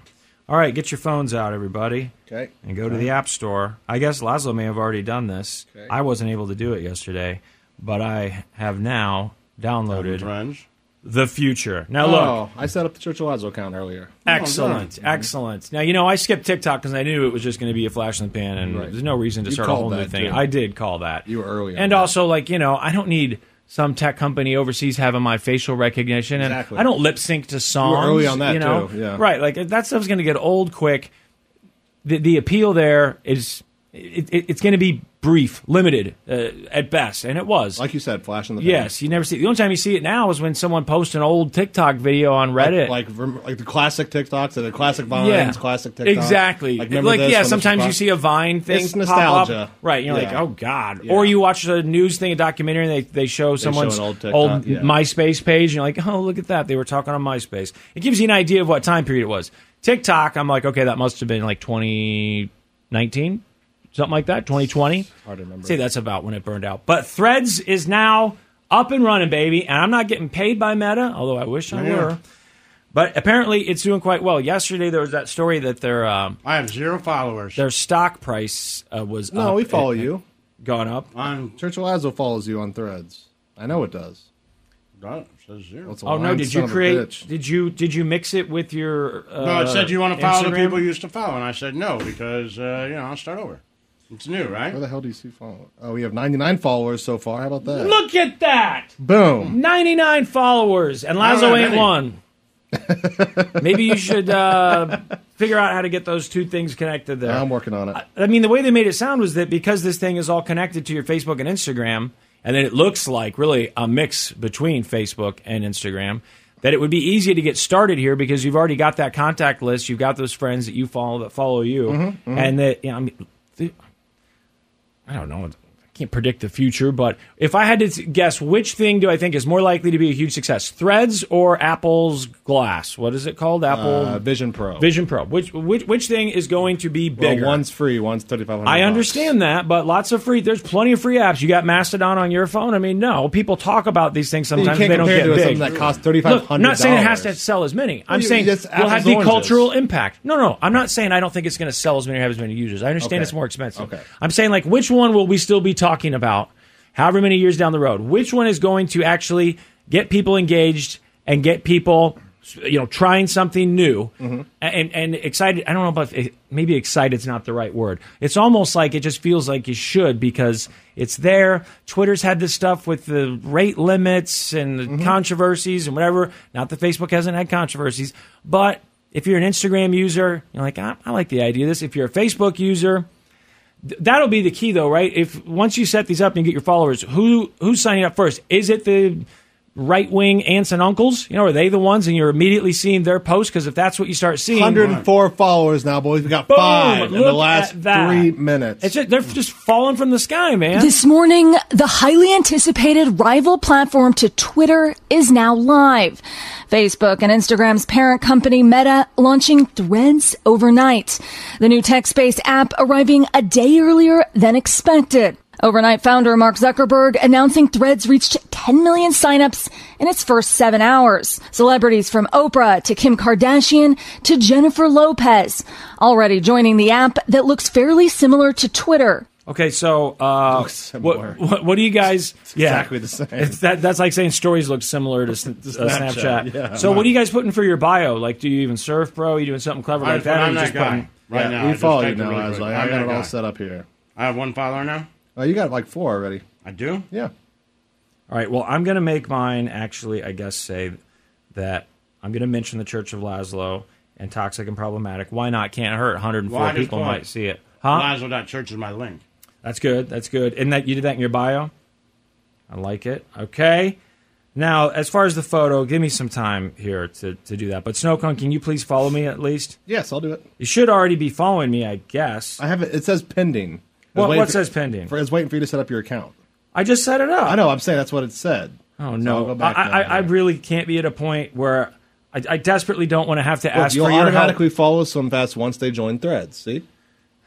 Speaker 4: All right, get your phones out, everybody,
Speaker 9: Okay.
Speaker 4: and go to the App Store. I guess Laszlo may have already done this. I wasn't able to do it yesterday, but I have now downloaded
Speaker 3: Friends.
Speaker 4: the future. Now look.
Speaker 9: Oh, I set up the Church of Lazo account earlier.
Speaker 4: Excellent, excellent. Now you know I skipped TikTok because I knew it was just going to be a flash in the pan, and
Speaker 9: Right.
Speaker 4: there's no reason to
Speaker 9: You
Speaker 4: start a
Speaker 9: called
Speaker 4: whole new
Speaker 9: that,
Speaker 4: thing.
Speaker 9: too.
Speaker 4: I did call that.
Speaker 9: You were early on
Speaker 4: and
Speaker 9: that.
Speaker 4: also like you know I don't need some tech company overseas having my facial recognition, and
Speaker 9: Exactly.
Speaker 4: I don't lip sync to songs.
Speaker 9: early on that,
Speaker 4: you know?
Speaker 9: too, yeah.
Speaker 4: Right, like that stuff's going to get old quick. The the appeal there is it, it, it's going to be brief, limited uh, at best, and it was.
Speaker 9: Like you said, flash in the pan.
Speaker 4: Yes, you never see. The only time you see it now is when someone posts an old TikTok video on Reddit,
Speaker 9: Like, rem- like the classic TikToks and the classic vines, classic TikToks.
Speaker 4: Exactly. Like,
Speaker 9: remember this
Speaker 4: yeah,
Speaker 9: when this was
Speaker 4: sometimes you
Speaker 9: pop-
Speaker 4: see a Vine thing.
Speaker 9: It's
Speaker 4: pop
Speaker 9: nostalgia.
Speaker 4: up. Right. You're like,
Speaker 9: Yeah.
Speaker 4: oh, God.
Speaker 9: Yeah.
Speaker 4: Or you watch a news thing, a documentary, and they, they show someone's
Speaker 9: old TikTok,
Speaker 4: old
Speaker 9: yeah.
Speaker 4: MySpace page, and you're like, oh, look at that. They were talking on MySpace. It gives you an idea of what time period it was. TikTok, I'm like, okay, that must have been like 2019, something like that, 2020. Hard to remember. See, that's about when it burned out. But Threads is now up and running, baby. And I'm not getting paid by Meta, although I wish I were. But apparently, it's doing quite well. Yesterday, there was that story that their um,
Speaker 3: I have zero followers.
Speaker 4: their stock price uh, was
Speaker 9: No,
Speaker 4: up,
Speaker 9: we follow
Speaker 4: it-
Speaker 9: you.
Speaker 4: it gone up.
Speaker 3: On
Speaker 9: Church of Lazo follows you on threads. I know it does.
Speaker 3: that says zero.
Speaker 9: That's a
Speaker 4: Oh no!
Speaker 9: lying
Speaker 4: Did
Speaker 9: son
Speaker 4: you
Speaker 9: of a
Speaker 4: create?
Speaker 9: bitch.
Speaker 4: Did you did you mix it with your? Uh,
Speaker 3: No, Oh, it said you want to follow the
Speaker 4: Instagram?
Speaker 3: people you used to follow, and I said no because uh, you know I'll start over. It's new, right?
Speaker 9: Where the hell do you see followers? Oh, we have 99 followers so far. How about that?
Speaker 4: Look at that!
Speaker 9: Boom.
Speaker 4: 99 followers, and
Speaker 9: I
Speaker 4: Lazo
Speaker 9: don't have
Speaker 4: ain't
Speaker 9: any.
Speaker 4: one. Maybe you should uh, figure out how to get those two things connected there.
Speaker 9: I'm working on it.
Speaker 4: I mean, the way they made it sound was that because this thing is all connected to your Facebook and Instagram, and then it looks like really a mix between Facebook and Instagram, that it would be easy to get started here because you've already got that contact list, you've got those friends that you follow that follow you,
Speaker 10: Mhm,
Speaker 9: Mm-hmm,
Speaker 10: mhm.
Speaker 4: and that you know, I mean, th- I don't know. I can't predict the future, but if I had to t- guess, which thing do I think is more likely to be a huge success? Threads or Apple's Glass? What is it called? Apple
Speaker 9: Uh, Vision Pro.
Speaker 4: Vision Pro. Which which which thing is going to be
Speaker 9: Well,
Speaker 4: bigger?
Speaker 9: one's free, one's 3500
Speaker 4: I understand that, but lots of free. There's plenty of free apps. You got Mastodon on your phone. I mean, no, people talk about these things
Speaker 9: Then you
Speaker 4: sometimes.
Speaker 9: can't
Speaker 4: they don't
Speaker 9: compare
Speaker 4: get
Speaker 9: it to
Speaker 4: big.
Speaker 9: something that costs
Speaker 4: Look, I'm not saying it has to
Speaker 9: $3,500.
Speaker 4: sell as many. I'm
Speaker 9: Well, you-
Speaker 4: saying
Speaker 9: that's
Speaker 4: will have
Speaker 9: apples
Speaker 4: the
Speaker 9: oranges.
Speaker 4: cultural impact. No, no, I'm not saying I don't think it's going to sell as many or have as many users. I understand
Speaker 9: Okay.
Speaker 4: it's more expensive.
Speaker 9: Okay.
Speaker 4: I'm saying like which one will we still be talking about however many years down the road? Which one is going to actually get people engaged and get people you know trying something new and and excited I don't know about if- maybe excited's not the right word. It's almost like it just feels like you should because it's there. Twitter's had this stuff with the rate limits and the controversies and whatever. Not that Facebook hasn't had controversies, but if you're an Instagram user, you're like, I, I like the idea of this. If you're a Facebook user, Th- that'll be the key though right if once you set these up and you get your followers who who's signing up first is it the right wing aunts and uncles you know are they the ones and you're immediately seeing their posts because if that's what you start seeing
Speaker 9: 104 followers now, boys. We got
Speaker 4: Boom,
Speaker 9: five in the
Speaker 4: look
Speaker 9: last
Speaker 4: at that.
Speaker 9: three minutes.
Speaker 4: it's just, they're just falling from the sky man
Speaker 11: This morning, the highly anticipated rival platform to Twitter is now live. Facebook and Instagram's parent company Meta launching Threads overnight. The new text-based app arriving a day earlier than expected. Overnight founder Mark Zuckerberg announcing Threads reached 10 million signups in its first seven hours. Celebrities from Oprah to Kim Kardashian to Jennifer Lopez already joining the app that looks fairly similar to Twitter.
Speaker 4: okay so uh what, what, what do you guys yeah
Speaker 9: exactly the same.
Speaker 4: It's that, that's like saying stories look similar to, s- uh, Snapchat.
Speaker 9: Snapchat, yeah.
Speaker 4: so, what are you guys putting for your bio? Like, do you even surf, bro? Are you doing something clever
Speaker 3: I-
Speaker 4: like that?
Speaker 3: I'm
Speaker 4: or you
Speaker 3: that
Speaker 4: just
Speaker 3: guy.
Speaker 4: putting-
Speaker 3: Right
Speaker 9: Yeah,
Speaker 3: now,
Speaker 9: we
Speaker 3: I just
Speaker 9: follow you
Speaker 3: typed it
Speaker 9: now,
Speaker 3: really
Speaker 9: I was
Speaker 3: quick.
Speaker 9: like, I got
Speaker 3: that
Speaker 9: it all
Speaker 3: guy.
Speaker 9: set up here.
Speaker 3: I have one follower now.
Speaker 9: Oh, you got like four already.
Speaker 3: I do.
Speaker 9: Yeah.
Speaker 4: All right. Well, I'm going to make mine actually, I guess, say that I'm going to mention the Church of Laszlo and toxic and problematic. Why not? Can't hurt. 104
Speaker 3: Well, I just
Speaker 4: people
Speaker 3: plugged.
Speaker 4: might see it. Huh?
Speaker 3: Laszlo.church is my link.
Speaker 4: That's good. That's good. And that you did that in your bio. I like it. Okay. Now, as far as the photo, give me some time here to, to do that. But Snowcone, can you please follow me at least?
Speaker 9: Yes, I'll do it.
Speaker 4: You should already be following me, I guess.
Speaker 9: I have it. It says pending. I was
Speaker 4: What,
Speaker 9: waiting
Speaker 4: what
Speaker 9: for-
Speaker 4: says pending?
Speaker 9: For, it's waiting for you to set up your account.
Speaker 4: I just set it up.
Speaker 9: I know. I'm saying that's what it said.
Speaker 4: Oh
Speaker 9: So
Speaker 4: no,
Speaker 9: I'll go
Speaker 4: I,
Speaker 9: back
Speaker 4: I,
Speaker 9: now.
Speaker 4: I really can't be at a point where I, I desperately don't want to have to
Speaker 9: Look,
Speaker 4: ask
Speaker 9: you'll
Speaker 4: for your help.
Speaker 9: automatically follow SlimFast once they join Threads. See,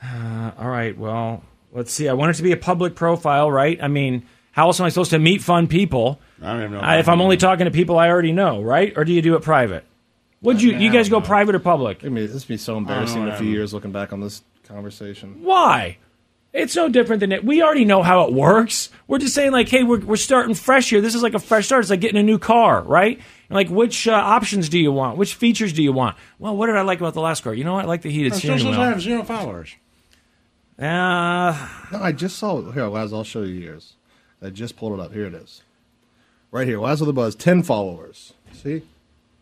Speaker 4: Uh, all right, well, let's see. I want it to be a public profile, right? I mean, how else am I supposed to meet fun people?
Speaker 3: I don't even know.
Speaker 4: I, if I'm only talking to people I already know, right? Or do you do it private? Would you you guys go private or public?
Speaker 9: I mean, this would be so embarrassing in a few years looking back on this conversation.
Speaker 4: Why? It's no different than it. We already know how it works. We're just saying, like, hey, we're, we're starting fresh here. This is like a fresh start. It's like getting a new car, right? And, like, which uh, options do you want? Which features do you want? Well, what did I like about the last car? You know what? I like the heated
Speaker 3: It still
Speaker 4: steering
Speaker 3: says I
Speaker 4: wheel.
Speaker 3: have zero followers.
Speaker 4: Uh,
Speaker 9: No, I just saw it. Here, Laz, I'll show you yours. I just pulled it up. Here it is. Right here. Laz with the Buzz, 10 followers. See?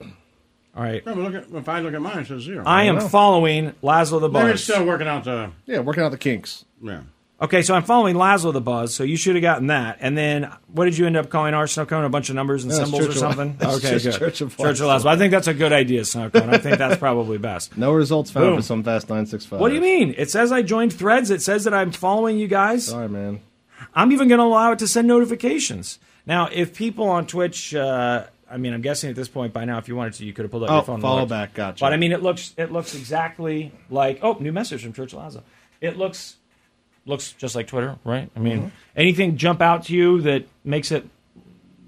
Speaker 4: All right.
Speaker 3: No, but look at, if I look at mine, it says zero.
Speaker 4: I am
Speaker 9: know.
Speaker 4: following Laszlo the
Speaker 3: Maybe it's
Speaker 4: Buzz.
Speaker 3: still working out the.
Speaker 9: Yeah, working out the kinks.
Speaker 3: Yeah.
Speaker 4: Okay, so I'm following Laszlo the Buzz, so you should have gotten that. And then what did you end up calling our Snowcone? A bunch of numbers and
Speaker 9: No, it's
Speaker 4: symbols or
Speaker 9: Church of-
Speaker 4: something?
Speaker 9: it's
Speaker 4: okay,
Speaker 9: just
Speaker 4: good.
Speaker 9: Church of
Speaker 4: Laszlo.
Speaker 9: Laszlo.
Speaker 4: I think that's a good idea, Snowcone. I think that's probably best.
Speaker 9: No results found
Speaker 4: Boom.
Speaker 9: for some fast 965.
Speaker 4: What do you mean? It says I joined threads. It says that I'm following you guys.
Speaker 9: Sorry, man.
Speaker 4: I'm even going to allow it to send notifications. Now, if people on Twitch, uh, I mean, I'm guessing at this point by now, if you wanted to, you could have pulled up
Speaker 9: Oh,
Speaker 4: your phone. and
Speaker 9: follow
Speaker 4: looked.
Speaker 9: back. Gotcha.
Speaker 4: But I mean, it looks it looks exactly like oh, new message from Church Laza. It looks looks just like Twitter, right? I mean,
Speaker 9: Mhm.
Speaker 4: anything jump out to you that makes it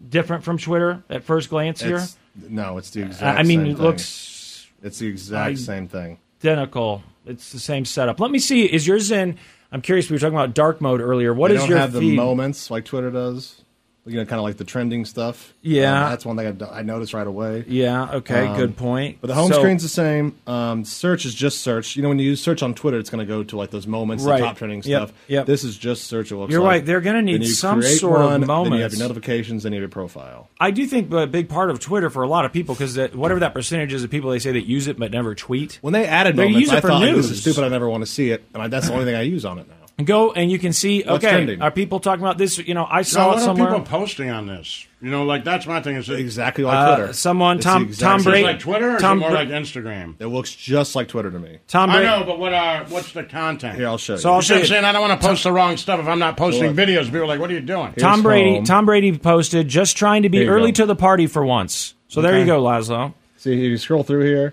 Speaker 4: different from Twitter at first glance here?
Speaker 9: It's- no, it's the exact
Speaker 4: I mean,
Speaker 9: same
Speaker 4: it
Speaker 9: thing.
Speaker 4: looks
Speaker 9: It's the exact
Speaker 4: I-
Speaker 9: same thing.
Speaker 4: identical. It's the same setup. Let me see. Is yours in? I'm curious. We were talking about dark mode earlier. What
Speaker 9: They
Speaker 4: is
Speaker 9: don't
Speaker 4: your
Speaker 9: have
Speaker 4: feed?
Speaker 9: the moments like Twitter does. looking at kind of like the trending stuff.
Speaker 4: Yeah.
Speaker 9: Um, that's one thing I, do- I noticed right away.
Speaker 4: Yeah, okay,
Speaker 9: Um,
Speaker 4: good point.
Speaker 9: But the home
Speaker 4: So-
Speaker 9: screen's the same. Um, search is just search. You know, when you use search on Twitter, it's going to go to like those moments,
Speaker 4: Right.
Speaker 9: the top trending
Speaker 4: Yep,
Speaker 9: stuff. This is just search. It looks
Speaker 4: You're
Speaker 9: like.
Speaker 4: right. They're gonna need
Speaker 9: Then you
Speaker 4: some
Speaker 9: create
Speaker 4: sort of
Speaker 9: one, Then you have
Speaker 4: moments.
Speaker 9: your notifications. Then you have your profile.
Speaker 4: I do think a big part of Twitter for a lot of people because whatever that percentage is of people they say that use it but never tweet.
Speaker 9: When they added
Speaker 4: they
Speaker 9: moments,
Speaker 4: use it
Speaker 9: I
Speaker 4: for
Speaker 9: thought like,
Speaker 4: news.
Speaker 9: this is stupid. I never want to see it, and I, that's the only thing I use on it now.
Speaker 4: Go and you can see.
Speaker 9: What's
Speaker 4: okay,
Speaker 9: trending?
Speaker 4: are people talking about this? You know, I
Speaker 3: Now,
Speaker 4: saw
Speaker 3: what
Speaker 4: it somewhere.
Speaker 3: are people posting on this? You know, like that's my thing. Is it
Speaker 9: exactly
Speaker 4: Uh, someone, Tom, Tom Brady,
Speaker 3: like Twitter, or
Speaker 4: Tom
Speaker 3: is it more
Speaker 4: Bra-
Speaker 3: like Instagram?
Speaker 9: It looks just like Twitter to me.
Speaker 4: Tom
Speaker 3: I
Speaker 4: Brady.
Speaker 3: know, but what are what's the content?
Speaker 9: Here, I'll show
Speaker 4: So I'll
Speaker 3: you see
Speaker 4: show
Speaker 3: what I'm
Speaker 4: you.
Speaker 3: saying I don't want to post the wrong stuff if I'm not posting
Speaker 4: Look.
Speaker 3: videos. People are like, "What are you doing?"
Speaker 4: Tom Brady. Tom Brady posted just trying to
Speaker 9: Here
Speaker 4: be
Speaker 9: you
Speaker 4: early
Speaker 9: go.
Speaker 4: to the party for once. So there
Speaker 9: Okay.
Speaker 4: you go, Laszlo.
Speaker 9: See, if you scroll through here,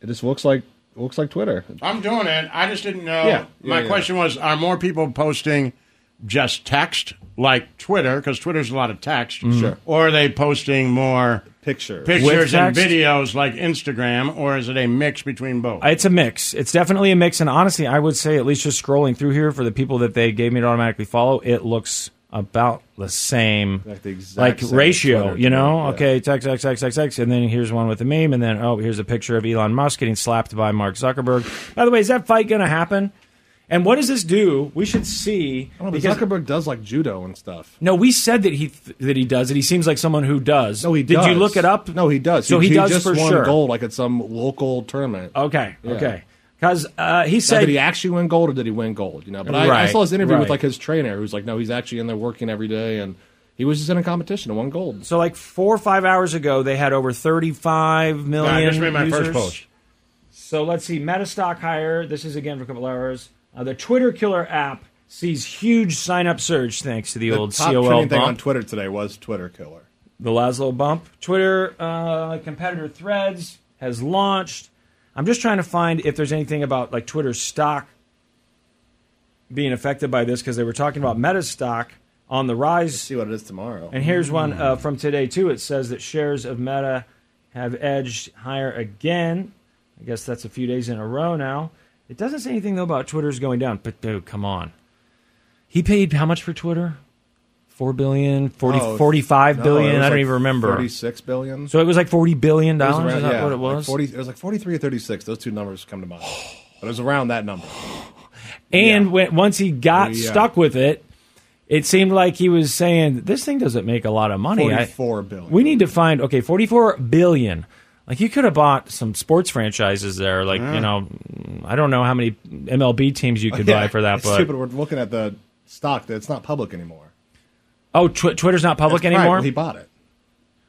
Speaker 9: it just looks like it looks like Twitter.
Speaker 3: I'm doing it. I just didn't know.
Speaker 9: Yeah.
Speaker 3: My
Speaker 9: Yeah, yeah.
Speaker 3: question was: Are more people posting just text like Twitter? Because Twitter's a lot of text.
Speaker 9: Mhm. Sure.
Speaker 3: Or are they posting more
Speaker 9: pictures,
Speaker 4: Mm-hmm. With
Speaker 3: pictures and
Speaker 4: text?
Speaker 3: videos like Instagram? Or is it a mix between both?
Speaker 4: It's a mix. It's definitely a mix. And honestly, I would say at least just scrolling through here for the people that they gave me to automatically follow, it looks about the same,
Speaker 9: Like the exact
Speaker 4: like
Speaker 9: same
Speaker 4: ratio.
Speaker 9: Twitter
Speaker 4: you know,
Speaker 9: to me,
Speaker 4: okay, text, text, text, text, text, and then here's one with a meme, and then oh, here's a picture of Elon Musk getting slapped by Mark Zuckerberg. By the way, is that fight going to happen? And what does this do? We should see.
Speaker 9: I don't know,
Speaker 4: because-
Speaker 9: but Zuckerberg does like judo and stuff.
Speaker 4: no, we said that he th- that he does it. He seems like someone who does. No,
Speaker 9: he
Speaker 4: Did you
Speaker 9: does.
Speaker 4: look it up?
Speaker 9: No, he does.
Speaker 4: So he, does
Speaker 9: just
Speaker 4: for
Speaker 9: won
Speaker 4: sure. Uh,
Speaker 9: gold, like at some local tournament.
Speaker 4: Okay,
Speaker 9: Yeah.
Speaker 4: okay. Because uh, he
Speaker 9: now,
Speaker 4: said
Speaker 9: did he actually win gold or did he win gold? You know, but I, I
Speaker 4: Right,
Speaker 9: saw his interview
Speaker 4: right.
Speaker 9: with like his trainer, who's like, no, he's actually in there working every day, and he was just in a competition and won gold.
Speaker 4: So like four or five hours ago, they had over 35 million.
Speaker 3: I just made my
Speaker 4: users.
Speaker 3: first post.
Speaker 4: So let's see, Metastock higher. This is again for a couple hours. Uh, the Twitter killer app sees huge sign-up surge thanks to the, old
Speaker 9: top
Speaker 4: COL
Speaker 9: trending thing on
Speaker 4: bump,
Speaker 9: Twitter today was Twitter killer.
Speaker 4: the Laszlo bump. Twitter uh, competitor Threads has launched. I'm just trying to find if there's anything about like Twitter stock being affected by this because they were talking about Metastock on the rise. see
Speaker 9: what it is tomorrow.
Speaker 4: And here's one
Speaker 9: Mm.
Speaker 4: uh, from today too. It says that shares of Meta have edged higher again. I guess that's a few days in a row now. It doesn't say anything though about Twitter's going down. But dude, come on. He paid how much for Twitter? Four billion, 40,
Speaker 9: Oh,
Speaker 4: 45
Speaker 9: no,
Speaker 4: billion?
Speaker 9: it was
Speaker 4: I don't
Speaker 9: like
Speaker 4: even remember.
Speaker 9: 36 billion.
Speaker 4: So it was like forty billion
Speaker 9: It was
Speaker 4: dollars. Is
Speaker 9: around-
Speaker 4: that
Speaker 9: yeah,
Speaker 4: what it
Speaker 9: like
Speaker 4: was?
Speaker 9: 40, it was like 43 or 36. Those two numbers come to mind. But it was around that number.
Speaker 4: And when, once he got
Speaker 9: Yeah.
Speaker 4: stuck with it, it seemed like he was saying, "This thing doesn't make a lot of money. I-
Speaker 9: Forty-four billion.
Speaker 4: We need to find okay, forty-four billion. Like you could have bought some sports franchises there. Like
Speaker 9: Yeah.
Speaker 4: you know, I don't know how many MLB teams you could
Speaker 9: Yeah,
Speaker 4: buy for that,
Speaker 9: it's
Speaker 4: but
Speaker 9: stupid. We're looking at the stock that's not public anymore.
Speaker 4: oh, tw- Twitter's not public
Speaker 9: That's
Speaker 4: anymore.
Speaker 9: Right, he bought it.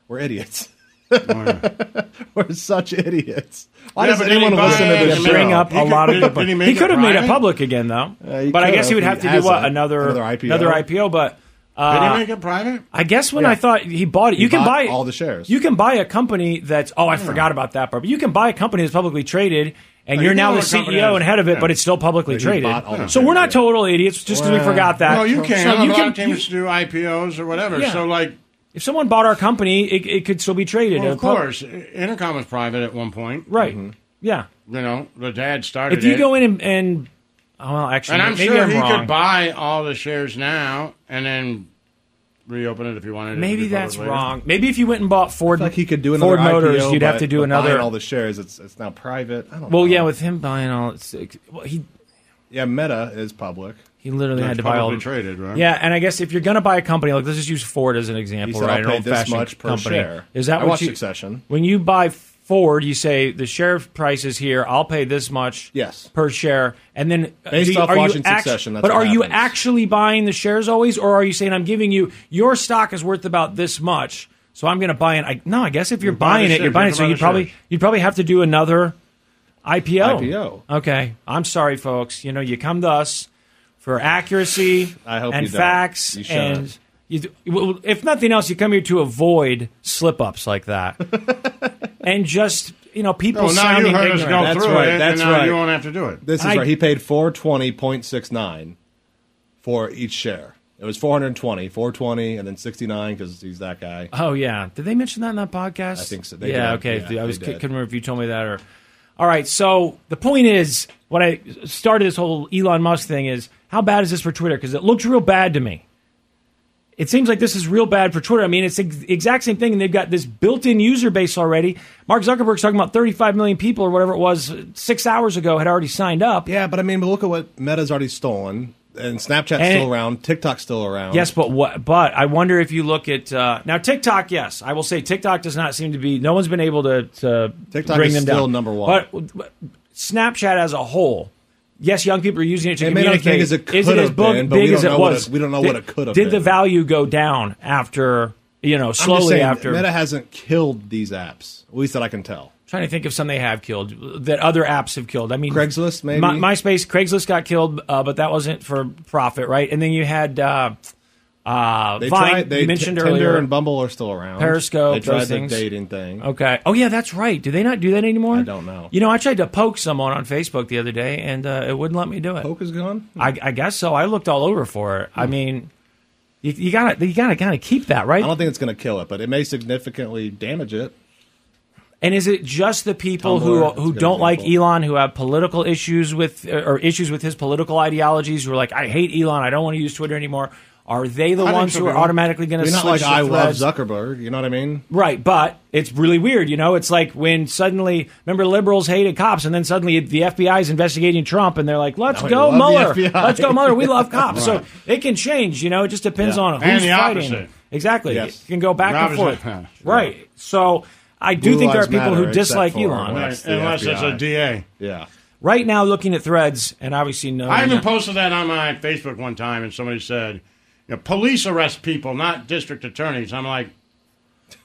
Speaker 9: We're idiots. We're such idiots. Why
Speaker 4: Yeah,
Speaker 9: does
Speaker 4: but did
Speaker 9: anyone
Speaker 4: he buy
Speaker 9: listen to
Speaker 4: it?
Speaker 9: this?
Speaker 4: Did he bring
Speaker 9: show?
Speaker 4: up a lot of people. He, could have made it public again though,
Speaker 9: Uh, he
Speaker 4: but I
Speaker 9: could
Speaker 4: guess
Speaker 9: have.
Speaker 4: he would have
Speaker 9: He
Speaker 4: to do
Speaker 9: has
Speaker 4: what
Speaker 9: it.
Speaker 4: another
Speaker 9: Another IPO?
Speaker 4: another IPO. But uh,
Speaker 3: Did he make it private?
Speaker 4: I guess when
Speaker 3: Yeah.
Speaker 4: I thought he bought it,
Speaker 3: He
Speaker 4: you can
Speaker 3: bought
Speaker 4: buy
Speaker 3: all
Speaker 4: the shares. You can buy a company that's oh, I
Speaker 3: Hmm.
Speaker 4: forgot about that part. But you can buy a company that's publicly traded, and
Speaker 3: Oh,
Speaker 4: you're
Speaker 3: you
Speaker 4: now
Speaker 3: know
Speaker 4: the
Speaker 3: what a company
Speaker 4: CEO
Speaker 3: is.
Speaker 4: and head of it,
Speaker 3: Yeah.
Speaker 4: but it's still publicly
Speaker 3: But he
Speaker 4: traded.
Speaker 3: bought all the
Speaker 4: So we're not total idiots just because we forgot that.
Speaker 3: No, you can. you
Speaker 4: So
Speaker 3: a
Speaker 4: you
Speaker 3: lot
Speaker 4: can.
Speaker 3: of teams do IPOs or whatever.
Speaker 4: Yeah.
Speaker 3: So like,
Speaker 4: If someone bought our company, it, it could still be traded.
Speaker 3: well,
Speaker 4: A
Speaker 3: of
Speaker 4: pub-
Speaker 3: course, Intercom was private at one point,
Speaker 4: right? Yeah.
Speaker 3: You know, the dad started.
Speaker 4: If you
Speaker 3: it.
Speaker 4: go in and, and oh, well, actually,
Speaker 3: and I'm
Speaker 4: maybe
Speaker 3: sure
Speaker 4: I'm
Speaker 3: he
Speaker 4: wrong.
Speaker 3: could buy all the shares now and then reopen it if he wanted. it to
Speaker 4: Maybe
Speaker 3: be public
Speaker 4: that's
Speaker 3: later.
Speaker 4: wrong. Maybe if you went and bought Ford,
Speaker 9: Like he could do another
Speaker 4: Ford Motors,
Speaker 9: IPO,
Speaker 4: you'd have
Speaker 9: but-
Speaker 4: to do
Speaker 9: but buying
Speaker 4: another.
Speaker 9: all the Oh. shares. It's it's now private. I don't
Speaker 4: well,
Speaker 9: know.
Speaker 4: yeah, with him buying all, it's, well, he
Speaker 9: yeah, Meta is public.
Speaker 4: He literally had to buy all.
Speaker 3: traded, right?
Speaker 4: Yeah, and I guess if you're going to buy a company, like let's just use Ford as an
Speaker 9: He
Speaker 4: example,
Speaker 9: said,
Speaker 4: right?
Speaker 9: I'll
Speaker 4: An
Speaker 9: pay this
Speaker 4: old-fashioned
Speaker 9: much per
Speaker 4: company.
Speaker 9: share.
Speaker 4: Is
Speaker 9: I
Speaker 4: that what
Speaker 9: watched
Speaker 4: you?
Speaker 9: Succession.
Speaker 4: When you buy Ford, you say the share price is here. I'll pay this much. Yes. per share, and then uh,
Speaker 9: Based
Speaker 4: do you-
Speaker 9: off
Speaker 4: are you
Speaker 9: watching
Speaker 4: act-
Speaker 9: Succession, that's
Speaker 4: but
Speaker 9: what
Speaker 4: are you
Speaker 9: happens.
Speaker 4: actually buying the shares always, or are you saying I'm giving you your stock is worth about this much, so I'm going to buy it? I, no, I guess if you're
Speaker 9: buy the
Speaker 4: buying it,
Speaker 9: shares,
Speaker 4: you're buying it.
Speaker 9: you
Speaker 4: So
Speaker 9: buy
Speaker 4: you
Speaker 9: the
Speaker 4: probably
Speaker 9: shares.
Speaker 4: you'd probably have to do another IPO.
Speaker 9: IPO.
Speaker 4: Okay, I'm sorry, folks. You know, you come to us for accuracy
Speaker 9: I hope
Speaker 4: and
Speaker 9: you don't.
Speaker 4: facts
Speaker 9: You shouldn't.
Speaker 4: and you, do- well, if nothing else, you come here to avoid slip ups like that, and just you know people
Speaker 3: No, Oh, now you
Speaker 4: sounding
Speaker 3: heard us
Speaker 4: ignorant.
Speaker 3: go
Speaker 9: That's
Speaker 3: through
Speaker 9: right.
Speaker 3: it,
Speaker 9: That's
Speaker 3: and now
Speaker 9: right.
Speaker 3: you won't have to do it.
Speaker 9: This is
Speaker 3: I-
Speaker 9: right. He paid four twenty point six nine for each share. It was 420, 420, and then sixty nine because he's that guy.
Speaker 4: Oh yeah, did they mention that in that podcast?
Speaker 9: I think so. They
Speaker 4: yeah,
Speaker 9: did.
Speaker 4: okay.
Speaker 9: Yeah,
Speaker 4: I was
Speaker 9: they
Speaker 4: c-
Speaker 9: did.
Speaker 4: couldn't remember if you told me that or. All right, so the point is, what I started this whole Elon Musk thing is, how bad is this for Twitter? Because it looked real bad to me. It seems like this is real bad for Twitter. I mean, it's the ex- exact same thing, and they've got this built-in user base already. Mark Zuckerberg's talking about 35 million people or whatever it was six hours ago had already signed up.
Speaker 9: Yeah, but I mean, look at what Meta's already stolen, and Snapchat's
Speaker 4: And-
Speaker 9: still around, TikTok's still around.
Speaker 4: Yes, but what? But I wonder if you look at uh, now TikTok. Yes, I will say TikTok does not seem to be. No one's been able to, to
Speaker 9: TikTok
Speaker 4: bring
Speaker 9: is
Speaker 4: them
Speaker 9: still
Speaker 4: down.
Speaker 9: number one.
Speaker 4: But, but Snapchat as a whole, yes, young people are using it to
Speaker 9: It may not
Speaker 4: communicate.
Speaker 9: be as it
Speaker 4: is
Speaker 9: could
Speaker 4: it as
Speaker 9: have
Speaker 4: bu-
Speaker 9: been, but
Speaker 4: big
Speaker 9: we
Speaker 4: as
Speaker 9: don't
Speaker 4: it
Speaker 9: know what
Speaker 4: was?
Speaker 9: it- we don't know
Speaker 4: did,
Speaker 9: what it could have
Speaker 4: Did the
Speaker 9: been.
Speaker 4: value go down after you know
Speaker 9: I'm just
Speaker 4: slowly
Speaker 9: saying,
Speaker 4: after?
Speaker 9: Meta hasn't killed these apps, at least that I can tell.
Speaker 4: trying to think of some they have killed that other apps have killed. I mean,
Speaker 9: Craigslist, maybe?
Speaker 4: My, MySpace, Craigslist got killed, uh, but that wasn't for profit, right? And then you had uh, uh,
Speaker 9: They
Speaker 4: Vine.
Speaker 9: tried. They
Speaker 4: you mentioned
Speaker 9: T-
Speaker 4: earlier,
Speaker 9: Tinder and Bumble are still around.
Speaker 4: Periscope,
Speaker 9: They tried
Speaker 4: those
Speaker 9: the
Speaker 4: things.
Speaker 9: dating thing.
Speaker 4: Okay. Oh yeah, that's right. Do they not do that anymore? I
Speaker 9: don't know.
Speaker 4: You know, I tried to poke someone on Facebook the other day, and uh, it wouldn't let me do it. Poke
Speaker 9: is gone.
Speaker 4: I, I guess so. I looked all over for it. I mean, you, you gotta you gotta kind of keep that right.
Speaker 9: Hmm. I don't think it's going to kill it, but it may significantly damage it.
Speaker 4: And is it just the people
Speaker 9: Tumblr,
Speaker 4: who
Speaker 9: that's a
Speaker 4: who
Speaker 9: good
Speaker 4: don't like Elon, who have political issues with or issues with his political ideologies, who are like, I hate Elon, I don't want to use Twitter anymore? Are they the
Speaker 9: I think
Speaker 4: ones
Speaker 9: so,
Speaker 4: who are
Speaker 9: people.
Speaker 4: automatically going to
Speaker 9: You're not like
Speaker 4: switch to
Speaker 9: I love
Speaker 4: threads?
Speaker 9: Zuckerberg. You know what I mean?
Speaker 4: Right, but it's really weird, you know. It's like when suddenly, remember, liberals hated cops, and then suddenly the FBI is investigating Trump, and they're like, "Let's
Speaker 9: Now we
Speaker 4: go
Speaker 9: love the
Speaker 4: Mueller,
Speaker 9: FBI.
Speaker 4: let's go Mueller. We love cops."
Speaker 9: Right.
Speaker 4: So it can change, you know. It just depends
Speaker 9: Yeah.
Speaker 4: on
Speaker 3: And
Speaker 4: who's
Speaker 3: the
Speaker 4: fighting.
Speaker 3: opposite.
Speaker 4: Exactly,
Speaker 3: Yes.
Speaker 4: it can go back
Speaker 3: Rob
Speaker 4: and
Speaker 3: is
Speaker 4: forth.
Speaker 3: not-
Speaker 4: Right. So I do
Speaker 3: Blue
Speaker 4: think there are
Speaker 3: lives
Speaker 4: people
Speaker 3: matter,
Speaker 4: who
Speaker 3: except
Speaker 4: dislike
Speaker 3: for
Speaker 4: Elon.
Speaker 3: when it's Right, the unless it's a FBI. DA.
Speaker 9: Yeah.
Speaker 4: Right now, looking at threads, and obviously no.
Speaker 3: I even posted that on my Facebook one time, and somebody said, you know, "Police arrest people, not district attorneys." I'm like,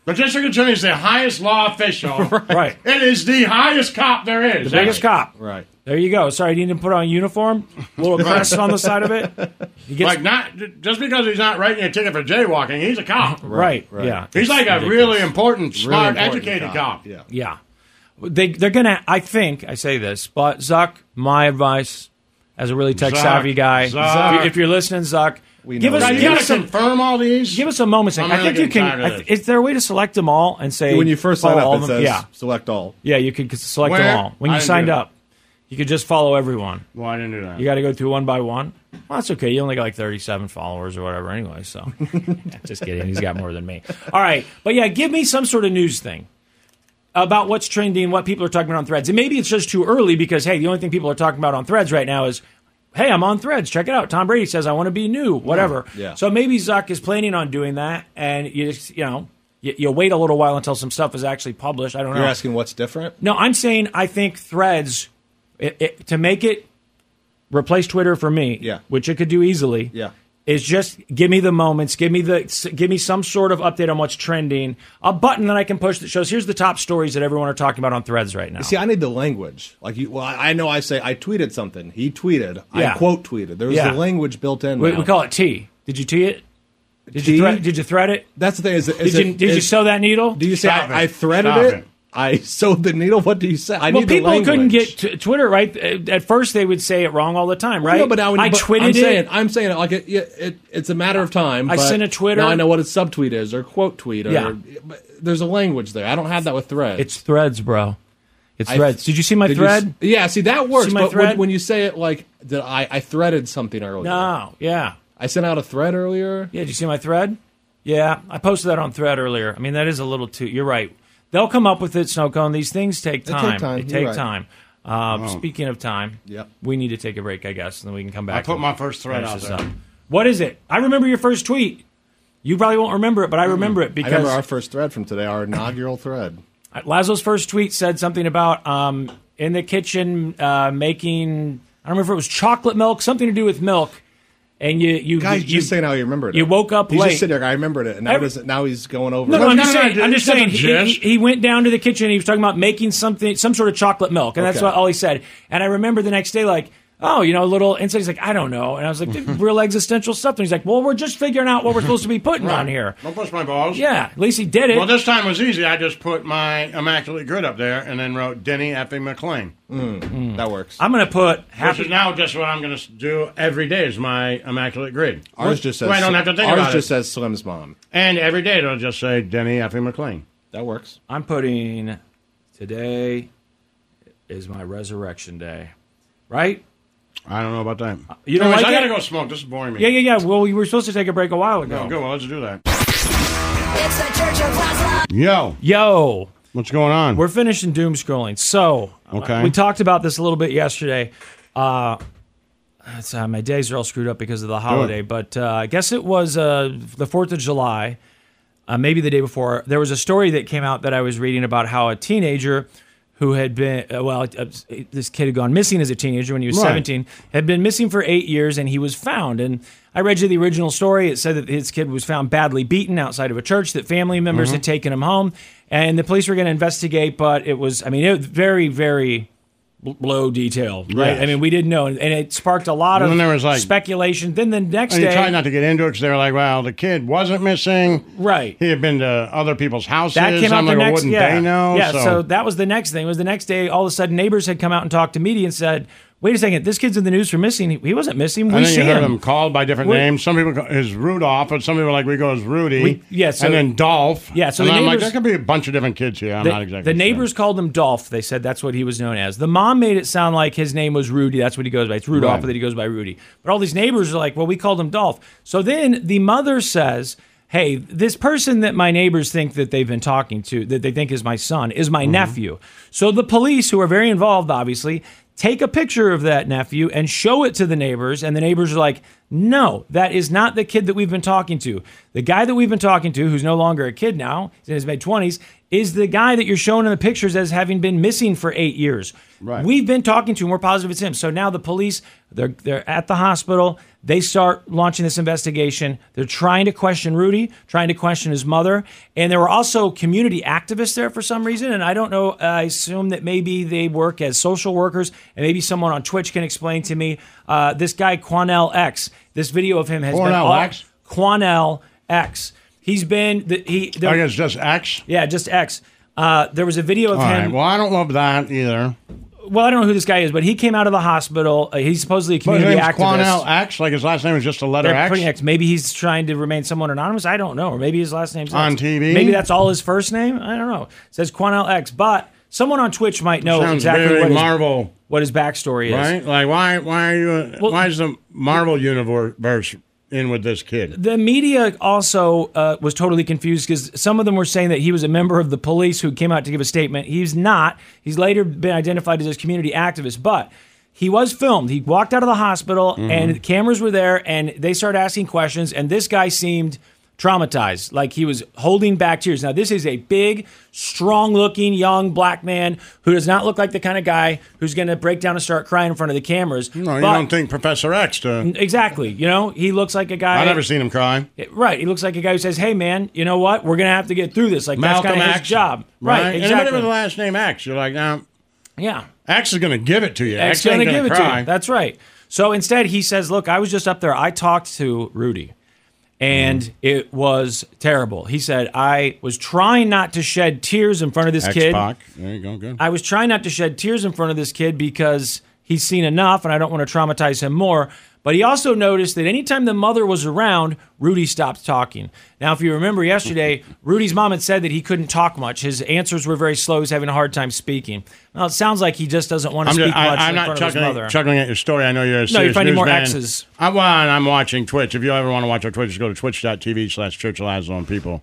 Speaker 3: "The district attorney is the highest law official.
Speaker 4: Right.
Speaker 3: It is the highest cop there
Speaker 4: the
Speaker 3: is.
Speaker 4: biggest cop.
Speaker 9: Right.
Speaker 4: There you go. Sorry, you didn't put on a uniform. Little crest on the side of it. He gets-
Speaker 3: like not just because he's not writing a ticket for jaywalking, he's a cop.
Speaker 4: Right, right. yeah.
Speaker 3: He's
Speaker 4: It's
Speaker 3: like a
Speaker 4: ridiculous.
Speaker 3: really important, smart,
Speaker 4: important
Speaker 3: educated cop.
Speaker 9: Yeah.
Speaker 4: Yeah. They, they're going to, I think, I say this, but Zuck, my advice as a really tech
Speaker 3: Zuck,
Speaker 4: savvy guy,
Speaker 3: Zuck.
Speaker 4: if you're- if you're listening, Zuck,
Speaker 3: We
Speaker 4: give
Speaker 3: know
Speaker 4: us,
Speaker 3: that you
Speaker 4: give
Speaker 3: gotta
Speaker 4: us some,
Speaker 3: confirm all these.
Speaker 4: Give us a moment.
Speaker 3: I'm
Speaker 4: Second. I
Speaker 3: really
Speaker 4: think you
Speaker 3: getting
Speaker 4: can.
Speaker 3: tired of
Speaker 4: I th-
Speaker 3: this.
Speaker 4: is there a way to select them all and say
Speaker 9: when you first sign
Speaker 4: follow all
Speaker 9: up, it
Speaker 4: of
Speaker 9: says
Speaker 4: them? yeah,
Speaker 9: select all.
Speaker 4: yeah, you could select
Speaker 9: Where?
Speaker 4: them all when you
Speaker 9: I didn't
Speaker 4: signed
Speaker 9: do that.
Speaker 4: up. You could just follow everyone.
Speaker 3: Well, I didn't do that.
Speaker 4: You got to go through one by one. Well, that's okay. You only got like 37 followers or whatever anyway, so just kidding. He's got more than me. All right. But yeah, give me some sort of news thing about what's trending, what people are talking about on threads. And maybe it's just too early because, hey, the only thing people are talking about on threads right now is, hey, I'm on threads. Check it out. Tom Brady says, I want to be new, whatever.
Speaker 9: Yeah.
Speaker 4: So maybe Zuck is planning on doing that. And you just, you know, you, you wait a little while until some stuff is actually published. I don't
Speaker 9: You're
Speaker 4: know.
Speaker 9: asking what's different.
Speaker 4: No, I'm saying I think Threads it, it, to make it replace Twitter for me,
Speaker 9: Yeah.
Speaker 4: which it could do easily.
Speaker 9: Yeah.
Speaker 4: Is just give me the moments, give me the s- give me some sort of update on what's trending, a button that I can push that shows here's the top stories that everyone are talking about on Threads right now.
Speaker 9: See, I need the language. Like you, well, I I know I say I tweeted something. He tweeted.
Speaker 4: Yeah.
Speaker 9: I quote tweeted. There was
Speaker 4: Yeah.
Speaker 9: the language built in.
Speaker 4: we,
Speaker 9: now.
Speaker 4: we call it T. Did you T it? Did
Speaker 9: T?
Speaker 4: you thread, did you thread it?
Speaker 9: That's the thing. Is, it- is
Speaker 4: did you
Speaker 9: it-
Speaker 4: did you
Speaker 9: is-
Speaker 4: sew that needle?
Speaker 9: Do you say
Speaker 4: Stop
Speaker 9: I, I
Speaker 4: it.
Speaker 9: threaded
Speaker 4: Stop
Speaker 9: it? I sewed the needle. What do you say? I
Speaker 4: well,
Speaker 9: need the
Speaker 4: people
Speaker 9: language.
Speaker 4: couldn't get t- Twitter right. At at first, they would say it wrong all the time, right?
Speaker 9: No, but now when you-
Speaker 4: I
Speaker 9: but
Speaker 4: tweeted
Speaker 9: I'm
Speaker 4: it.
Speaker 9: Saying, I'm saying it like it, yeah, it, it's a matter of time.
Speaker 4: I
Speaker 9: but
Speaker 4: sent a Twitter.
Speaker 9: Now I know what a subtweet is or quote tweet. Or,
Speaker 4: Yeah.
Speaker 9: but there's a language there. I don't have that with threads.
Speaker 4: It's threads, bro. It's
Speaker 9: I-
Speaker 4: threads. Did you see my
Speaker 9: Did you
Speaker 4: thread?
Speaker 9: s- yeah. See that works.
Speaker 4: See my
Speaker 9: but
Speaker 4: thread?
Speaker 9: When, when you say it like that, I I threaded something earlier.
Speaker 4: no. Yeah.
Speaker 9: I sent out a thread earlier.
Speaker 4: Yeah. Did you see my thread? Yeah. I posted that on thread earlier. I mean, that is a little too. You're right. They'll come up with it, snow cone. These things take
Speaker 9: They take
Speaker 4: time.
Speaker 9: time.
Speaker 4: They
Speaker 9: You're
Speaker 4: take
Speaker 9: right.
Speaker 4: time. Um,
Speaker 9: Oh.
Speaker 4: Speaking of time,
Speaker 9: Yep.
Speaker 4: we need to take a break, I guess, and then we can come back.
Speaker 3: I put
Speaker 4: and
Speaker 3: my first thread
Speaker 4: finish
Speaker 3: out
Speaker 4: this
Speaker 3: there.
Speaker 4: up. What is it? I remember your first tweet. You probably won't remember it, but I remember it because
Speaker 9: Hmm. I remember our first thread from today, our inaugural thread.
Speaker 4: Lazo's first tweet said something about um, in the kitchen uh, making. I don't remember if it was chocolate milk, something to do with milk, and you you
Speaker 9: Guys,
Speaker 4: you,
Speaker 9: just saying how you remembered it.
Speaker 4: you woke up
Speaker 9: He's
Speaker 4: late.
Speaker 9: just sitting there. I remembered it, and now,
Speaker 4: Every-
Speaker 9: does- now he's going over.
Speaker 4: No,
Speaker 9: it.
Speaker 4: no, I'm just saying. I'm
Speaker 9: He's
Speaker 4: just
Speaker 9: got
Speaker 4: saying.
Speaker 9: the
Speaker 4: He,
Speaker 9: gist.
Speaker 4: he he went down to the kitchen. and He was talking about making something, some sort of chocolate milk, and that's
Speaker 9: Okay.
Speaker 4: what all he said. And I remember the next day, like, oh, you know, a little insight. He's like, I don't know, and I was like, "Dude, real existential stuff. And he's like, well, we're just figuring out what we're supposed to be putting on here.
Speaker 3: Don't push my balls.
Speaker 4: Yeah, at least he did it.
Speaker 3: Well, this time was easy. I just put my immaculate grid up there and then wrote Denny effing McLean.
Speaker 9: That works.
Speaker 4: I'm gonna put
Speaker 3: Which
Speaker 4: happy.
Speaker 3: is now just what I'm going to do every day is my immaculate grid.
Speaker 9: Ours just
Speaker 3: So
Speaker 9: says.
Speaker 3: I don't have to think
Speaker 9: ours
Speaker 3: about
Speaker 9: just
Speaker 3: it.
Speaker 9: says Slim's mom.
Speaker 3: and every day it'll just say Denny effing McLean.
Speaker 9: That works.
Speaker 4: I'm putting today is my resurrection day, right?
Speaker 3: I don't know about that.
Speaker 4: You don't
Speaker 3: Anyways,
Speaker 4: like
Speaker 3: I gotta
Speaker 4: it?
Speaker 3: go smoke. This is boring me.
Speaker 4: Yeah, yeah, yeah. Well, we were supposed to take a break a while ago.
Speaker 3: No, good. Well, let's do that.
Speaker 6: It's the Church of Laszlo.
Speaker 3: Yo.
Speaker 4: Yo.
Speaker 3: What's going on?
Speaker 4: We're finishing doom scrolling. So,
Speaker 3: Okay.
Speaker 4: we talked about this a little bit yesterday. Uh, it's, uh, my days are all screwed up because of the holiday, but uh, I guess it was uh, the 4th of July, uh, maybe the day before. There was a story that came out that I was reading about how a teenager who had been, uh, well, uh, this kid had gone missing as a teenager when he was
Speaker 10: Right.
Speaker 4: 17, had been missing for eight years, and he was found. And I read you the original story. It said that his kid was found badly beaten outside of a church, that family members
Speaker 10: Mhm.
Speaker 4: had
Speaker 3: Mm-hmm.
Speaker 4: taken him home, and the police were going to investigate, but it was, I mean, it was very, very l- low detail, right?
Speaker 3: Yes.
Speaker 4: I mean, we didn't know, and and it sparked a lot
Speaker 3: And then
Speaker 4: of
Speaker 3: there was, like-
Speaker 4: speculation. Then the next
Speaker 3: And you
Speaker 4: day,
Speaker 3: try not to get into it because they're like, well, the kid wasn't missing.
Speaker 4: Right.
Speaker 3: He had been to other people's houses.
Speaker 4: that came out
Speaker 3: I'm
Speaker 4: the
Speaker 3: like, well,
Speaker 4: next.
Speaker 3: wouldn't
Speaker 4: yeah,
Speaker 3: they know?
Speaker 4: yeah. So. that was the next thing. Was the next day, all of a sudden, neighbors had come out and talked to media and said, "Wait a second, this kid's in the news for missing. He, he wasn't missing. We
Speaker 3: and then
Speaker 4: see
Speaker 3: you heard
Speaker 4: him."
Speaker 3: him called by different
Speaker 4: We-
Speaker 3: names. Some people call is Rudolph, and some people are like we go as Rudy.
Speaker 4: We- yeah, so-
Speaker 3: and then Dolph.
Speaker 4: Yeah, so
Speaker 3: and
Speaker 4: the
Speaker 3: I'm like,
Speaker 4: neighbors-
Speaker 3: there could be a bunch of different kids here. I'm
Speaker 4: the,
Speaker 3: not exactly.
Speaker 4: the neighbors called him Dolph. They said that's what he was known as. The mom made it sound like his name was Rudy. That's what he goes by. It's Rudolph,
Speaker 10: Right.
Speaker 4: but then he goes by Rudy. But all these neighbors are like, well, we called him Dolph. So then the mother says, hey, this person that my neighbors think that they've been talking to, that they think is my son, is my
Speaker 3: Mm-hmm.
Speaker 4: nephew. So the police, who are very involved, obviously, take a picture of that nephew and show it to the neighbors. And the neighbors are like, no, that is not the kid that we've been talking to. The guy that we've been talking to, who's no longer a kid now, he's in his mid 20s, is the guy that you're showing in the pictures as having been missing for eight years. Right. We've been talking to him. We're positive it's him. So now the police, they're, they're at the hospital. They start launching this investigation. They're trying to question Rudy, trying to question his mother. And there were also community activists there for some reason. And I don't know. I assume that maybe they work as social workers. And maybe someone on Twitch can explain to me. Uh, this guy, Quanell X, this video of him has been.
Speaker 3: Cornell
Speaker 4: all-
Speaker 3: X?
Speaker 4: Quanell X. He's been. The, he, there,
Speaker 3: I guess just X?
Speaker 4: Yeah, just X. Uh, there was a video
Speaker 3: All
Speaker 4: of
Speaker 3: right.
Speaker 4: him
Speaker 3: Well, I don't love that either.
Speaker 4: well, I don't know who this guy is, but he came out of the hospital. Uh, he's supposedly a
Speaker 3: But his
Speaker 4: community
Speaker 3: name's
Speaker 4: activist.
Speaker 3: Quanell X. Like his last name is just a letter
Speaker 4: They're
Speaker 3: X.
Speaker 4: putting X. Maybe he's trying to remain somewhat anonymous. I don't know. Or maybe his last name's
Speaker 3: On
Speaker 4: X.
Speaker 3: TV?
Speaker 4: Maybe that's all his first name. I don't know. It says Quanell X, but someone on Twitch might know
Speaker 3: Sounds
Speaker 4: oh, exactly
Speaker 3: very
Speaker 4: what his,
Speaker 3: Marvel.
Speaker 4: what his backstory is.
Speaker 3: Right? Like why? Why are you? why is the Marvel universe in with this kid?
Speaker 4: The media also uh, was totally confused because some of them were saying that he was a member of the police who came out to give a statement. He's not. He's later been identified as a community activist, but he was filmed. He walked out of the hospital
Speaker 3: Mm-hmm.
Speaker 10: Mhm.
Speaker 4: and cameras were there and they started asking questions. And this guy seemed traumatized, like he was holding back tears. Now, this is a big, strong looking young black man who does not look like the kind of guy who's going to break down and start crying in front of the cameras.
Speaker 3: No, you
Speaker 4: But-
Speaker 3: don't think Professor X to?
Speaker 4: Exactly. You know, he looks like a guy.
Speaker 3: I've never seen him cry.
Speaker 4: Yeah, Right. He looks like a guy who says, "Hey, man, you know what? We're gonna have to get through this. Like that's
Speaker 3: Malcolm
Speaker 4: kind of
Speaker 3: X,
Speaker 4: his job,
Speaker 3: right?
Speaker 4: right?
Speaker 3: Anybody
Speaker 4: Exactly.
Speaker 3: with the last name X, you're like, nah.
Speaker 4: Yeah.
Speaker 3: X is going to give it to you. X,
Speaker 4: X gonna
Speaker 3: ain't
Speaker 4: give
Speaker 3: gonna
Speaker 4: it
Speaker 3: cry.
Speaker 4: to you. That's right. So instead, he says, "Look, I was just up there. I talked to Rudy, and
Speaker 3: Mm-hmm.
Speaker 4: it was terrible." He said, "I was trying not to shed tears in front of this kid."
Speaker 3: X-Pac. There you go. Good.
Speaker 4: I was trying not to shed tears in front of this kid because he's seen enough and I don't want to traumatize him more. But he also noticed that anytime the mother was around, Rudy stopped talking. Now, if you remember yesterday, Rudy's mom had said that he couldn't talk much. His answers were very slow. He's having a hard time speaking. Now, it sounds like he just doesn't want to
Speaker 3: I'm,
Speaker 4: speak
Speaker 3: just,
Speaker 4: much
Speaker 3: I,
Speaker 4: in
Speaker 3: am not
Speaker 4: front of his
Speaker 3: chuckling,
Speaker 4: mother.
Speaker 3: chuckling at your story. I know you're a
Speaker 4: No, you're
Speaker 3: serious
Speaker 4: finding more
Speaker 3: newsman.
Speaker 4: X's.
Speaker 3: I, well, and I'm watching Twitch. If you ever want to watch our Twitch, just go to twitch.tv slash Church of Laszlo, and people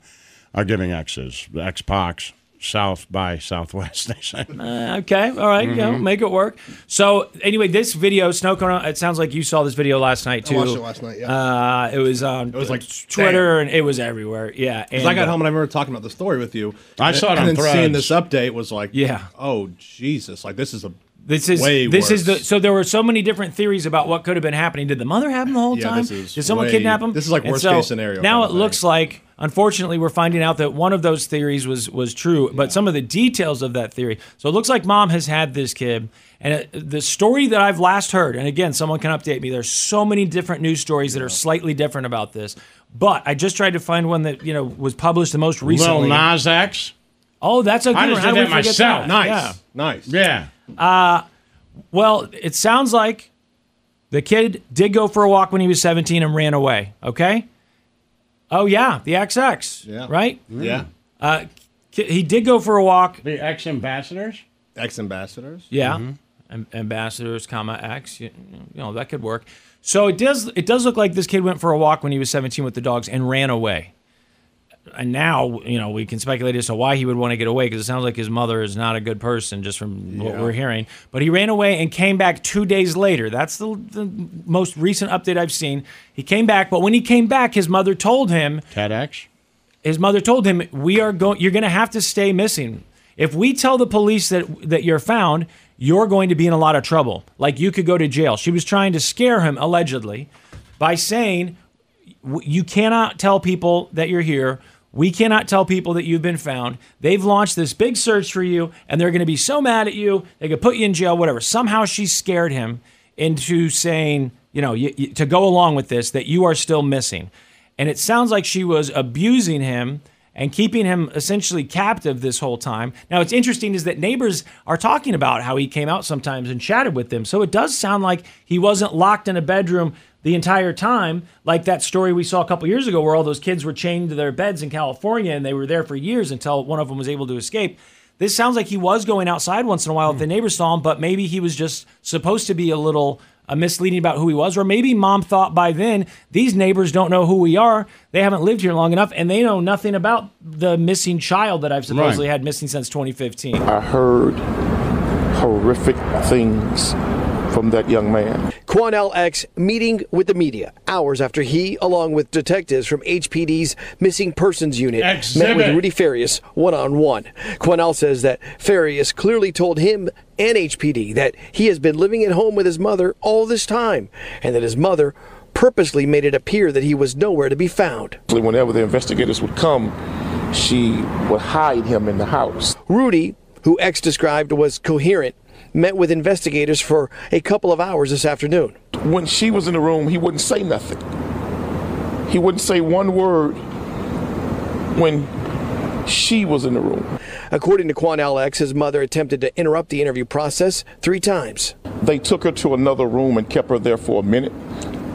Speaker 3: are giving X's. The X-Pox, South by Southwest, they say.
Speaker 4: Uh, okay, all right, you know,
Speaker 3: Mhm.
Speaker 4: make it work. So anyway, this video, snow cone. It sounds like you saw this video last night
Speaker 9: I
Speaker 4: too.
Speaker 9: watched it last night, yeah.
Speaker 4: Uh, it was on. It
Speaker 9: was like,
Speaker 4: Twitter, and it was everywhere. Yeah,
Speaker 9: Because
Speaker 4: and,
Speaker 9: I got
Speaker 4: uh,
Speaker 9: home and I remember talking about the story with you.
Speaker 4: I
Speaker 9: And-
Speaker 4: saw it
Speaker 9: and
Speaker 4: on
Speaker 9: then seeing
Speaker 4: Threads.
Speaker 9: this update was like,
Speaker 4: Yeah.
Speaker 9: oh Jesus, like this is a
Speaker 4: This is
Speaker 9: way
Speaker 4: this
Speaker 9: worse.
Speaker 4: is the so there were so many different theories about what could have been happening. Did the mother have him the whole
Speaker 9: Yeah,
Speaker 4: time?
Speaker 9: this is
Speaker 4: Did someone
Speaker 9: way-
Speaker 4: kidnap him?
Speaker 9: this is like
Speaker 4: And
Speaker 9: worst case scenario
Speaker 4: Now
Speaker 9: kind
Speaker 4: it looks like unfortunately we're finding out that one of those theories was was true, but some of the details of that theory. So it looks like mom has had this kid, and it, the story that I've last heard, and again, someone can update me. There's so many different news stories that are slightly different about this, but I just tried to find one that you know was published the most
Speaker 3: Lil
Speaker 4: recently.
Speaker 3: Nas X.
Speaker 4: Oh, that's a good
Speaker 3: I
Speaker 4: one.
Speaker 3: just
Speaker 4: How
Speaker 3: did
Speaker 4: do we
Speaker 3: that
Speaker 4: forget
Speaker 3: myself.
Speaker 4: that?
Speaker 3: Nice.
Speaker 4: Yeah.
Speaker 9: Nice.
Speaker 3: Yeah.
Speaker 4: Uh, well, it sounds like the kid did go for a walk when he was 17 and ran away. Okay. Oh yeah, the XX.
Speaker 3: Yeah.
Speaker 4: Right.
Speaker 3: Yeah.
Speaker 4: Uh, ki- he did go for a walk.
Speaker 3: The ex ambassadors.
Speaker 9: Ex ambassadors.
Speaker 4: Yeah. am- ambassadors, comma X. You, you know that could work. So it does. It does look like this kid went for a walk when he was 17 with the dogs and ran away. And now you know we can speculate as to why he would want to get away because it sounds like his mother is not a good person just from what
Speaker 12: Yeah.
Speaker 4: we're hearing. But he ran away and came back two days later. That's the, the most recent update I've seen. He came back, but when he came back, his mother told him
Speaker 3: TEDx.
Speaker 4: His mother told him, "We are going. You're going to have to stay missing. If we tell the police that that you're found, you're going to be in a lot of trouble. Like you could go to jail." She was trying to scare him allegedly by saying, w- "You cannot tell people that you're here." We cannot tell people that you've been found. They've launched this big search for you, and they're going to be so mad at you, they could put you in jail, whatever. Somehow she scared him into saying, you know, y y- to go along with this, that you are still missing. And it sounds like she was abusing him and keeping him essentially captive this whole time. Now, what's interesting is that neighbors are talking about how he came out sometimes and chatted with them. So it does sound like he wasn't locked in a bedroom the entire time, like that story we saw a couple years ago where all those kids were chained to their beds in California and they were there for years until one of them was able to escape. This sounds like he was going outside once in a while if the neighbors saw him, but maybe he was just supposed to be a little uh, misleading about who he was. Or maybe mom thought by then, these neighbors don't know who we are. They haven't lived here long enough and they know nothing about the missing child that I've supposedly
Speaker 13: Right.
Speaker 4: had missing since 2015.
Speaker 13: I heard horrific things from that young man.
Speaker 14: Quanell X meeting with the media hours after he, along with detectives from HPD's Missing Persons Unit, met with
Speaker 15: Exhibit.
Speaker 14: Rudy Farias one on one. Quanell says that Farias clearly told him and HPD that he has been living at home with his mother all this time and that his mother purposely made it appear that he was nowhere to be found.
Speaker 13: Whenever the investigators would come, she would hide him in the house.
Speaker 14: Rudy, who X described was coherent, met with investigators for a couple of hours this afternoon.
Speaker 13: When she was in the room, he wouldn't say nothing. He wouldn't say one word when she was in the room.
Speaker 14: According to Quan Alex, his mother attempted to interrupt the interview process three times.
Speaker 13: They took her to another room and kept her there for a minute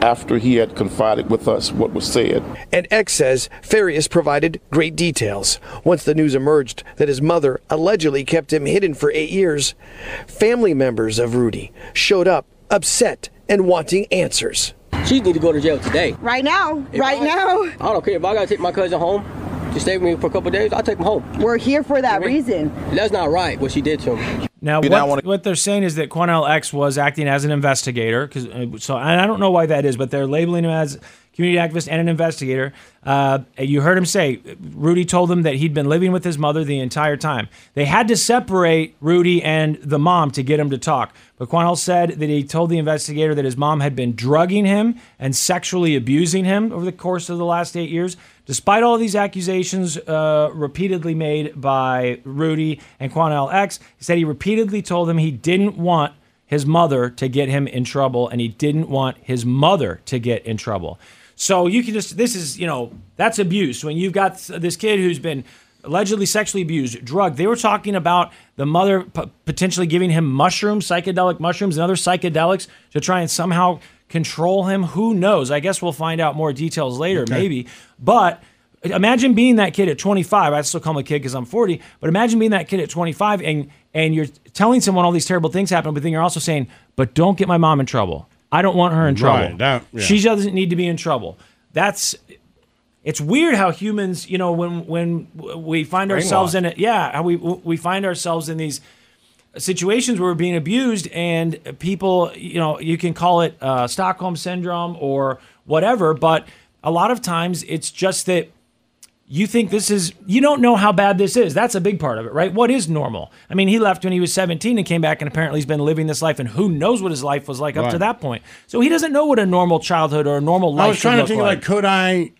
Speaker 13: after he had confided with us what was said.
Speaker 14: And X says Farias provided great details. Once the news emerged that his mother allegedly kept him hidden for eight years, family members of Rudy showed up upset and wanting answers.
Speaker 16: She need to go to jail today.
Speaker 17: Right now,
Speaker 16: If
Speaker 17: right
Speaker 16: I-
Speaker 17: now.
Speaker 16: I don't care if I gotta take my cousin home to stay with me for a couple days. I'll take him home.
Speaker 17: We're here for that
Speaker 16: Mhm.
Speaker 17: reason.
Speaker 16: That's not right. What she did to him.
Speaker 4: Now,
Speaker 16: You
Speaker 4: what,
Speaker 16: don't
Speaker 4: what they're saying is that Cornell X was acting as an investigator. 'cause, uh, so and I don't know why that is, but they're labeling him as community activist and an investigator. Uh, you heard him say Rudy told him that he'd been living with his mother the entire time. They had to separate Rudy and the mom to get him to talk. But Cornell said that he told the investigator that his mom had been drugging him and sexually abusing him over the course of the last eight years. Despite all these accusations uh, repeatedly made by Rudy and Quanell X, he said he repeatedly told him he didn't want his mother to get him in trouble and he didn't want his mother to get in trouble. So you can just, this is, you know, that's abuse. When you've got this kid who's been allegedly sexually abused, drugged, they were talking about the mother p- potentially giving him mushrooms, psychedelic mushrooms, and other psychedelics to try and somehow control him. Who knows? I guess we'll find out more details later,
Speaker 12: Okay.
Speaker 4: maybe. But imagine being that kid at 25. I still call him a kid because I'm 40. But imagine being that kid at 25 and and you're telling someone all these terrible things happen, but then you're also saying, "But don't get my mom in trouble. I don't want her in trouble.
Speaker 3: Right, that- yeah.
Speaker 4: She doesn't need to be in trouble." That's it's weird how humans, you know, when when we find ourselves in it, yeah, how we we find ourselves in these situations where we're being abused and people, you know, you can call it uh, Stockholm syndrome or whatever, but a lot of times it's just that you think this is you don't know how bad this is that's a big part of it right what is normal i mean he left when he was 17 and came back and apparently he's been living this life and who knows what his life was like up to
Speaker 3: Right.
Speaker 4: that point so he doesn't know what a normal childhood or a normal life
Speaker 3: I was trying
Speaker 4: should
Speaker 3: to
Speaker 4: look
Speaker 3: think like, could I?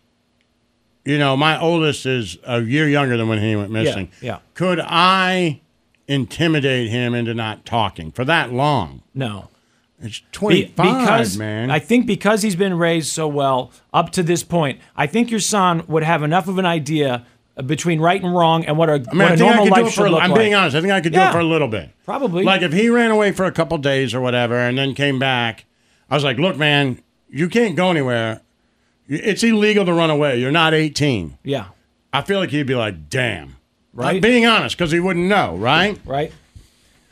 Speaker 3: You know, my oldest is a year younger than when he went
Speaker 4: Yeah,
Speaker 3: missing.
Speaker 4: yeah.
Speaker 3: Could I intimidate him into not talking for that long?
Speaker 4: No.
Speaker 3: It's
Speaker 4: Be-
Speaker 3: 25, man.
Speaker 4: I think because he's been raised so well up to this point, I think your son would have enough of an idea uh, between right and wrong and what a,
Speaker 3: I mean,
Speaker 4: what
Speaker 3: I
Speaker 4: a
Speaker 3: think I
Speaker 4: normal
Speaker 3: could do
Speaker 4: life
Speaker 3: it for.
Speaker 4: should
Speaker 3: a-
Speaker 4: look
Speaker 3: I'm
Speaker 4: like.
Speaker 3: being honest. I think I could do
Speaker 4: Yeah.
Speaker 3: it for a little bit.
Speaker 4: Probably.
Speaker 3: Like if he ran away for a couple days or whatever, and then came back, I was like, "Look, man, you can't go anywhere. It's illegal to run away. You're not 18."
Speaker 4: Yeah.
Speaker 3: I feel like he'd be like, "Damn."
Speaker 4: Right.
Speaker 3: I'm being honest because he wouldn't know, right?
Speaker 4: Right.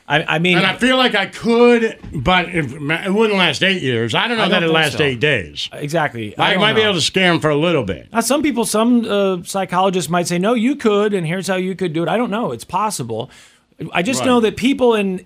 Speaker 4: I, I mean,
Speaker 3: and I feel like I could, but if, it wouldn't last eight years. I don't know
Speaker 4: I don't
Speaker 3: that it
Speaker 4: think
Speaker 3: lasts
Speaker 4: so.
Speaker 3: eight days.
Speaker 4: Exactly.
Speaker 3: I,
Speaker 4: don't
Speaker 3: might be
Speaker 4: know.
Speaker 3: able to scare him for a little bit.
Speaker 4: Now, some people, some uh, psychologists might say, no, you could, and here's how you could do it. I don't know. It's possible. I just
Speaker 9: Right.
Speaker 4: know that people in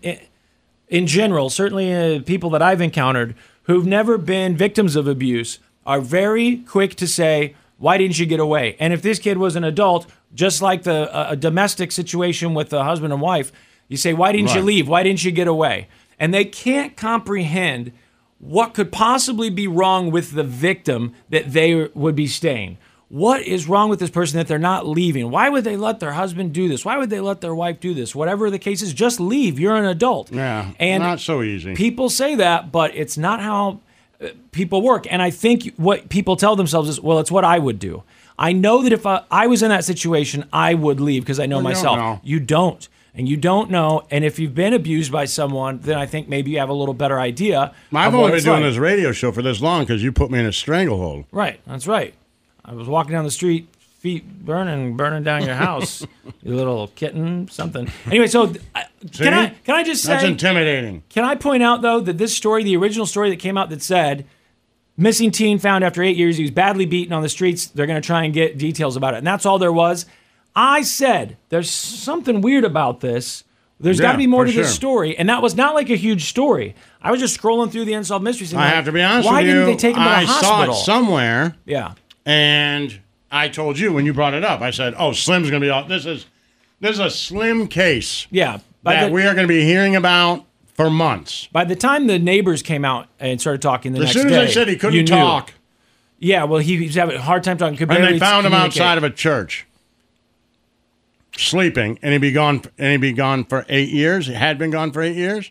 Speaker 4: in general, certainly uh, people that I've encountered who've never been victims of abuse, are very quick to say, why didn't you get away? And if this kid was an adult, just like the a, a domestic situation with a husband and wife, you say, why didn't you
Speaker 9: Right.
Speaker 4: leave? Why didn't you get away? And they can't comprehend what could possibly be wrong with the victim that they would be staying. What is wrong with this person that they're not leaving? Why would they let their husband do this? Why would they let their wife do this? Whatever the case is, just leave. You're an adult.
Speaker 3: Yeah,
Speaker 4: And
Speaker 3: not so easy.
Speaker 4: People say that, but it's not how uh, people work. And I think what people tell themselves is, well, it's what I would do. I know that if I, I was in that situation, I would leave because I know
Speaker 9: Well, you don't
Speaker 4: myself.
Speaker 9: know.
Speaker 4: You don't. And you don't know. And if you've been abused by someone, then I think maybe you have a little better idea.
Speaker 3: I've
Speaker 4: of what
Speaker 3: only been
Speaker 4: it's
Speaker 3: doing
Speaker 4: like.
Speaker 3: this radio show for this long because you put me in a stranglehold.
Speaker 4: Right. That's right. I was walking down the street, feet burning, burning down your house, you little kitten, something. Anyway, so uh, can I
Speaker 3: See?
Speaker 4: can I just say
Speaker 3: That's intimidating.
Speaker 4: Can I point out though that this story, the original story that came out that said missing teen found after eight years, he was badly beaten on the streets. They're going to try and get details about it, and that's all there was. I said there's something weird about this. There's got
Speaker 9: Yeah,
Speaker 4: to be more
Speaker 9: for
Speaker 4: to this
Speaker 9: sure.
Speaker 4: story, and that was not like a huge story. I was just scrolling through the unsolved mysteries. and
Speaker 3: I
Speaker 4: like,
Speaker 3: have to be honest
Speaker 4: Why
Speaker 3: with you.
Speaker 4: didn't they take him to the
Speaker 3: I
Speaker 4: hospital?
Speaker 3: saw it somewhere.
Speaker 4: Yeah.
Speaker 3: And I told you when you brought it up, I said, "Oh, Slim's going to be all this is this is a slim case."
Speaker 4: Yeah, by
Speaker 3: that
Speaker 4: the-
Speaker 3: we are going to be hearing about for months.
Speaker 4: By the time the neighbors came out and started talking the
Speaker 3: as
Speaker 4: next
Speaker 3: soon as I
Speaker 4: day,
Speaker 3: said he couldn't
Speaker 4: you knew.
Speaker 3: talk,
Speaker 4: Yeah, well, he was having a hard time talking. Could
Speaker 3: and they
Speaker 4: barely
Speaker 3: found him
Speaker 4: communicate.
Speaker 3: outside of a church, sleeping, and he'd be gone. And he'd be gone for eight years. He had been gone for eight years.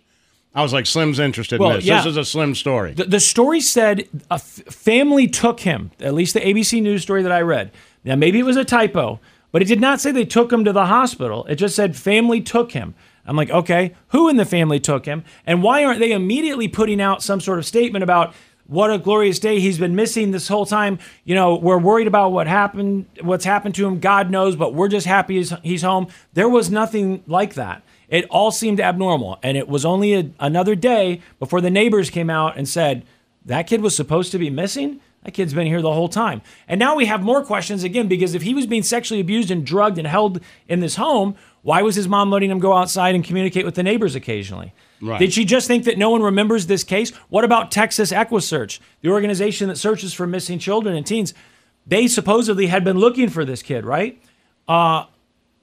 Speaker 3: I was like, "Slim's interested
Speaker 4: Well,
Speaker 3: in this. This
Speaker 4: yeah.
Speaker 3: is a Slim story."
Speaker 4: The, the story said a f- family took him. At least the ABC News story that I read. Now maybe it was a typo, but it did not say they took him to the hospital. It just said family took him. I'm like, okay, who in the family took him, and why aren't they immediately putting out some sort of statement about? What a glorious day he's been missing this whole time. You know, we're worried about what happened, what's happened to him. God knows, but we're just happy he's, he's home. There was nothing like that. It all seemed abnormal. And it was only a, another day before the neighbors came out and said, that kid was supposed to be missing. That kid's been here the whole time. And now we have more questions again because if he was being sexually abused and drugged and held in this home, why was his mom letting him go outside and communicate with the neighbors occasionally?
Speaker 9: Right.
Speaker 4: Did she just think that no one remembers this case? What about Texas Equisearch, the organization that searches for missing children and teens? They supposedly had been looking for this kid, right? Uh,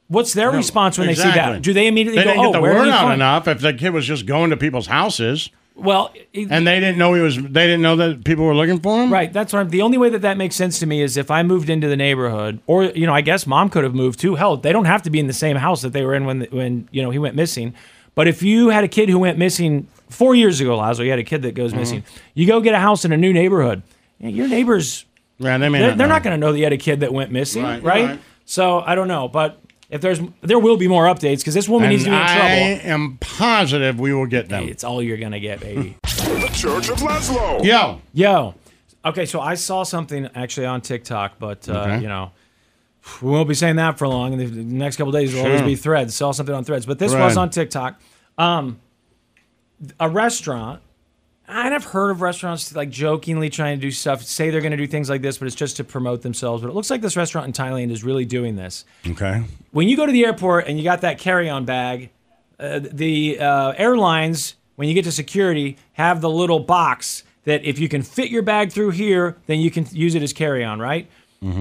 Speaker 4: what's their
Speaker 3: No,
Speaker 4: response when they see
Speaker 3: exactly.
Speaker 4: that? Do they immediately
Speaker 3: They
Speaker 4: go,
Speaker 3: didn't
Speaker 4: "Oh,
Speaker 3: get the
Speaker 4: where
Speaker 3: word
Speaker 4: did he
Speaker 3: out
Speaker 4: find-"
Speaker 3: enough if the kid was just going to people's houses.
Speaker 4: Well,
Speaker 3: and they didn't know he was. They didn't know that people were looking for him.
Speaker 4: Right. That's what I'm. The only way that that makes sense to me is if I moved into the neighborhood, or you know, I guess mom could have moved too. Hell, they don't have to be in the same house that they were in when when you know he went missing. But if you had a kid who went missing four years ago, Lazo, you had a kid that
Speaker 3: Mm-hmm.
Speaker 4: goes missing. You go get a house in a new neighborhood. Yeah, Your neighbors,
Speaker 3: yeah, they may
Speaker 4: they're,
Speaker 3: not
Speaker 4: they're
Speaker 3: know.
Speaker 4: not going to know that you had a kid that went missing,
Speaker 3: Right,
Speaker 4: right?
Speaker 3: right.
Speaker 4: So I don't know, but if there's there will be more updates because this woman
Speaker 3: And
Speaker 4: needs to be in
Speaker 3: I
Speaker 4: trouble.
Speaker 3: am positive we will get them.
Speaker 4: It's all you're going to get, baby.
Speaker 13: The Church of Laszlo.
Speaker 3: Yo.
Speaker 4: Yo. Okay, so I saw something actually on TikTok, but, uh,
Speaker 9: Okay.
Speaker 4: you know, we won't be saying that for long. And the the next couple days will always
Speaker 9: Sure.
Speaker 4: be threads. Saw something on threads, but this
Speaker 9: Right.
Speaker 4: was on TikTok. Um, a restaurant, and I've heard of restaurants like jokingly trying to do stuff, say they're going to do things like this, but it's just to promote themselves. But it looks like this restaurant in Thailand is really doing this
Speaker 3: Okay.
Speaker 4: when you go to the airport and you got that carry-on bag, uh, the uh, airlines, when you get to security, have the little box that if you can fit your bag through here, then you can use it as carry-on, right?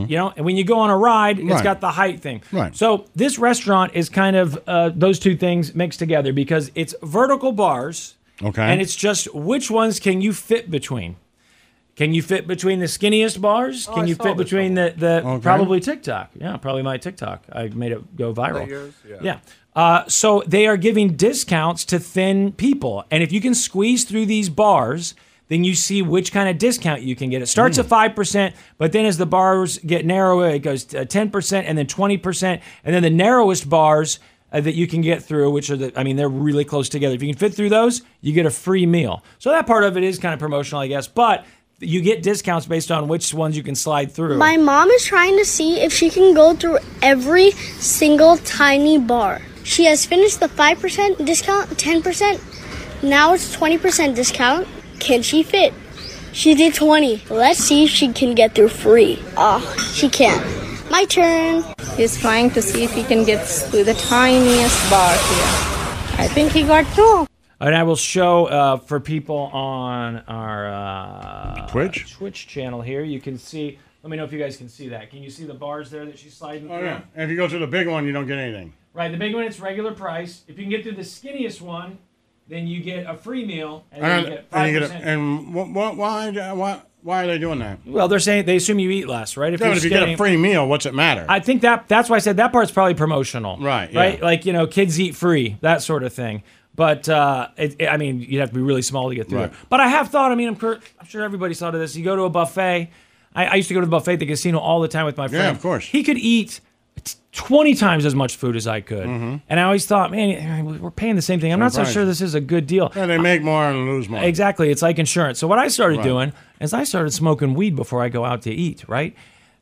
Speaker 4: You know, and when you go on a ride, it's
Speaker 9: Mm-hmm. Right.
Speaker 4: got the height thing.
Speaker 9: Right.
Speaker 4: So this restaurant is kind of uh, those two things mixed together because it's vertical bars.
Speaker 9: Okay.
Speaker 4: And it's just which ones can you fit between? Can you fit between the skinniest bars?
Speaker 9: Oh,
Speaker 4: Can
Speaker 9: I
Speaker 4: you
Speaker 9: saw
Speaker 4: fit
Speaker 9: this
Speaker 4: between the, the
Speaker 9: Okay.
Speaker 4: probably TikTok? Yeah, probably my TikTok. I made it go viral.
Speaker 9: Yours? Yeah.
Speaker 4: yeah. Uh, so they are giving discounts to thin people. And if you can squeeze through these bars, then you see which kind of discount you can get. It starts at 5%, but then as the bars get narrower, it goes to 10% and then 20%. And then the narrowest bars uh, that you can get through, which are the, I mean, they're really close together. If you can fit through those, you get a free meal. So that part of it is kind of promotional, I guess, but you get discounts based on which ones you can slide through.
Speaker 18: My mom is trying to see if she can go through every single tiny bar. She has finished the 5% discount, 10%, now it's 20% discount. Can she fit? She did 20. Let's see if she can get through free. Ah, she can't. My turn.
Speaker 19: He's trying to see if he can get through the tiniest bar here. I think he got through.
Speaker 4: And I will show uh, for people on our uh, Twitch Twitch channel here. You can see. Let me know if you guys can see that. Can you see the bars there that she's sliding
Speaker 3: Oh
Speaker 4: through?
Speaker 3: yeah. And if you go to the big one, you don't get anything.
Speaker 4: Right. The big one, it's regular price. If you can get through the skinniest one, then you get a free meal and, then you
Speaker 3: And,
Speaker 4: get
Speaker 3: and
Speaker 4: five
Speaker 3: you get a,
Speaker 4: percent.
Speaker 3: and wh- wh- why why why are they doing that?
Speaker 4: Well, they're saying they assume you eat less, right?
Speaker 3: Yeah, but if you get a
Speaker 4: skinny-
Speaker 3: free meal, what's it matter?
Speaker 4: I think that that's why I said that part's probably promotional, right?
Speaker 3: yeah.
Speaker 4: Right, like you know, kids eat free, that sort of thing. But uh, it, it- I mean, you'd have to be really small to get through
Speaker 3: Right.
Speaker 4: there. But I have thought. I mean, I'm, cur- I'm sure everybody's thought of this. You go to a buffet. I, I used to go to the buffet at the casino all the time with my
Speaker 3: Yeah,
Speaker 4: friend.
Speaker 3: of course.
Speaker 4: He could eat t- 20 times as much food as I could, and I always thought, man, we're paying the same thing. I'm not so
Speaker 3: Mm-hmm. price.
Speaker 4: sure this is a good deal.
Speaker 3: Yeah, they make more and lose more.
Speaker 4: Exactly. It's like insurance. So what I started
Speaker 3: Right.
Speaker 4: doing is I started smoking weed before I go out to eat, right?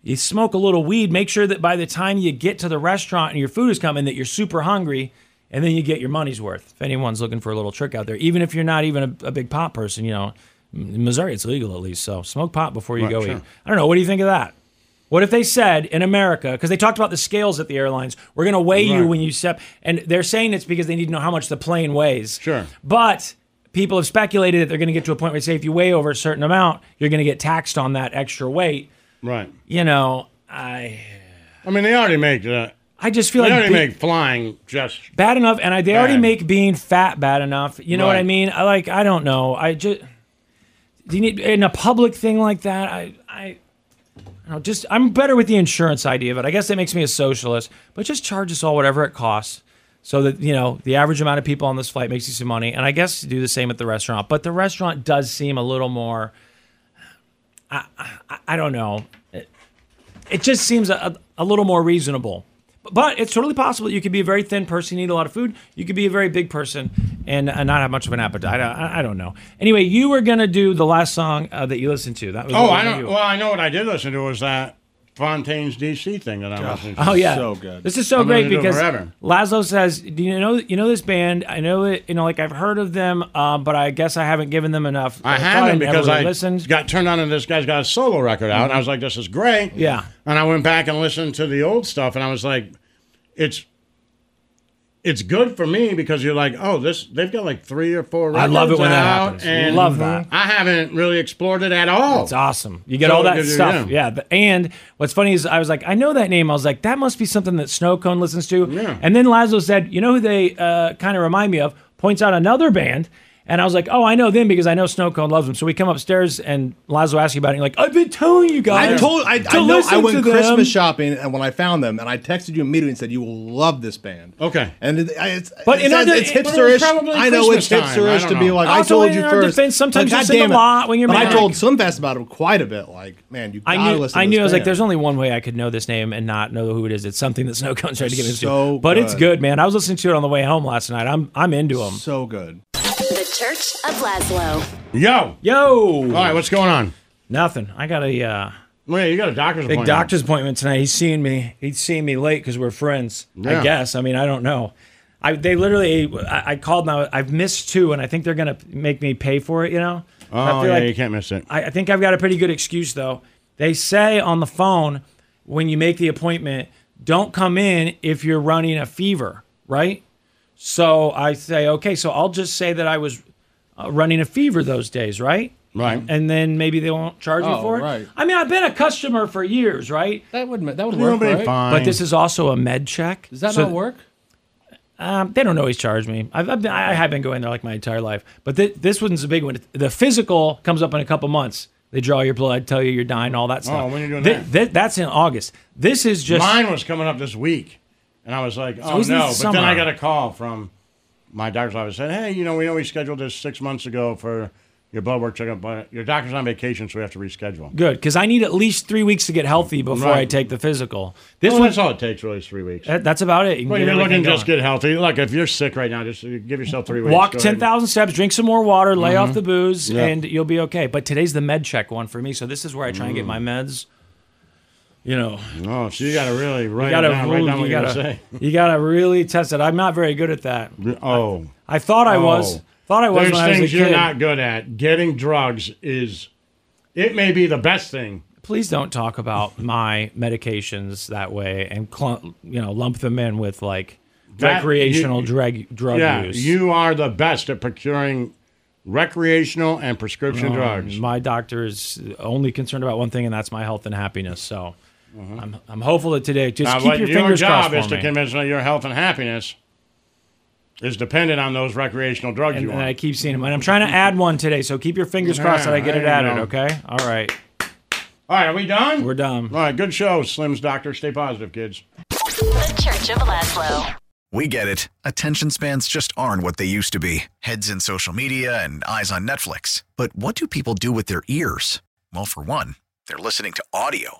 Speaker 4: You smoke a little weed, make sure that by the time you get to the restaurant and your food is coming that you're super hungry and then you get your money's worth. If anyone's looking for a little trick out there, even if you're not even a, a big pot person, you know, in Missouri it's legal at least. So smoke pot before you
Speaker 12: Right,
Speaker 4: go
Speaker 12: sure.
Speaker 4: eat. I don't know. What do you think of that? What if they said in America, because they talked about the scales at the airlines, we're going to weigh you
Speaker 12: Right.
Speaker 4: when you step, and they're saying it's because they need to know how much the plane weighs. Sure. But people have speculated that they're going to get to a point where they say if you weigh over a certain amount, you're going to get taxed on that extra weight.
Speaker 3: Right.
Speaker 4: You know, I.
Speaker 3: I mean, they already make that.
Speaker 4: I just feel
Speaker 3: they
Speaker 4: like
Speaker 3: already
Speaker 4: be-
Speaker 3: make flying just
Speaker 4: bad enough, and I, they already
Speaker 3: Bad.
Speaker 4: make being fat bad enough. You know what I
Speaker 3: Right.
Speaker 4: mean? I like. I don't know. I just. Do you need in a public thing like that? I. I I don't know, just I'm better with the insurance idea of it. I guess that makes me a socialist, but just charge us all whatever it costs, so that you know the average amount of people on this flight makes you some money. And I guess do the same at the restaurant, but the restaurant does seem a little more. I I, I don't know. It, it just seems a, a little more reasonable. But it's totally possible that you could be a very thin person, and eat a lot of food. You could be a very big person and uh, not have much of an appetite. I, I- I don't know. Anyway, you were gonna do the last song uh, that you listened to. That was
Speaker 3: Oh,
Speaker 4: what
Speaker 3: I
Speaker 4: we
Speaker 3: don't.
Speaker 4: do.
Speaker 3: Well, I know what I did listen to was that Fontaine's DC thing that I am listening to.
Speaker 4: Oh yeah, This is so
Speaker 3: I'm
Speaker 4: great
Speaker 3: listening to it
Speaker 4: because
Speaker 3: forever.
Speaker 4: Laszlo says, "Do you know you know this band? I know it. You know, like I've heard of them, uh, but I guess I haven't given them enough. uh,
Speaker 3: I
Speaker 4: thought.
Speaker 3: haven't
Speaker 4: never
Speaker 3: because
Speaker 4: really
Speaker 3: I
Speaker 4: listened.
Speaker 3: got turned on and this guy's got a solo record out. And I was like, this is great.
Speaker 4: Yeah.
Speaker 3: And I went back and listened to the old stuff, and I was like, it's. It's good for me because you're like, oh, this they've got like three or four.
Speaker 4: I
Speaker 3: Records
Speaker 4: love it when that
Speaker 3: out,
Speaker 4: happens.
Speaker 3: And
Speaker 4: Love that.
Speaker 3: I haven't really explored it at all.
Speaker 9: Oh.
Speaker 4: It's awesome. You get
Speaker 3: So
Speaker 4: all
Speaker 3: it
Speaker 4: that
Speaker 3: gives you-
Speaker 4: stuff. Yeah. th- And what's funny is I was like, I know that name. I was like, that must be something that Snow Cone listens to. Yeah. And then Lazo said, you know who they uh, kind of remind me of? Points out another band. And I was like, oh, I know them because I know Snow Cone loves them. So we come upstairs and Lazo asks you about it. And you're like, I've been telling you guys.
Speaker 9: I told I,
Speaker 4: to
Speaker 9: I know I
Speaker 4: listen
Speaker 9: went
Speaker 4: to them."
Speaker 9: Christmas shopping and when I found them and I texted you immediately and said you will love this band.
Speaker 3: Okay,
Speaker 9: and it, I- it's
Speaker 4: But
Speaker 9: it's,
Speaker 4: in other-
Speaker 9: it's
Speaker 4: but it was
Speaker 9: hipsterish.
Speaker 4: probably
Speaker 9: I know it's
Speaker 4: Christmas time. I
Speaker 9: hipsterish
Speaker 4: don't
Speaker 9: to be
Speaker 4: know.
Speaker 9: like
Speaker 4: Also,
Speaker 9: I told
Speaker 4: in
Speaker 9: you
Speaker 4: our
Speaker 9: first.
Speaker 4: defense, sometimes
Speaker 9: But
Speaker 4: you say the
Speaker 9: goddamn it.
Speaker 4: lot when you're
Speaker 9: But
Speaker 4: mad.
Speaker 9: I told Slimfast about it quite a bit. Like man, you gotta
Speaker 4: I knew,
Speaker 9: listen.
Speaker 4: I
Speaker 9: to
Speaker 4: knew.
Speaker 9: this
Speaker 4: I was like,
Speaker 9: band.
Speaker 4: "There's only one way I could know this name and not know who it is. It's something that Snow Cone's trying to get me
Speaker 9: So
Speaker 4: to." But it's
Speaker 9: good.
Speaker 4: good, man. I was listening to it on the way home last night. I'm, I'm into them.
Speaker 9: So good.
Speaker 20: The Church of Laszlo.
Speaker 3: Yo,
Speaker 4: yo. All
Speaker 3: right, what's going on?
Speaker 4: Nothing. I got a. Uh,
Speaker 3: Wait, you got a doctor's
Speaker 4: Big
Speaker 3: appointment.
Speaker 4: doctor's appointment tonight. He's seeing me. He's seeing me late because we're friends.
Speaker 3: Yeah.
Speaker 4: I guess. I mean, I don't know. I they literally. I, I called now. I've missed two, and I think they're gonna make me pay for it. You know. So I
Speaker 3: Oh
Speaker 4: feel
Speaker 3: yeah,
Speaker 4: like-
Speaker 3: you can't miss it.
Speaker 4: I, I think I've got a pretty good excuse though. They say on the phone when you make the appointment, don't come in if you're running a fever, right? So I say, okay, so I'll just say that I was uh, running a fever those days, right?
Speaker 3: Right.
Speaker 4: And then maybe they won't charge me
Speaker 9: Oh,
Speaker 4: for it.
Speaker 9: right.
Speaker 4: I mean, I've been a customer for years, right?
Speaker 9: That would that would
Speaker 4: You'll
Speaker 9: work.
Speaker 4: be
Speaker 9: Right?
Speaker 4: fine. But this is also a med check.
Speaker 9: Does that
Speaker 4: So-
Speaker 9: not work?
Speaker 4: Um, they don't always charge me. I've, I've been, I have been going there like my entire life, but th- this one's a big one. The physical comes up in a couple months. They draw your blood, tell you you're dying, all that stuff.
Speaker 3: Oh, when you're doing
Speaker 4: Thi-
Speaker 3: that?
Speaker 4: thi- that's in August. This is just
Speaker 3: mine was coming up this week, and I was like,
Speaker 4: It's
Speaker 3: oh
Speaker 4: always in
Speaker 3: no! But
Speaker 4: summer.
Speaker 3: then I got a call from my doctor's office saying, hey, you know, we know we scheduled this six months ago for your blood work checkup, but your doctor's on vacation, so we have to reschedule.
Speaker 4: good because I need at least three weeks to get healthy before I
Speaker 3: Right.
Speaker 4: take the physical. This
Speaker 3: Well,
Speaker 4: one's
Speaker 3: that's all it takes, really, is three weeks.
Speaker 4: That- that's about it. You can
Speaker 3: Well,
Speaker 4: get
Speaker 3: you're
Speaker 4: everything
Speaker 3: looking just
Speaker 4: going.
Speaker 3: get healthy. Look, if you're sick right now, just give yourself three weeks.
Speaker 4: Walk
Speaker 3: Go
Speaker 4: ten
Speaker 3: ahead.
Speaker 4: thousand steps, drink some more water, lay off
Speaker 3: Mhm.
Speaker 4: the booze,
Speaker 3: Yeah. Mm.
Speaker 4: and you'll be okay. But today's the med check one for me, so this is where I try and get my meds. you know.
Speaker 3: No, so you got to really write
Speaker 4: you gotta,
Speaker 3: it down, write
Speaker 4: rule-
Speaker 3: down what
Speaker 4: you
Speaker 3: you're
Speaker 4: gotta-
Speaker 3: going to say.
Speaker 4: you gotta really test it. I'm not very good at that.
Speaker 3: Oh.
Speaker 4: I thought I was.
Speaker 3: Oh.
Speaker 4: Thought I was
Speaker 3: There's
Speaker 4: when I was
Speaker 3: things
Speaker 4: a
Speaker 3: you're
Speaker 4: kid.
Speaker 3: not good at. Getting drugs is, it may be the best thing.
Speaker 4: Please don't talk about my medications that way and clump, you know lump them in with like
Speaker 3: That-
Speaker 4: recreational
Speaker 3: you-
Speaker 4: drug drug
Speaker 3: yeah,
Speaker 4: use.
Speaker 3: you are the best at procuring recreational and prescription
Speaker 4: Um,
Speaker 3: drugs.
Speaker 4: My doctor is only concerned about one thing, and that's my health and happiness. So I'm, I'm hopeful that today just
Speaker 3: Mm-hmm. Now,
Speaker 4: keep
Speaker 3: what
Speaker 4: your,
Speaker 3: your
Speaker 4: fingers
Speaker 3: job is
Speaker 4: crossed for
Speaker 3: to
Speaker 4: me.
Speaker 3: convince me your health and happiness is dependent on those recreational drugs
Speaker 4: and,
Speaker 3: you
Speaker 4: and
Speaker 3: want.
Speaker 4: I keep seeing him, and I'm trying to add one today. So keep your fingers crossed that I get it
Speaker 3: Yeah, I
Speaker 4: added.
Speaker 3: know.
Speaker 4: Okay. All right.
Speaker 3: All right, are we done? We're
Speaker 4: done.
Speaker 3: All right, good show, Slim's Doctor. Stay positive, kids.
Speaker 20: The Church of Laszlo.
Speaker 8: We get it. Attention spans just aren't what they used to be heads in social media and eyes on Netflix. But what do people do with their ears? Well, for one, they're listening to audio.